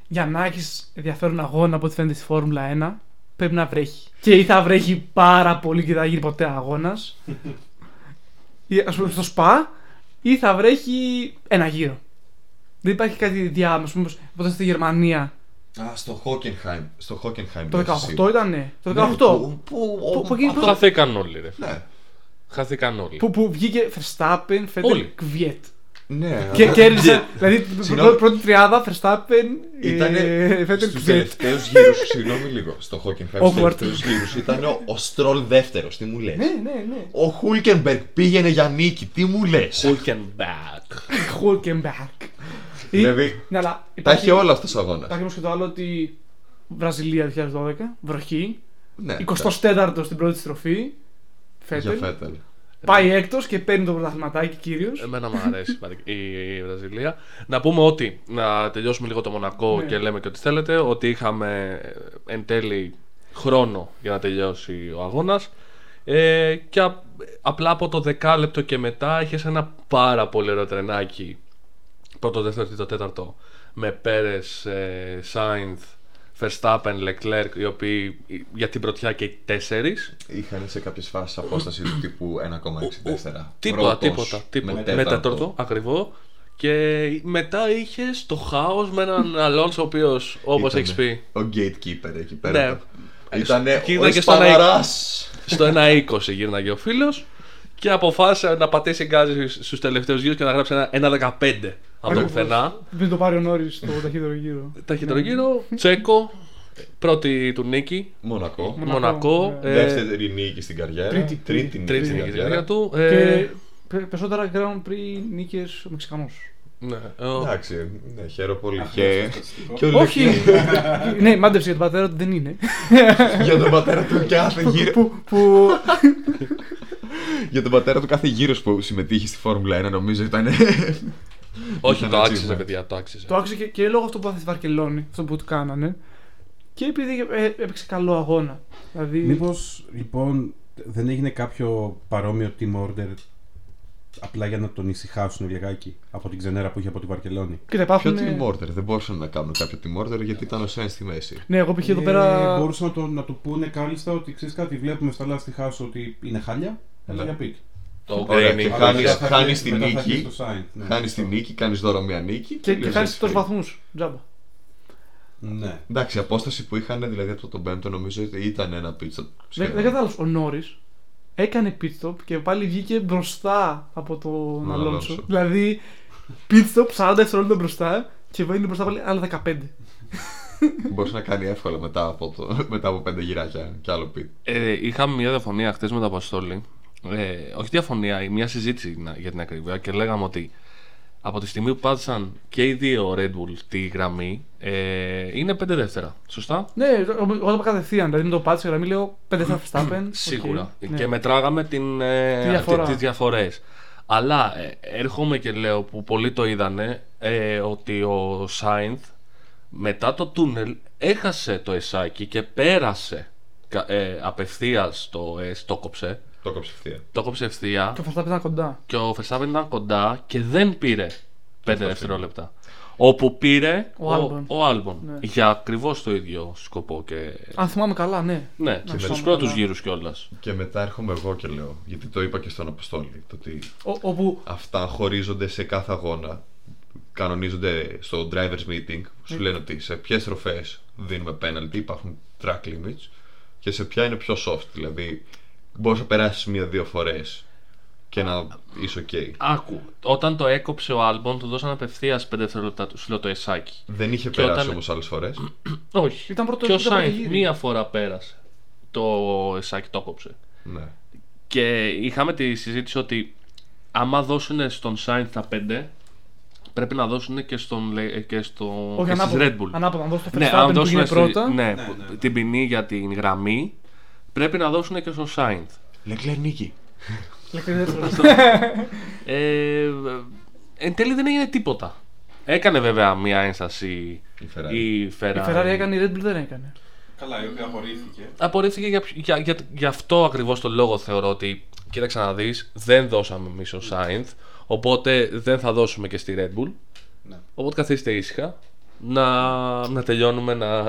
[SPEAKER 4] Για να έχεις ενδιαφέρον αγώνα από ό,τι φαίνεται στη Φόρμουλα 1, πρέπει να βρέχει. Και ή θα βρέχει πάρα πολύ και δεν θα γίνει ποτέ αγώνας. Ας πούμε στο σπα, ή θα βρέχει ένα γύρο. Δεν υπάρχει κάτι διάμεσο. Μήπως ποτέ στη Γερμανία.
[SPEAKER 1] Α, στο Χόκενχάιμ. Στο Χόκενχάιμ.
[SPEAKER 4] Το
[SPEAKER 1] λες Ναι, εσύ.
[SPEAKER 4] 18 ήτανε. Το 18.
[SPEAKER 1] Ναι, Που,
[SPEAKER 4] Που-
[SPEAKER 1] που,
[SPEAKER 4] που εκείνη
[SPEAKER 1] αυτό-
[SPEAKER 4] πρώτη-
[SPEAKER 2] Χαθήκαν όλοι, ρε.
[SPEAKER 1] Ναι,
[SPEAKER 2] Χαθήκαν όλοι.
[SPEAKER 4] Που, που βγήκε Verstappen, Vettel,
[SPEAKER 2] Όλοι.
[SPEAKER 4] Kvyat.
[SPEAKER 1] ναι.
[SPEAKER 4] Και
[SPEAKER 1] αλλά
[SPEAKER 4] κέρδισε. δηλαδή την
[SPEAKER 1] Συγγνώμη.
[SPEAKER 4] πρώτη τριάδα Verstappen,
[SPEAKER 1] Ήτανε
[SPEAKER 4] ε, Vettel,
[SPEAKER 1] Στους
[SPEAKER 4] Kvyat.
[SPEAKER 1] τελευταίους γύρους, συγγνώμη λίγο, στο Hockenheim, στους
[SPEAKER 4] Awkward.
[SPEAKER 1] τελευταίους γύρους ήταν ο, ο Στρολ δεύτερος, τι μου λες.
[SPEAKER 4] Ναι, ναι, ναι.
[SPEAKER 1] Ο Χούλκενμπεργκ πήγαινε για νίκη, τι μου λες.
[SPEAKER 2] Hulkenberg.
[SPEAKER 4] Hulkenberg.
[SPEAKER 1] Δηλαδή,
[SPEAKER 4] Ναι, αλλά
[SPEAKER 1] τα
[SPEAKER 4] υπάρχει-
[SPEAKER 1] έχει όλα αυτός ο αγώνας.
[SPEAKER 4] Υπάρχει όμως και το άλλο ότι Βραζιλία 2012, βροχή.
[SPEAKER 1] Ναι,
[SPEAKER 4] 24ο στην πρώτη στροφή.
[SPEAKER 1] για
[SPEAKER 4] Φέτελ.
[SPEAKER 1] Φέτελ.
[SPEAKER 4] Πάει έκτος και παίρνει το πρωταθληματάκι κύριο.
[SPEAKER 2] Εμένα μου αρέσει παρα- η, η Βραζιλία. Να πούμε ότι, να τελειώσουμε λίγο το Μονακό
[SPEAKER 4] Ναι.
[SPEAKER 2] και λέμε και ό,τι θέλετε, ότι είχαμε ε, εν τέλει χρόνο για να τελειώσει ο αγώνας Ε, και απ- απλά από το δεκάλεπτο και μετά είχες ένα πάρα πολύ ωραίο τρενάκι. Πρώτο, δεύτερο, τρίτο, τέταρτο. Με Πέρες, Σάινθ, Verstappen, Leclerc, οι οποίοι ε, για την πρωτιά και οι τέσσερις.
[SPEAKER 1] Είχαν σε κάποιες φάσεις απόσταση του τύπου 1,64.
[SPEAKER 2] Τίποτα,
[SPEAKER 1] Πρώτος
[SPEAKER 2] τίποτα. τίποτα.
[SPEAKER 1] με
[SPEAKER 2] Μετατρότο, ακριβώ. Και μετά είχε το χάος με έναν Αλόνσο ο οποίος, όπως
[SPEAKER 1] Ήτανε
[SPEAKER 2] έχει πει,
[SPEAKER 1] Ο gatekeeper εκεί
[SPEAKER 2] Ναι.
[SPEAKER 1] πέρα. Ήτανε
[SPEAKER 2] Κοίτα
[SPEAKER 1] ο
[SPEAKER 2] και στον
[SPEAKER 1] Σπαναράς.
[SPEAKER 2] στο 1.20 γύρναγε ο φίλος και αποφάσισε να πατήσει γκάζι στους τελευταίους γύρους και να γράψει ένα, ένα 15 από το
[SPEAKER 4] Ακριβώς.
[SPEAKER 2] πουθενά.
[SPEAKER 4] Δεν το πάρει ο Νόρις στο ταχύτερο γύρο.
[SPEAKER 1] Ναι.
[SPEAKER 2] Ταχύτερο γύρο, Τσέκο, πρώτη του νίκη,
[SPEAKER 1] Μονακό.
[SPEAKER 4] Μονακό,
[SPEAKER 2] Μονακό,
[SPEAKER 4] ναι.
[SPEAKER 2] ε,
[SPEAKER 1] Δεύτερη νίκη στην καριέρα.
[SPEAKER 4] Τρίτη.
[SPEAKER 1] Τρίτη νίκη
[SPEAKER 2] τρίτη
[SPEAKER 1] στην
[SPEAKER 2] νίκη στην καριέρα
[SPEAKER 1] καριέρα.
[SPEAKER 2] του.
[SPEAKER 4] Και
[SPEAKER 2] ε,
[SPEAKER 4] Πε- Περισσότερα Grand Prix νίκες ο Μεξικανός.
[SPEAKER 2] Ναι. Ε, ο-
[SPEAKER 1] Εντάξει, ναι, χαίρομαι πολύ. Και, και ο
[SPEAKER 4] Όχι!
[SPEAKER 1] Λουκί-
[SPEAKER 4] ναι, μάντεψε για τον πατέρα του δεν είναι.
[SPEAKER 1] για τον πατέρα του κάθε γύρο.
[SPEAKER 4] που, που...
[SPEAKER 1] για τον πατέρα του κάθε γύρος που συμμετείχε στη Φόρμουλα 1, νομίζω ήταν.
[SPEAKER 2] Όχι,
[SPEAKER 1] Ήταν
[SPEAKER 2] το άξιζε,
[SPEAKER 1] ατσίβημα.
[SPEAKER 2] παιδιά, το άξιζε.
[SPEAKER 4] το άκουσα και, και λόγω αυτού που έπαθε στη Βαρκελόνη, αυτό που του κάνανε. Και επειδή ε, έπαιξε καλό αγώνα. Δηλαδή.
[SPEAKER 3] Μήπως λοιπόν δεν έγινε κάποιο παρόμοιο team order απλά για να τον ησυχάσουν λιγάκι από την ξενέρα που είχε από τη Βαρκελόνη.
[SPEAKER 4] Κοίτα,
[SPEAKER 1] Ποιο
[SPEAKER 4] υπάρχουν.
[SPEAKER 1] team order, δεν μπορούσαν να κάνουν κάποιο team order γιατί ήταν ο Σέν στη μέση.
[SPEAKER 4] Ναι, εγώ π.χ. εδώ
[SPEAKER 3] Ε,
[SPEAKER 4] πέρα.
[SPEAKER 3] Μπορούσαν να, το, να του πούνε κάλλιστα ότι ξέρεις κάτι, βλέπουμε στα λάστιχά σου ότι είναι χάλια. Έλα
[SPEAKER 1] Ναι.
[SPEAKER 3] για πιτ.
[SPEAKER 2] Το
[SPEAKER 1] Ωραία,
[SPEAKER 2] graining.
[SPEAKER 1] και
[SPEAKER 3] Αλλά
[SPEAKER 1] χάνεις-
[SPEAKER 3] μετά θα
[SPEAKER 1] χάνεις
[SPEAKER 3] έρθει-
[SPEAKER 1] τη
[SPEAKER 3] μετά θα
[SPEAKER 1] νίκη.
[SPEAKER 3] έρθει στο site. Ναι,
[SPEAKER 1] Χάνει
[SPEAKER 3] αυτό.
[SPEAKER 1] τη νίκη, κάνεις δώρο μια νίκη.
[SPEAKER 4] Και, και
[SPEAKER 1] τελείωσε
[SPEAKER 4] χάνει
[SPEAKER 1] έτσι.
[SPEAKER 4] τόσου βαθμούς. Τζάμπα.
[SPEAKER 3] Ναι.
[SPEAKER 1] Εντάξει, η απόσταση που είχαν δηλαδή από τον πέμπτο νομίζω ότι ήταν ένα πίτσα.
[SPEAKER 4] Ναι, Δεν, δεν κατάλαβα. Ο Νόρις έκανε pit stop και πάλι βγήκε μπροστά από τον
[SPEAKER 1] Τον
[SPEAKER 4] Αλόνσο.
[SPEAKER 1] Αλόνσο.
[SPEAKER 4] Δηλαδή, pit stop 40 δευτερόλεπτα μπροστά και είναι μπροστά πάλι άλλα 15.
[SPEAKER 1] Μπορούσε να κάνει εύκολα μετά από, το, μετά από πέντε γυράκια και άλλο πιτ.
[SPEAKER 2] Ε, είχαμε μια διαφωνία χθες με τον Αποστόλη. Ε, όχι διαφωνία, μια συζήτηση να- για την ακρίβεια και λέγαμε ότι από τη στιγμή που πάτησαν και οι δύο Red Bull τη γραμμή, ε, είναι 5 δεύτερα. Σωστά.
[SPEAKER 4] Ναι, όταν είπα κατευθείαν, δηλαδή με το πάτησε γραμμή λέω 5 θα Verstappen. οκ,
[SPEAKER 2] Σίγουρα.
[SPEAKER 4] ναι.
[SPEAKER 2] Και μετράγαμε την, ε,
[SPEAKER 4] Τη διαφορά.
[SPEAKER 2] τη- τις διαφορές. Αλλά ε, έρχομαι και λέω που πολλοί το είδανε ε, ότι ο Σάινθ μετά το τούνελ έχασε το εσάκι και πέρασε κα- ε, απευθείας το ΕΣ, το κόψε.
[SPEAKER 1] Το κόψε ευθεία.
[SPEAKER 2] Το κόψε ευθεία
[SPEAKER 4] Και ο Verstappen ήταν κοντά.
[SPEAKER 2] και ο Verstappen ήταν κοντά και δεν πήρε 5 δευτερόλεπτα. Όπου πήρε
[SPEAKER 4] Ο Albon.
[SPEAKER 2] ο Άλμπον.
[SPEAKER 4] Ναι.
[SPEAKER 2] Για ακριβώς το ίδιο σκοπό και.
[SPEAKER 4] Αν θυμάμαι καλά, ναι.
[SPEAKER 2] Ναι,
[SPEAKER 4] με
[SPEAKER 2] στου
[SPEAKER 4] τον
[SPEAKER 2] πρώτους
[SPEAKER 4] καλά.
[SPEAKER 2] γύρους κιόλας.
[SPEAKER 1] Και μετά έρχομαι εγώ και λέω, γιατί το είπα και στον Αποστόλη, το ότι
[SPEAKER 4] Ο, όπου
[SPEAKER 1] αυτά χωρίζονται σε κάθε αγώνα. Κανονίζονται στο drivers meeting. Σου λένε ότι σε ποιες ροφέ δίνουμε penalty, υπάρχουν track limits και σε ποια είναι πιο soft. Δηλαδή, μπορείς να περάσεις μία-δύο φορές και να είσαι OK.
[SPEAKER 2] Άκου, όταν το έκοψε ο Άλμπον, του δώσαν απευθείας 5 δευτερόλεπτα του. Σου λέω το εσάκι.
[SPEAKER 1] Δεν είχε
[SPEAKER 2] Και
[SPEAKER 1] περάσει
[SPEAKER 2] όταν-
[SPEAKER 1] όμως άλλες φορές.
[SPEAKER 2] Όχι.
[SPEAKER 4] Ήταν πρώτο-
[SPEAKER 2] και ο
[SPEAKER 4] ήταν πρώτο
[SPEAKER 2] Σάινθ
[SPEAKER 4] γύρι.
[SPEAKER 2] μία φορά πέρασε. Το εσάκι το έκοψε.
[SPEAKER 1] ναι.
[SPEAKER 2] Και είχαμε τη συζήτηση ότι άμα δώσουν στον Σάινθ τα 5, πρέπει να δώσουν και, στον, Λε- και, στο,
[SPEAKER 4] όχι
[SPEAKER 2] και στις
[SPEAKER 4] ανάποδα.
[SPEAKER 2] Red Bull.
[SPEAKER 4] Ανάποδα, να δώσει το
[SPEAKER 2] Ναι,
[SPEAKER 4] Verstappen
[SPEAKER 2] αν
[SPEAKER 4] που
[SPEAKER 2] δώσουν
[SPEAKER 4] είναι
[SPEAKER 2] στη-
[SPEAKER 4] πρώτα.
[SPEAKER 2] ναι, που- την ποινή για την γραμμή, πρέπει να δώσουν και στον Σάινθ.
[SPEAKER 1] Λεκλέρ νίκη.
[SPEAKER 4] Λεκλήρ δεύτερος.
[SPEAKER 2] Ναι. Ε, εν τέλει δεν έγινε τίποτα. Έκανε βέβαια μία ένσταση
[SPEAKER 1] Η Ferrari.
[SPEAKER 2] η Ferrari.
[SPEAKER 4] Η Ferrari έκανε, η Red Bull δεν έκανε.
[SPEAKER 3] Καλά, η οποία χωρίστηκε.
[SPEAKER 2] Απορρίφθηκε για, ποιο- για, για, για αυτό ακριβώς το λόγο θεωρώ ότι κοίταξε να δεις, δεν δώσαμε εμείς ο Σάινθ. Οπότε δεν θα δώσουμε και στη Red Bull.
[SPEAKER 3] Ναι.
[SPEAKER 2] Οπότε καθίστε ήσυχα να, να τελειώνουμε, να,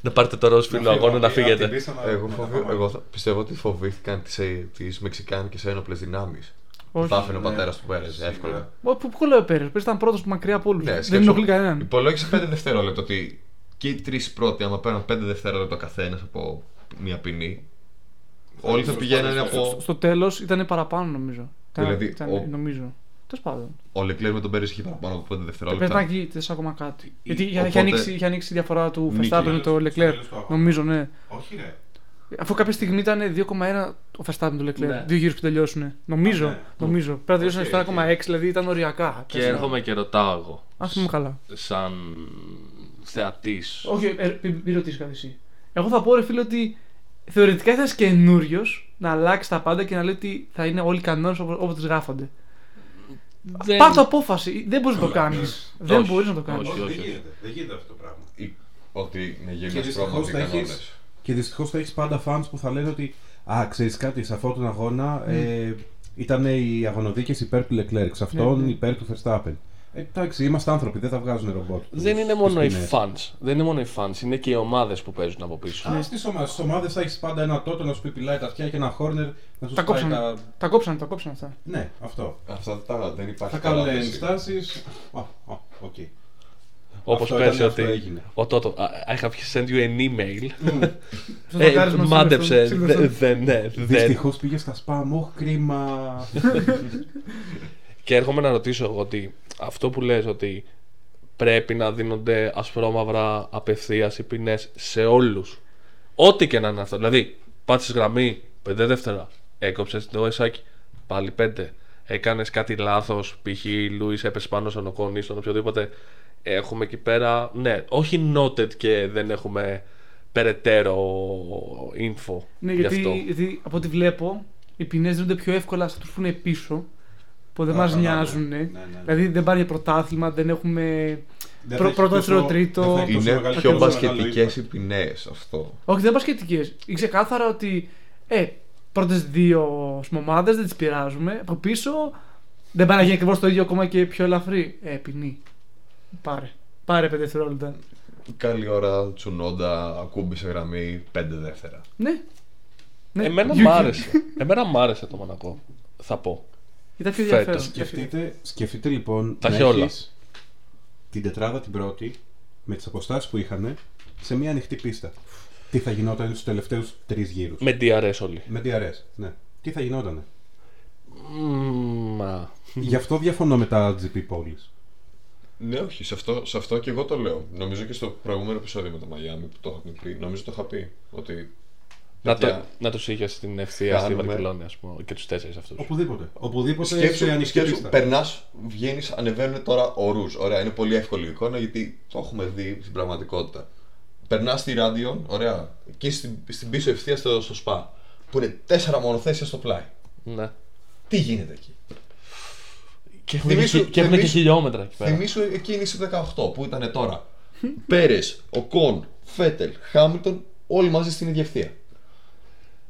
[SPEAKER 2] να πάρετε το ροζ φίλο αγώνα να φύγετε.
[SPEAKER 1] Εγώ, φοβη... εγώ θα- πιστεύω ότι φοβήθηκαν τις τις μεξικάνικες ένοπλες δυνάμεις.
[SPEAKER 4] Όχι.
[SPEAKER 1] Θα
[SPEAKER 2] ναι.
[SPEAKER 1] έφερε ο πατέρας του Πέρες εύκολα.
[SPEAKER 4] Μα Που, που λέω ο Πέρες, Πέρες ήταν πρώτος μακριά από όλους.
[SPEAKER 1] Ναι,
[SPEAKER 4] δεν
[SPEAKER 1] σκέψου,
[SPEAKER 4] ενοχλεί κανέναν.
[SPEAKER 1] Υπολόγισε 5 δευτερόλεπτα ότι και οι τρεις πρώτοι, άμα παίρνουν 5 δευτερόλεπτα καθένας από μια ποινή, όλοι θα πηγαίνανε από.
[SPEAKER 4] Στο τέλος ήταν παραπάνω νομίζω. Ήταν-
[SPEAKER 1] Δηλαδή,
[SPEAKER 4] ήταν,
[SPEAKER 1] ο-
[SPEAKER 4] νομίζω. Τέλος πάντων.
[SPEAKER 1] Ο Λεκλέρ με τον Πέρε είχε παραπάνω από 5
[SPEAKER 4] Πρέπει να
[SPEAKER 1] δευτερόλεπτα.
[SPEAKER 4] γίνει 4 ακόμα κάτι. Γιατί είχε,
[SPEAKER 1] οπότε-
[SPEAKER 4] είχε ανοίξει, είχε ανοίξει η διαφορά του
[SPEAKER 1] Νίκη.
[SPEAKER 4] Verstappen με το Leclerc.
[SPEAKER 3] Τέλος του αγώνα.
[SPEAKER 4] Νομίζω, ναι.
[SPEAKER 3] Όχι, ρε.
[SPEAKER 4] Αφού κάποια στιγμή ήταν 2,1 ο Verstappen του Leclerc.
[SPEAKER 2] Ναι.
[SPEAKER 4] Δύο γύρους που τελειώσουν. Νομίζω.
[SPEAKER 3] Α, ναι.
[SPEAKER 4] νομίζω. Πρέπει να τελειώσουν στο 1,6, δηλαδή ήταν οριακά.
[SPEAKER 2] Και έρχομαι και ρωτάω εγώ,
[SPEAKER 4] Ας πούμε καλά.
[SPEAKER 2] σαν θεατής.
[SPEAKER 4] Όχι, ε, μη- μη ρωτήσεις κάτι εσύ. Εγώ θα πω, ρε φίλε, ότι θεωρητικά ήταν καινούριος να αλλάξεις τα πάντα και να λέει ότι θα είναι όλοι κανόνες όπως τις γράφονται.
[SPEAKER 2] Δεν...
[SPEAKER 4] Πάρ' το απόφαση. Δεν μπορείς να το κάνει. Δεν
[SPEAKER 2] Όχι,
[SPEAKER 4] μπορείς να το κάνεις.
[SPEAKER 2] όχι.
[SPEAKER 5] Δεν γίνεται, δεν γίνεται αυτό το πράγμα.
[SPEAKER 1] Ή- Ότι είναι
[SPEAKER 3] Και
[SPEAKER 1] γεμιέ
[SPEAKER 3] δυστυχώ
[SPEAKER 1] πρόοδο οι
[SPEAKER 3] θα
[SPEAKER 1] κανόνε.
[SPEAKER 3] έχει. Και δυστυχώς θα έχεις πάντα fans που θα λένε ότι Α, ξέρεις κάτι, σε αυτόν τον αγώνα ε, ήταν οι αγωνοδίκες υπέρ του Leclerc, σε αυτόν
[SPEAKER 4] Ναι, ναι.
[SPEAKER 3] υπέρ του Verstappen. Ε, εντάξει, είμαστε άνθρωποι, δεν τα βγάζουν ρομπότ.
[SPEAKER 2] Δεν είναι μόνο οι fans. Δεν είναι μόνο οι fans, είναι και οι ομάδες που παίζουν από πίσω.
[SPEAKER 3] Στις ομάδες θα έχεις πάντα ένα τότο να σου πεπιλάει τα αυτιά και ένα χόρνερ να σου
[SPEAKER 4] Τα
[SPEAKER 3] σπάει
[SPEAKER 4] κόψανε.
[SPEAKER 3] τα.
[SPEAKER 4] Τα κόψανε, τα κόψανε αυτά.
[SPEAKER 2] Ε,
[SPEAKER 3] Ναι, αυτό.
[SPEAKER 1] Αυτά τα δεν υπάρχει.
[SPEAKER 3] Θα κάνουν
[SPEAKER 1] παράδοση.
[SPEAKER 3] ενστάσεις. Οκ.
[SPEAKER 2] Όπως
[SPEAKER 3] Αυτό
[SPEAKER 2] πέρσι
[SPEAKER 3] ήταν, αυτό
[SPEAKER 2] ότι.
[SPEAKER 3] έγινε.
[SPEAKER 2] Ο Τότο, I have sent you an email.
[SPEAKER 4] Στο
[SPEAKER 2] Ε,
[SPEAKER 4] δοκάρισμα του
[SPEAKER 2] Μάντεψε.
[SPEAKER 4] Silverstone.
[SPEAKER 2] δε- Δεν, ναι, δεν.
[SPEAKER 3] Δυστυχώς πήγες στα spam, οχ, κρίμα.
[SPEAKER 2] Και έρχομαι να ρωτήσω εγώ ότι αυτό που λες ότι πρέπει να δίνονται ασπρόμαυρα απευθείας οι ποινές σε όλους. Ό,τι και να είναι αυτό. Δηλαδή, πάτησες γραμμή 5 δεύτερα, έκοψες το εσάκι, πάλι 5. έκανες κάτι λάθος. Π.χ. Λούις έπεσε πάνω στον Οκόνη, στον οποιοδήποτε. Έχουμε εκεί πέρα. Ναι, όχι noted και δεν έχουμε περαιτέρω info.
[SPEAKER 4] Ναι,
[SPEAKER 2] γι'
[SPEAKER 4] γιατί,
[SPEAKER 2] αυτό.
[SPEAKER 4] γιατί από ό,τι βλέπω, οι ποινές δίνονται πιο εύκολα σε αυτού που είναι πίσω, που δεν
[SPEAKER 3] Α,
[SPEAKER 4] μα
[SPEAKER 3] καλά, ναι.
[SPEAKER 4] νοιάζουν.
[SPEAKER 3] Ναι, ναι.
[SPEAKER 4] Δηλαδή δεν πάνε για πρωτάθλημα, δεν έχουμε.
[SPEAKER 3] Δεν
[SPEAKER 4] Πρω-
[SPEAKER 3] θα
[SPEAKER 4] πρώτο,
[SPEAKER 3] έχει τόσο-
[SPEAKER 4] δεύτερο, τρίτο.
[SPEAKER 3] δεν θα έχει τόσο
[SPEAKER 1] Είναι
[SPEAKER 3] μεγάλο-
[SPEAKER 1] πιο
[SPEAKER 3] τόσο μεγάλο
[SPEAKER 1] μπασκετικέ
[SPEAKER 3] ύφος.
[SPEAKER 1] οι ποινές αυτό.
[SPEAKER 4] Όχι, δεν πα σχετικέ. Είναι ξεκάθαρα ότι ε, πρώτες δύο ομάδες δεν τις πειράζουμε. Από πίσω δεν πάει να γίνει ακριβώς το ίδιο ακόμα και πιο ελαφρύ. Ε, ποινή. Πάρε. Πάρε πέντε δευτερόλεπτα.
[SPEAKER 1] Καλή ώρα τσουνόντα, ακούμπησε γραμμή 5 δεύτερα.
[SPEAKER 4] Ναι. ναι.
[SPEAKER 2] Εμένα
[SPEAKER 4] You-
[SPEAKER 2] μ'
[SPEAKER 4] you-
[SPEAKER 2] άρεσε. Εμένα μ' άρεσε το Μονακό. Θα πω.
[SPEAKER 4] Ήταν πιο
[SPEAKER 2] Φέτος.
[SPEAKER 4] ενδιαφέρον.
[SPEAKER 3] Σκεφτείτε, σκεφτείτε λοιπόν
[SPEAKER 2] Τα
[SPEAKER 3] να
[SPEAKER 2] έχει όλα.
[SPEAKER 3] έχεις την τετράδα την πρώτη με τις αποστάσεις που είχαν σε μια ανοιχτή πίστα. Τι θα γινόταν στους τελευταίους τρεις γύρους.
[SPEAKER 2] Με DRS όλοι.
[SPEAKER 3] Με DRS, ναι. Τι θα γινότανε.
[SPEAKER 2] Μμμ, α.
[SPEAKER 3] Γι' αυτό διαφωνώ με τα GP πόλεις.
[SPEAKER 1] Ναι, όχι, σε αυτό, σε αυτό και εγώ το λέω. Νομίζω και στο προηγούμενο επεισόδιο με το Μαγιάμι που το είχαμε πει. Νομίζω το είχα πει. Ότι.
[SPEAKER 2] Να, το,
[SPEAKER 1] παιδιά,
[SPEAKER 2] να τους είχες στην ευθεία στη
[SPEAKER 1] Χάνουμε.
[SPEAKER 2] Βαρκελόνη, ας πούμε, και τους τέσσερις αυτούς.
[SPEAKER 3] Οπουδήποτε. Οπουδήποτε σε
[SPEAKER 1] Σκέψου,
[SPEAKER 3] ανοιχτή
[SPEAKER 1] σκέψου
[SPEAKER 3] πίστα.
[SPEAKER 1] περνάς, βγαίνεις, ανεβαίνουν τώρα ορούς. Ωραία, είναι πολύ εύκολη η εικόνα γιατί το έχουμε δει στην πραγματικότητα. Περνάς στη ράδιο, ωραία, και στην, στην πίσω ευθεία στο, στο σπα. Που είναι τέσσερα μονοθέσια στο πλάι.
[SPEAKER 2] Ναι.
[SPEAKER 1] Τι γίνεται εκεί.
[SPEAKER 2] Και έχουν,
[SPEAKER 1] Θυμήσου-
[SPEAKER 2] και, και έχουν και
[SPEAKER 1] θυμήσου-
[SPEAKER 2] χιλιόμετρα εκεί πέρα.
[SPEAKER 1] Θυμήσου εκείνη στη 18 που ήταν τώρα. Πέρες, Οκόν, Φέτελ, Χάμιλτον, όλοι μαζί στην ίδια ευθεία.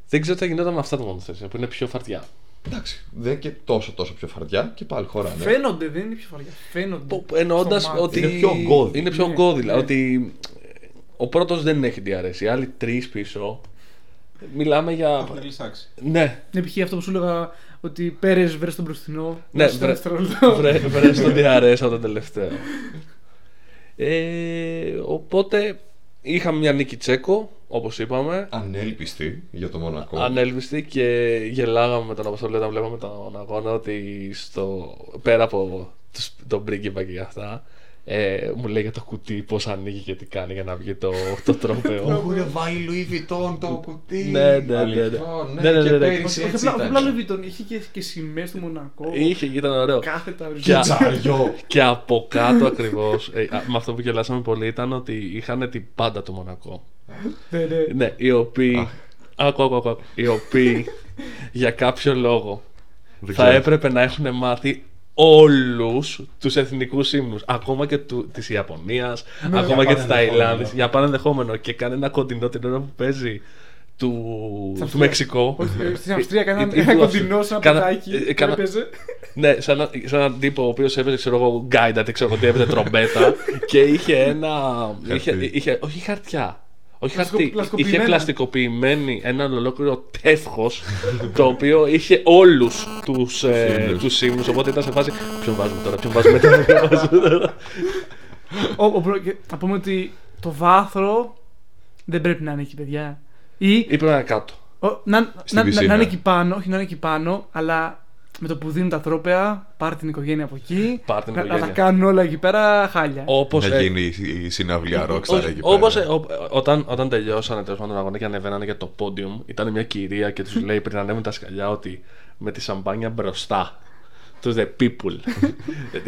[SPEAKER 2] Δεν ξέρω τι θα γινόταν με αυτά τα μονοθέσια που είναι πιο φαρτιά.
[SPEAKER 1] Εντάξει, δεν και τόσο τόσο πιο φαρδιά και πάλι χωράνε.
[SPEAKER 4] Φαίνονται, δεν είναι πιο βαριά. Φαίνονται.
[SPEAKER 2] Εννοώντα
[SPEAKER 4] στο μάτι.
[SPEAKER 2] ότι.
[SPEAKER 1] Είναι πιο γκώδη.
[SPEAKER 2] Είναι πιο
[SPEAKER 4] Ναι,
[SPEAKER 2] γκώδη, δηλαδή,
[SPEAKER 4] ναι.
[SPEAKER 2] Ότι ο πρώτος δεν έχει DRS. Οι άλλοι τρεις πίσω. Μιλάμε για.
[SPEAKER 3] Έχουν λυσάξει.
[SPEAKER 2] Ναι,
[SPEAKER 4] Ναι, π.χ. αυτό που σου έλεγα ότι πέρες βρε τον μπροστινό.
[SPEAKER 2] Ναι,
[SPEAKER 4] δώσε
[SPEAKER 2] βρε-
[SPEAKER 4] ένα δευτερόλεπτο.
[SPEAKER 2] βρε, βρε στο DRS από το τελευταίο. Ε, οπότε είχαμε μια νίκη Τσέκο, όπως είπαμε.
[SPEAKER 1] Ανέλπιστη για το Μονακό.
[SPEAKER 2] Ανέλπιστη και γελάγαμε με τον Αποστολή όταν βλέπαμε τον αγώνα ότι στο, πέρα από τους, τον πρίγκιπα και αυτά ε, μου λέει για το κουτί πώς ανοίγει και τι κάνει για να βγει το, το τρόπεο.
[SPEAKER 1] Έχουν βάλει Louis Vuitton το κουτί.
[SPEAKER 2] Ναι, ναι, ναι, ναι.
[SPEAKER 1] Αληθό,
[SPEAKER 2] Ναι, ναι,
[SPEAKER 1] και
[SPEAKER 2] ναι, ναι.
[SPEAKER 1] πέρυσι
[SPEAKER 4] Όχι,
[SPEAKER 1] έτσι
[SPEAKER 4] απλά- απλά
[SPEAKER 1] ήταν.
[SPEAKER 4] Λουβιτόν είχε και, και σημαίες του Μονακό.
[SPEAKER 2] Είχε, ήταν ωραίο.
[SPEAKER 4] Κάθετα
[SPEAKER 1] Και
[SPEAKER 4] οριζόντια.
[SPEAKER 1] τσαριό.
[SPEAKER 2] Και από κάτω ακριβώς, ε, α, με αυτό που γελάσαμε πολύ ήταν ότι είχαν την πάντα του Μονακό.
[SPEAKER 4] Ναι, ναι.
[SPEAKER 2] Ναι, οι οποίοι. Άκου, άκου, άκου, άκου. Οι οποίοι για κάποιο λόγο θα
[SPEAKER 1] ξέρω.
[SPEAKER 2] έπρεπε να έχουν μάθει όλους τους εθνικούς ύμνους ακόμα και του, της Ιαπωνίας,
[SPEAKER 4] Ναι,
[SPEAKER 2] ακόμα
[SPEAKER 3] για
[SPEAKER 2] και της
[SPEAKER 3] πάνε ενδεχόμενο.
[SPEAKER 2] Ταϊλάνδης για πάνε ενδεχόμενο και κάνει ένα κοντινό την ώρα που παίζει του,
[SPEAKER 4] Στην
[SPEAKER 2] του
[SPEAKER 4] Αυστρία.
[SPEAKER 2] Μεξικό Ε,
[SPEAKER 4] Όχι, στην Αυστρία έκαναν
[SPEAKER 2] Ή- ή
[SPEAKER 4] ένα
[SPEAKER 2] του
[SPEAKER 4] κοντινό σε ένα
[SPEAKER 2] Κάνα-
[SPEAKER 4] παιδάκι
[SPEAKER 2] ε,
[SPEAKER 4] που
[SPEAKER 2] κάνα-
[SPEAKER 4] έπαιζε.
[SPEAKER 2] Ναι, σαν, ένα- σαν έναν τύπο ο οποίος έπαιζε, ξέρω εγώ, γκάιντα, δεν ξέρω εγώ τι έπαιζε, τρομπέτα. και είχε ένα. είχε,
[SPEAKER 1] Χαρτί.
[SPEAKER 2] είχε, όχι χαρτιά. Όχι
[SPEAKER 4] Πλαστικο-
[SPEAKER 2] χαρτί. Είχε
[SPEAKER 4] πλαστικοποιημένα.
[SPEAKER 2] πλαστικοποιημένη ένα ολόκληρο τεύχος το οποίο είχε όλους τους ε,
[SPEAKER 1] ύμνους.
[SPEAKER 2] τους ύμνους, Οπότε ήταν σε φάση. Ποιον βάζουμε τώρα, ποιον βάζουμε τώρα. ποιον βάζουμε τώρα».
[SPEAKER 4] Ο- ο προ- και Θα πούμε ότι το βάθρο δεν πρέπει να είναι εκεί, παιδιά. Ή
[SPEAKER 2] Ή πρέπει να είναι κάτω.
[SPEAKER 4] ο, να, να- να-
[SPEAKER 1] πισίνα.
[SPEAKER 4] να είναι εκεί πάνω, όχι να είναι εκεί πάνω, αλλά με το που δίνουν τα τρόπαια, πάρ την οικογένεια από εκεί.
[SPEAKER 2] Πάρ την
[SPEAKER 4] να- Να τα
[SPEAKER 2] οικογένεια.
[SPEAKER 4] κάνουν όλα εκεί πέρα χάλια.
[SPEAKER 2] Όπως
[SPEAKER 1] Να γίνει η- η συναυλία Rockstar εκεί
[SPEAKER 2] Όπω
[SPEAKER 1] πέρα.
[SPEAKER 2] όταν, όταν τελειώσανε τέλος πάντων αγώνα και ανεβαίνανε για το πόντιουμ, ήταν μια κυρία και τους λέει πριν ανέβουν τα σκαλιά ότι με τη σαμπάνια μπροστά. Του the people.
[SPEAKER 4] Του-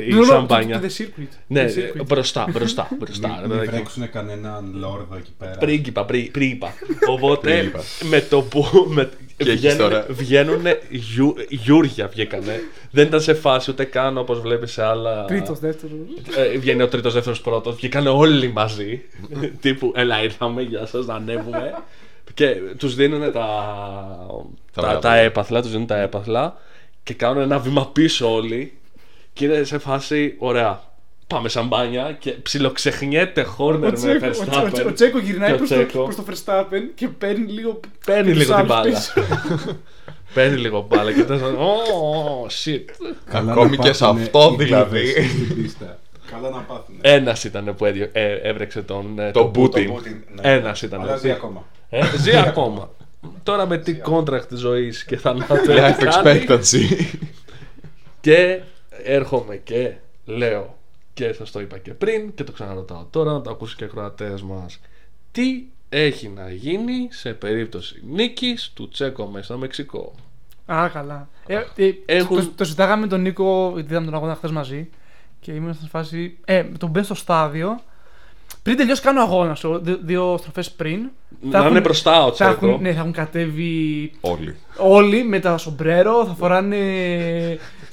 [SPEAKER 2] Η
[SPEAKER 4] του-
[SPEAKER 2] σαμπάνια.
[SPEAKER 4] του The Circuit.
[SPEAKER 2] Ναι,
[SPEAKER 4] The Circuit.
[SPEAKER 2] μπροστά, μπροστά, μπροστά. ρε
[SPEAKER 3] Μην
[SPEAKER 2] παιδάκι.
[SPEAKER 3] βρέξουνε κανέναν λόρδο εκεί πέρα.
[SPEAKER 2] Πρίγκιπα, πρι- πρίγκιπα. Οπότε
[SPEAKER 1] Πρίγκιπα.
[SPEAKER 2] με το που. Με,
[SPEAKER 1] Και έχεις
[SPEAKER 2] βγαίνουν,
[SPEAKER 1] τώρα.
[SPEAKER 2] βγαίνουνε γιου, γιούρια βγήκανε. Δεν ήταν σε φάση ούτε καν όπως βλέπεις σε άλλα.
[SPEAKER 4] Τρίτος, δεύτερος.
[SPEAKER 2] Ε, βγαίνει ο τρίτος, δεύτερος, πρώτος. Βγήκαν όλοι μαζί. τύπου, έλα, ήρθαμε, γεια σας, να ανέβουμε. και τους δίνουν τα,
[SPEAKER 1] Τα
[SPEAKER 2] τα, τα
[SPEAKER 1] βραβεία.
[SPEAKER 2] έπαθλα, τους δίνουν τα έπαθλα και κάνουν ένα βήμα πίσω όλοι. Και είναι σε φάση, ωραία, πάμε σαμπάνια και ψιλοξεχνιέται
[SPEAKER 4] Ο
[SPEAKER 2] Χόρνερ με
[SPEAKER 4] Τσέκο- ο Τσέ- ο
[SPEAKER 2] Verstappen.
[SPEAKER 4] Τσέ- Ο Τσέκο
[SPEAKER 2] Και ο
[SPEAKER 4] γυρνάει
[SPEAKER 2] Τσέκο
[SPEAKER 4] προς το Verstappen και παίρνει λίγο.
[SPEAKER 2] Παίρνει
[SPEAKER 4] τους
[SPEAKER 2] λίγο την
[SPEAKER 4] άλλους
[SPEAKER 2] μπάλα.
[SPEAKER 4] πίσω.
[SPEAKER 2] Παίρνει λίγο μπάλα και ήταν σαν, «Ω, shit.
[SPEAKER 3] Καλά
[SPEAKER 1] Ακόμη
[SPEAKER 3] να
[SPEAKER 1] και σε
[SPEAKER 3] πάθουνε
[SPEAKER 1] αυτό,
[SPEAKER 3] οι
[SPEAKER 1] δηλαδή.
[SPEAKER 3] κλάδες στην πίστα. Καλά να πάθουνε.
[SPEAKER 2] Ένας ήταν που έδιω- ε, έβρεξε τον. ε,
[SPEAKER 1] Το
[SPEAKER 2] τον
[SPEAKER 1] Πούτιν.
[SPEAKER 2] Ένα ήταν.
[SPEAKER 3] Αλλά ζει ακόμα.
[SPEAKER 2] Ε, ζει ακόμα. Τώρα με τι contract ζωής και θανάτου
[SPEAKER 1] Life
[SPEAKER 2] έχει κάνει.
[SPEAKER 1] expectancy.
[SPEAKER 2] Και έρχομαι και λέω και σας το είπα και πριν και το ξαναρωτάω τώρα να το ακούσεις και οι ακροατές μας. Τι έχει να γίνει σε περίπτωση νίκης του Τσέκο μέσα στο Μεξικό.
[SPEAKER 4] Α, καλά. Ε, ε,
[SPEAKER 2] Έχουν-
[SPEAKER 4] το, το συζητάγαμε με τον Νίκο, γιατί είδαμε τον αγώνα χθες μαζί. Και ήμουν στην φάση. Ε, με τον μπες στο στάδιο. Πριν τελειώσει, κάνω αγώνα. σου, δύ- δύο στροφές πριν.
[SPEAKER 2] Να είναι μπροστά ο
[SPEAKER 4] θα
[SPEAKER 2] Τσέκο.
[SPEAKER 4] έχουν, ναι, θα έχουν κατέβει
[SPEAKER 1] Όλοι.
[SPEAKER 4] όλοι με τα σομπρέρο, θα φοράνε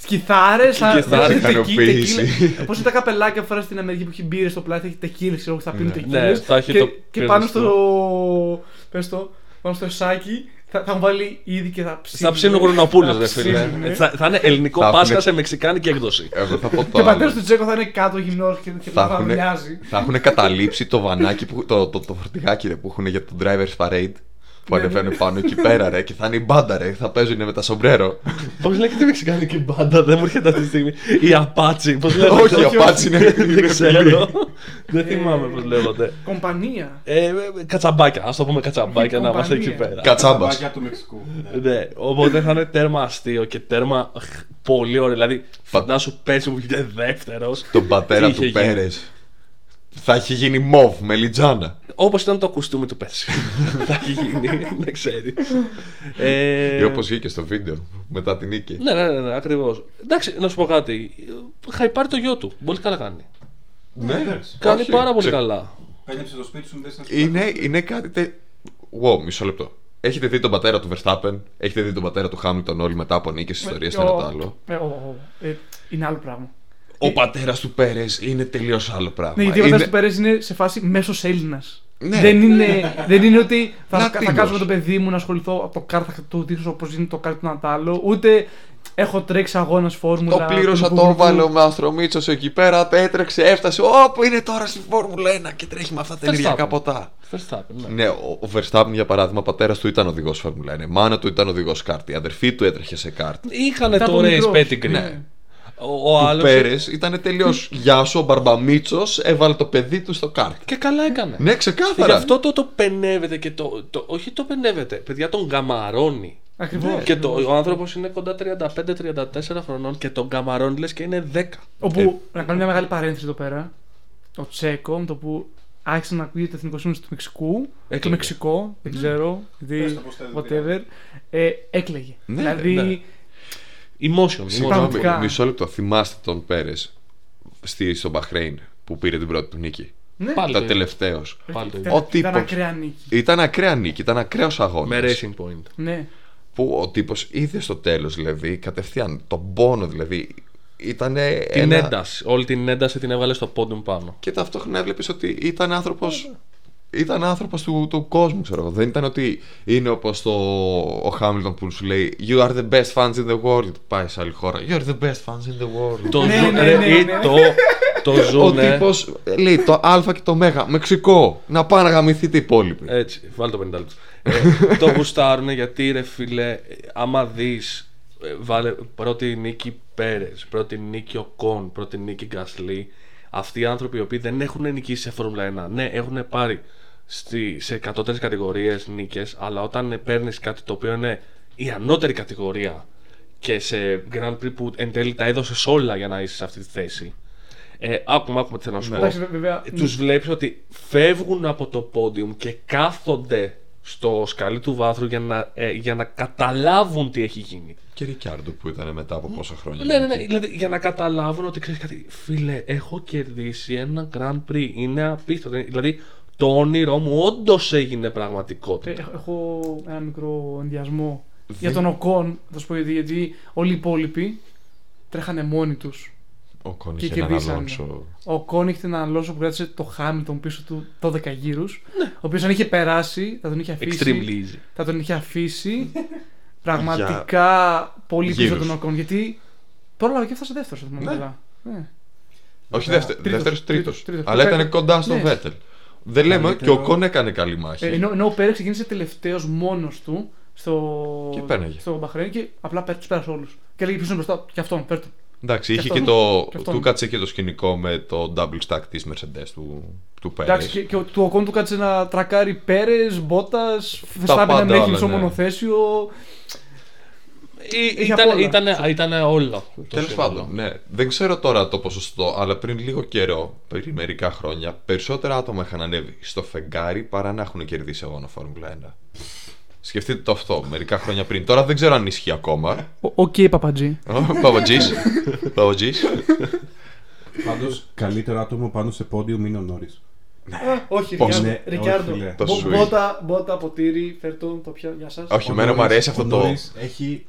[SPEAKER 4] κιθάρε.
[SPEAKER 2] Κιθάρες,
[SPEAKER 1] ικανοποίηση.
[SPEAKER 4] Πώ είναι τα καπελάκια που φοράνε στην Αμερική που έχει μπύρες στο πλάι, θα έχει τεκίλες, ξέρω εγώ, θα πίνουν
[SPEAKER 1] Ναι.
[SPEAKER 4] τεκίλες.
[SPEAKER 2] Ναι, θα έχει
[SPEAKER 4] και,
[SPEAKER 2] το
[SPEAKER 4] και πάνω
[SPEAKER 2] πυροσβεστό.
[SPEAKER 4] στο. Πες το, πάνω στο σάκι θα, θα έχουν βάλει ήδη και θα ψήνουν.
[SPEAKER 2] Θα ψήνουν γουρνοπούλες,
[SPEAKER 4] Θα
[SPEAKER 2] ρε φίλε.
[SPEAKER 1] Ναι.
[SPEAKER 4] ψήνουν.
[SPEAKER 2] Έτσι, Θα, θα είναι ελληνικό
[SPEAKER 1] Θα
[SPEAKER 2] Πάσχα
[SPEAKER 1] έχουνε-
[SPEAKER 2] σε μεξικάνικη έκδοση.
[SPEAKER 1] Εγώ θα πω
[SPEAKER 4] Και ο
[SPEAKER 1] το
[SPEAKER 4] πατέρα
[SPEAKER 1] άλλο.
[SPEAKER 4] του Τζέκο θα είναι κάτω γυμνός και, και θα,
[SPEAKER 1] Θα
[SPEAKER 4] θα
[SPEAKER 1] έχουνε-
[SPEAKER 4] μοιάζει.
[SPEAKER 1] Θα έχουν καταλήψει το βανάκι, που, το, το, το φορτηγάκι ρε, που έχουν για το driver's parade. Που
[SPEAKER 4] Ναι, ναι.
[SPEAKER 1] ανεβαίνουν πάνω εκεί πέρα, ρε, και θα είναι η μπάντα, ρε. Θα παίζουν με τα σομπρέρο.
[SPEAKER 2] Πώς λέγεται η μεξικάνικη μπάντα, δεν μου έρχεται αυτή τη στιγμή. Η Απάτσι, πώς λέγεται.
[SPEAKER 1] Όχι, η Apache είναι-
[SPEAKER 2] Δεν
[SPEAKER 1] είναι
[SPEAKER 2] ξέρω. Δεν
[SPEAKER 4] Ε,
[SPEAKER 2] θυμάμαι πώς λέγονται.
[SPEAKER 4] Κομπανία.
[SPEAKER 2] Ε, ε, κατσαμπάκια, ας το πούμε κατσαμπάκια, να είμαστε εκεί
[SPEAKER 4] Κομπανία.
[SPEAKER 2] πέρα.
[SPEAKER 1] Κατσάμπας.
[SPEAKER 3] Μπάκια του Μεξικού. ναι.
[SPEAKER 2] Ναι, οπότε θα είναι τέρμα αστείο και τέρμα χ, πολύ ωραίο. Δηλαδή, φαντάσου πέρσι που βγήκε δεύτερος.
[SPEAKER 1] Τον πατέρα του Πέρες. Θα έχει γίνει μοβ με λιτζάνα.
[SPEAKER 2] Όπως ήταν το κουστούμι του πέρσι. θα έχει γίνει, δεν ξέρει. Ε,
[SPEAKER 1] Ή όπως βγήκε στο βίντεο μετά την νίκη.
[SPEAKER 2] Ναι, ναι, ναι, ναι ακριβώς. Εντάξει, να σου πω κάτι. Είχα πάρει το γιο του. Πολύ καλά κάνει.
[SPEAKER 1] Ναι,
[SPEAKER 2] Κάνει
[SPEAKER 1] όχι,
[SPEAKER 2] πάρα πολύ
[SPEAKER 1] ξε-
[SPEAKER 2] καλά.
[SPEAKER 3] Πέλεψε το σπίτι σου, δεν σε
[SPEAKER 1] Είναι, είναι κάτι. Τε... Wow, μισό λεπτό. Έχετε δει τον πατέρα του Verstappen, έχετε δει τον πατέρα του Χάμιλτον όλοι μετά από νίκες ιστορίες
[SPEAKER 4] Και
[SPEAKER 1] το ένα
[SPEAKER 4] ο-
[SPEAKER 1] το άλλο.
[SPEAKER 4] ε, ο- ο- ε, είναι άλλο πράγμα.
[SPEAKER 1] Ο πατέρας του Πέρες είναι τελείως άλλο πράγμα.
[SPEAKER 4] Ναι, γιατί ο
[SPEAKER 1] Είναι-
[SPEAKER 4] πατέρα του Πέρες είναι σε φάση μέσος Έλληνας.
[SPEAKER 1] Ναι.
[SPEAKER 4] Δεν, είναι, δεν είναι ότι θα, θα
[SPEAKER 1] Λατίνος.
[SPEAKER 4] κάτσω με το παιδί μου να ασχοληθώ από το κάρτα θα του δείξω όπως είναι το κάρτα του Νατάλο. Ούτε έχω τρέξει αγώνας φόρμουλα.
[SPEAKER 1] Το πλήρωσα,
[SPEAKER 4] του
[SPEAKER 1] το
[SPEAKER 4] Μπουμπού.
[SPEAKER 1] έβαλε ο Μαστρομίτσος εκεί πέρα, έτρεξε, έφτασε. Όπου είναι τώρα στη Φόρμουλα 1 και τρέχει με αυτά τα
[SPEAKER 2] Verstappen.
[SPEAKER 1] ενεργειακά ποτά.
[SPEAKER 2] Verstappen, ναι.
[SPEAKER 1] Ναι, ο ο Verstappen για παράδειγμα, πατέρας του ήταν οδηγός Φόρμουλα 1. Η μάνα του ήταν οδηγός κάρτη. Η αδερφή του έτρεχε σε κάρτη.
[SPEAKER 2] Είχανε
[SPEAKER 4] Μετά
[SPEAKER 2] το
[SPEAKER 4] από
[SPEAKER 2] race
[SPEAKER 4] μικρός.
[SPEAKER 2] pedigree.
[SPEAKER 1] Ναι.
[SPEAKER 2] Ο, ο
[SPEAKER 1] Ο
[SPEAKER 2] άλλος.
[SPEAKER 1] Πέρες ήταν τελείω γεια σου, ο Μπαρμπαμίτσος έβαλε το παιδί του στο κάρτη.
[SPEAKER 2] Και καλά έκανε.
[SPEAKER 1] Ναι,
[SPEAKER 2] Γι'
[SPEAKER 1] ξεκάθαρα.
[SPEAKER 2] αυτό το, το πενεύεται και το, το. Όχι το πενεύεται. Παιδιά τον γαμαρώνει.
[SPEAKER 4] Ακριβώς.
[SPEAKER 2] Και το, ο άνθρωπος είναι κοντά 35-34 χρονών και τον καμαρώνει λες και είναι 10.
[SPEAKER 4] Όπου,
[SPEAKER 1] Ε.
[SPEAKER 4] να κάνω μια μεγάλη παρένθεση εδώ πέρα. Ο Τσέκο, με το που άρχισε να ακούγεται το εθνικό σύμβολο του Μεξικού.
[SPEAKER 2] Έκλαιγε.
[SPEAKER 4] Το Μεξικό,
[SPEAKER 1] Ναι.
[SPEAKER 4] δεν ξέρω.
[SPEAKER 3] Πες
[SPEAKER 4] Γιατί.
[SPEAKER 3] το πώς θέλετε,
[SPEAKER 4] Whatever. Ε, έκλαιγε.
[SPEAKER 1] Ναι,
[SPEAKER 4] δηλαδή.
[SPEAKER 2] ναι. Emotion. emotion.
[SPEAKER 1] Συγγνώμη,
[SPEAKER 4] Πραγματικά.
[SPEAKER 1] μισό λεπτό. Θυμάστε τον Πέρες στο Μπαχρέιν που πήρε την πρώτη του νίκη.
[SPEAKER 4] ναι.
[SPEAKER 2] Πάλι
[SPEAKER 1] Ήταν
[SPEAKER 2] το ίδιο.
[SPEAKER 1] τελευταίο.
[SPEAKER 2] Πάλι το ίδιο.
[SPEAKER 1] Ο
[SPEAKER 4] Ήταν
[SPEAKER 1] τύπος.
[SPEAKER 4] ακραία νίκη.
[SPEAKER 1] Ήταν ακραία νίκη, ήταν ακραίος
[SPEAKER 2] Με
[SPEAKER 1] αγώνα.
[SPEAKER 2] racing point.
[SPEAKER 4] Ναι.
[SPEAKER 1] Που ο τύπος είδε στο τέλος, δηλαδή, κατευθείαν τον πόνο, δηλαδή. Ήταν
[SPEAKER 2] Την
[SPEAKER 1] ένα.
[SPEAKER 2] ένταση. Όλη την ένταση την έβαλε στο πόντουμ πάνω.
[SPEAKER 1] Και ταυτόχρονα έβλεπες ότι ήταν άνθρωπος. Ήταν άνθρωπος του, του κόσμου, ξέρω εγώ. Δεν ήταν ότι είναι όπως ο Χάμιλτον που σου λέει You are the best fans in the world. Πάει σε άλλη χώρα. You are the best fans in the world.
[SPEAKER 2] Το
[SPEAKER 4] Ναι,
[SPEAKER 2] ζου-
[SPEAKER 4] ναι,
[SPEAKER 2] ρε,
[SPEAKER 4] ναι,
[SPEAKER 2] ή
[SPEAKER 4] ναι.
[SPEAKER 2] Το, το
[SPEAKER 1] Ο
[SPEAKER 2] ζουνε.
[SPEAKER 1] τύπο λέει το Α και το Μέγα. Μεξικό. Να πάνε να γαμηθείτε οι υπόλοιποι.
[SPEAKER 4] Ε,
[SPEAKER 2] Έτσι, βάλει το 50 λεπτό. ε, το γουστάρουν γιατί ρε φίλε, ε, άμα δεις. Βάλε πρώτη νίκη Πέρες, πρώτη νίκη Οκόν, πρώτη νίκη Γκασλή. Αυτοί οι άνθρωποι οι οποίοι δεν έχουν νικήσει σε Φόρμουλα 1. Ναι, έχουν πάρει στη, σε κατώτερε κατηγορίες νίκες, αλλά όταν παίρνεις κάτι το οποίο είναι η ανώτερη κατηγορία και σε Grand Prix που εν τέλει τα έδωσες όλα για να είσαι σε αυτή τη θέση. Ε, άκουμε, άκουμε τι θέλω να
[SPEAKER 1] Ναι.
[SPEAKER 2] σου πω
[SPEAKER 4] Ναι. Εντάξει, βε- βέβαια.
[SPEAKER 1] Ε,
[SPEAKER 2] τους βλέπεις ότι φεύγουν από το πόντιουμ και κάθονται στο σκαλί του βάθρου για να, ε, για να καταλάβουν τι έχει γίνει.
[SPEAKER 1] Και Ρικιάρντο που ήταν μετά από πόσα χρόνια.
[SPEAKER 2] Ναι, ναι, ναι, δηλαδή για να καταλάβουν ότι ξέρεις κάτι. Φίλε, έχω κερδίσει ένα Grand Prix. Είναι απίστευτο. Δηλαδή το όνειρό μου όντως έγινε
[SPEAKER 4] Ε,
[SPEAKER 2] πραγματικότητα.
[SPEAKER 4] έχω- Έχω ένα μικρό ενδιασμό για τον Οκόν. Θα σου πω γιατί, γιατί όλοι οι υπόλοιποι τρέχανε μόνοι τους.
[SPEAKER 1] Ο Κόν
[SPEAKER 4] Και ναι.
[SPEAKER 1] είχε έναν
[SPEAKER 4] κερδίσανε.
[SPEAKER 1] Αλόνσο.
[SPEAKER 4] Ο Οκόν είχε έναν Αλόνσο που κράτησε το Χάμιλτον πίσω του 12 γύρου. Ο οποίος αν είχε περάσει θα τον είχε
[SPEAKER 2] Ε,
[SPEAKER 4] αφήσει.
[SPEAKER 2] Extremely easy.
[SPEAKER 4] Θα τον είχε αφήσει πραγματικά πολύ πίσω
[SPEAKER 1] γύρους.
[SPEAKER 4] τον Οκόν. Γιατί πρόλαβε και έφτασε δεύτερος. Ναι. Καλά. Ναι.
[SPEAKER 1] Όχι
[SPEAKER 3] Βέβαια.
[SPEAKER 1] δεύτερο,
[SPEAKER 4] Τρίτος,
[SPEAKER 1] δεύτερος, τρίτος.
[SPEAKER 4] τρίτος, τρίτος.
[SPEAKER 1] Αλλά
[SPEAKER 4] Πέτα-
[SPEAKER 1] ήταν κοντά στο
[SPEAKER 4] ναι.
[SPEAKER 1] Βέτελ. Δεν λέμε, και ο
[SPEAKER 3] Καλύτερο.
[SPEAKER 1] Κόν έκανε καλή μάχη.
[SPEAKER 4] Ε, ενώ, ενώ ο Πέρε ξεκίνησε τελευταίος μόνος του στο,
[SPEAKER 1] Και πέρναγε.
[SPEAKER 4] στο Μπαχρέιν και απλά πέρασε, τους πέρασε όλους. Και έλεγε ποιο είναι μπροστά, και αυτόν, φέρτε.
[SPEAKER 1] Εντάξει,
[SPEAKER 4] και
[SPEAKER 1] είχε
[SPEAKER 4] αυτό-
[SPEAKER 1] και το.
[SPEAKER 4] και αυτό.
[SPEAKER 1] Του κάτσε και το σκηνικό με το double stack της Mercedes του, του Πέρε.
[SPEAKER 4] Εντάξει, και, και ο- του Οκόν του κάτσε να τρακάρει Πέρες, Μπότας,
[SPEAKER 1] πάντα
[SPEAKER 4] Φεστάπεν να έχει
[SPEAKER 1] όλα,
[SPEAKER 4] στο
[SPEAKER 1] ναι.
[SPEAKER 4] μονοθέσιο.
[SPEAKER 2] Ή- Ε,
[SPEAKER 4] Είχε απ'
[SPEAKER 2] Ήταν,
[SPEAKER 4] όλα.
[SPEAKER 2] ήταν, ήταν όλο. το
[SPEAKER 1] Τέλο
[SPEAKER 2] σύνολο.
[SPEAKER 1] πάντων, ναι. Δεν ξέρω τώρα το ποσοστό, αλλά πριν λίγο καιρό, πριν μερικά χρόνια, περισσότερα άτομα είχαν ανέβει στο φεγγάρι παρά να έχουν κερδίσει αγώνα Φόρμουλα 1. Σκεφτείτε το αυτό μερικά χρόνια πριν. Τώρα δεν ξέρω αν ισχύει ακόμα.
[SPEAKER 5] Οκ, okay, παπατζή.
[SPEAKER 1] Παπατζή. Παπατζή. Ε,
[SPEAKER 3] Πάντως, καλύτερο άτομο πάνω σε πόντιου είναι ο Νόρι.
[SPEAKER 4] Α, Όχι,
[SPEAKER 1] Πώς
[SPEAKER 4] Ρικάρντο.
[SPEAKER 3] ναι,
[SPEAKER 4] Ρικάρντο.
[SPEAKER 3] όχι, λέει.
[SPEAKER 1] Το
[SPEAKER 4] Μπο-
[SPEAKER 1] sweet.
[SPEAKER 4] Μπότα, μπότα, ποτήρι, φερτό, το πιάω. Γεια σας.
[SPEAKER 1] Όχι, εμένα μου αρέσει αυτό
[SPEAKER 3] ο
[SPEAKER 1] το.
[SPEAKER 3] Νόρις έχει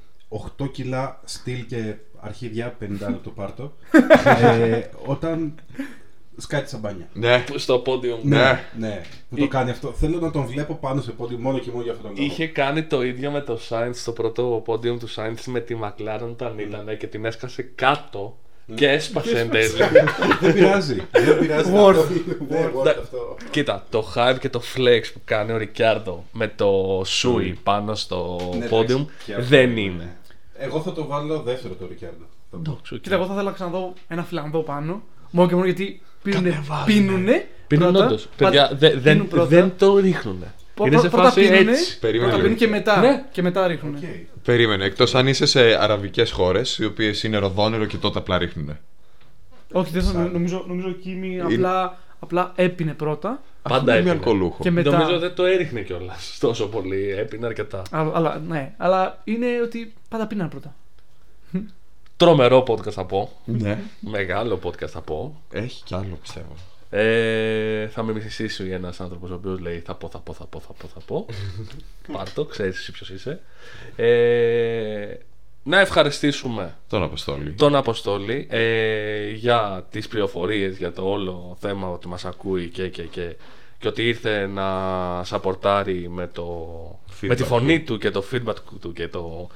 [SPEAKER 3] 8 κιλά στυλ και αρχίδια, 50 λεπτό πάρτο. ε, όταν σκάει τη σαμπάνια.
[SPEAKER 1] Ναι.
[SPEAKER 2] Στο πόντιο μου.
[SPEAKER 1] Ναι.
[SPEAKER 3] Ναι, που το κάνει αυτό. Θέλω να τον βλέπω πάνω σε πόντι μόνο και μόνο για αυτόν τον λόγο.
[SPEAKER 2] Είχε κάνει το ίδιο με το Sainz στο πρώτο πόντιουμ του Sainz με τη McLaren όταν ήταν και την έσκασε κάτω και έσπασε εν τέλει.
[SPEAKER 3] Δεν πειράζει. Δεν πειράζει.
[SPEAKER 4] Worth.
[SPEAKER 3] Αυτό είναι- ναι, worth
[SPEAKER 2] Ναι.
[SPEAKER 3] αυτό.
[SPEAKER 2] Κοίτα, το hype και το flex που κάνει ο Ρικιάρντο με το Σούι πάνω στο
[SPEAKER 3] Ναι,
[SPEAKER 2] podium
[SPEAKER 3] εντάξει, και αυτό
[SPEAKER 2] δεν είναι.
[SPEAKER 3] Εγώ θα το βάλω δεύτερο το Ρικιάρντο. Θα πω.
[SPEAKER 2] Εντάξει, οκ.
[SPEAKER 4] Κοίτα, εγώ θα ήθελα να ξαναδώ ένα φλανδό πάνω. Μόνο και μόνο γιατί πίνουνε.
[SPEAKER 2] Κατεβάζουνε.
[SPEAKER 4] Πίνουνε.
[SPEAKER 2] Πίνουν
[SPEAKER 4] πρώτα,
[SPEAKER 2] όντως.
[SPEAKER 4] πα-
[SPEAKER 2] Παιδιά, δε-
[SPEAKER 4] πίνουν
[SPEAKER 2] δεν,
[SPEAKER 4] πρώτα.
[SPEAKER 2] δεν το ρίχνουν.
[SPEAKER 4] Πρω-
[SPEAKER 2] Είναι σε
[SPEAKER 4] πρώτα
[SPEAKER 2] φάση
[SPEAKER 4] πίνουνε,
[SPEAKER 2] έτσι.
[SPEAKER 1] Περίμενε.
[SPEAKER 4] Πρώτα πίνουν και μετά.
[SPEAKER 2] Ναι.
[SPEAKER 4] Και μετά ρίχνουνε.
[SPEAKER 3] Οκ.
[SPEAKER 1] Περίμενε. Εκτός αν είσαι σε αραβικές χώρες, οι οποίες είναι ροδόνερο και τότε απλά ρίχνουν.
[SPEAKER 4] Όχι, δεν θα,
[SPEAKER 3] Σαν-
[SPEAKER 4] νομίζω, νομίζω ο Κίμη απλά, απλά έπινε πρώτα.
[SPEAKER 2] Πάντα
[SPEAKER 1] Είναι
[SPEAKER 2] έπινε.
[SPEAKER 1] αλκοολούχο.
[SPEAKER 4] Και μετά.
[SPEAKER 2] Νομίζω δεν το έριχνε κιόλας τόσο πολύ. Έπινε αρκετά.
[SPEAKER 4] Α- αλλά, ναι, αλλά είναι ότι πάντα πίναν πρώτα.
[SPEAKER 2] Τρομερό podcast θα πω.
[SPEAKER 1] Ναι.
[SPEAKER 2] Μεγάλο podcast θα πω.
[SPEAKER 1] Έχει κι άλλο πιστεύω.
[SPEAKER 2] Ε, θα με μισήσει ένας άνθρωπος ο οποίος λέει θα πω, θα πω, θα πω, θα πω. Θα πω. Πάρ' το, ξέρεις εσύ ποιος είσαι. Ε, να ευχαριστήσουμε
[SPEAKER 1] Τον Αποστόλη.
[SPEAKER 2] τον Αποστόλη ε, για τις πληροφορίες για το όλο θέμα ότι μας ακούει και, και, και, και ότι ήρθε να σαπορτάρει με, το, με τη
[SPEAKER 1] Feedback.
[SPEAKER 2] φωνή του και το feedback του και το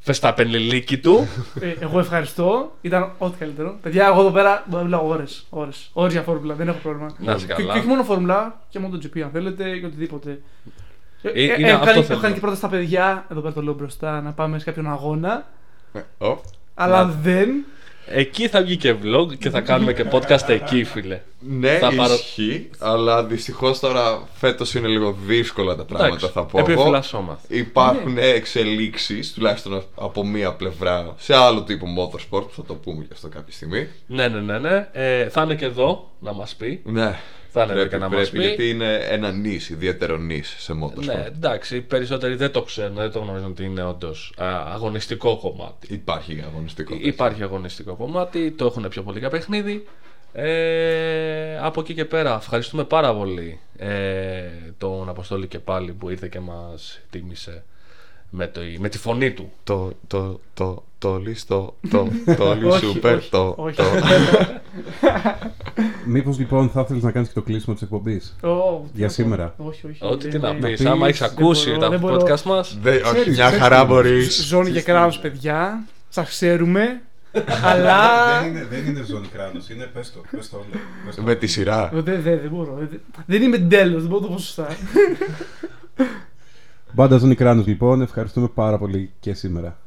[SPEAKER 2] φεσταπενλιλίκι του.
[SPEAKER 4] Ε, εγώ ευχαριστώ. Ήταν ό,τι καλύτερο. Παιδιά, εγώ εδώ πέρα μπορώ να μιλάω ώρες. Ώρες, ώρες για φόρμουλα. Δεν έχω πρόβλημα.
[SPEAKER 2] Να είσαι
[SPEAKER 4] Και-
[SPEAKER 2] καλά.
[SPEAKER 4] Και, όχι μόνο φόρμουλα, και μόνο το GP αν θέλετε και οτιδήποτε. Ε,
[SPEAKER 2] Ε,
[SPEAKER 4] ε,
[SPEAKER 2] είναι
[SPEAKER 4] έχω
[SPEAKER 2] αυτό
[SPEAKER 4] κάνει,
[SPEAKER 2] θέλω.
[SPEAKER 4] έχω κάνει και πρώτα στα παιδιά, εδώ πέρα το λέω μπροστά, να πάμε σε κάποιον αγώνα.
[SPEAKER 1] Ω.
[SPEAKER 4] Αλλά δεν.
[SPEAKER 2] Εκεί θα βγει και vlog και θα κάνουμε και podcast εκεί, φίλε.
[SPEAKER 1] Ναι,
[SPEAKER 2] Θα πάρω-
[SPEAKER 1] ισχύει, αλλά δυστυχώς τώρα φέτος είναι λίγο δύσκολα τα πράγματα,
[SPEAKER 2] Εντάξει, Ναι.
[SPEAKER 1] θα πω. εγώ.
[SPEAKER 2] επιφυλασσόμαστε.
[SPEAKER 1] Υπάρχουν εξελίξεις, τουλάχιστον από μία πλευρά, σε άλλο τύπο motorsport, θα το πούμε και αυτό κάποια στιγμή.
[SPEAKER 2] Ναι, ναι, ναι, ναι. Ε, θα είναι και εδώ να μας πει.
[SPEAKER 1] Ναι,
[SPEAKER 2] Θα είναι
[SPEAKER 1] πρέπει,
[SPEAKER 2] και να
[SPEAKER 1] πρέπει,
[SPEAKER 2] μας πει.
[SPEAKER 1] γιατί είναι ένα νης, ιδιαίτερο νης σε motorsport.
[SPEAKER 2] Ναι, εντάξει, οι περισσότεροι δεν το ξέρουν, δεν το γνωρίζουν ότι είναι όντως αγωνιστικό κομμάτι.
[SPEAKER 1] Υπάρχει αγωνιστικό.
[SPEAKER 2] Υπάρχει αγωνιστικό κομμάτι, το έχουν πιο πολύ για παιχνίδι. Ε, από εκεί και πέρα, ευχαριστούμε πάρα πολύ ε, τον Αποστόλη και πάλι που ήρθε και μας τίμησε με, το, με τη φωνή του.
[SPEAKER 1] Το, το, το, το λίστο, το, το
[SPEAKER 4] όχι,
[SPEAKER 1] λισούπερ,
[SPEAKER 4] όχι,
[SPEAKER 1] το,
[SPEAKER 4] όχι.
[SPEAKER 1] το.
[SPEAKER 3] Μήπως λοιπόν θα ήθελε να κάνεις και το κλείσιμο της εκπομπής.
[SPEAKER 4] Ω, τι
[SPEAKER 3] Για
[SPEAKER 4] να πω.
[SPEAKER 3] σήμερα.
[SPEAKER 4] Όχι, όχι.
[SPEAKER 2] Ό,τι τι
[SPEAKER 4] δεν-
[SPEAKER 2] να
[SPEAKER 4] δεν-
[SPEAKER 2] πεις,
[SPEAKER 3] πεις,
[SPEAKER 2] άμα έχεις
[SPEAKER 3] δεν
[SPEAKER 2] ακούσει
[SPEAKER 4] μπορώ,
[SPEAKER 2] τα
[SPEAKER 4] δεν μπορώ.
[SPEAKER 2] podcast μας,
[SPEAKER 1] Δε- όχι,
[SPEAKER 3] Ξέρεις,
[SPEAKER 1] μια
[SPEAKER 3] ξέρεις
[SPEAKER 1] χαρά
[SPEAKER 3] τι είναι.
[SPEAKER 1] μπορεί.
[SPEAKER 4] Ζώνη για κράνος παιδιά. Σα ξέρουμε. αλλά.
[SPEAKER 3] Δεν είναι, δεν είναι ζώνη κράνος, είναι πες το. Πες το όλο. πες το.
[SPEAKER 1] Με τη σειρά.
[SPEAKER 4] Δεν δε, δεν μπορώ. δεν- δεν είμαι τέλο, δεν μπορώ να το πω σωστά.
[SPEAKER 3] Μπάντα ζώνη κράνος λοιπόν, ευχαριστούμε πάρα πολύ και σήμερα.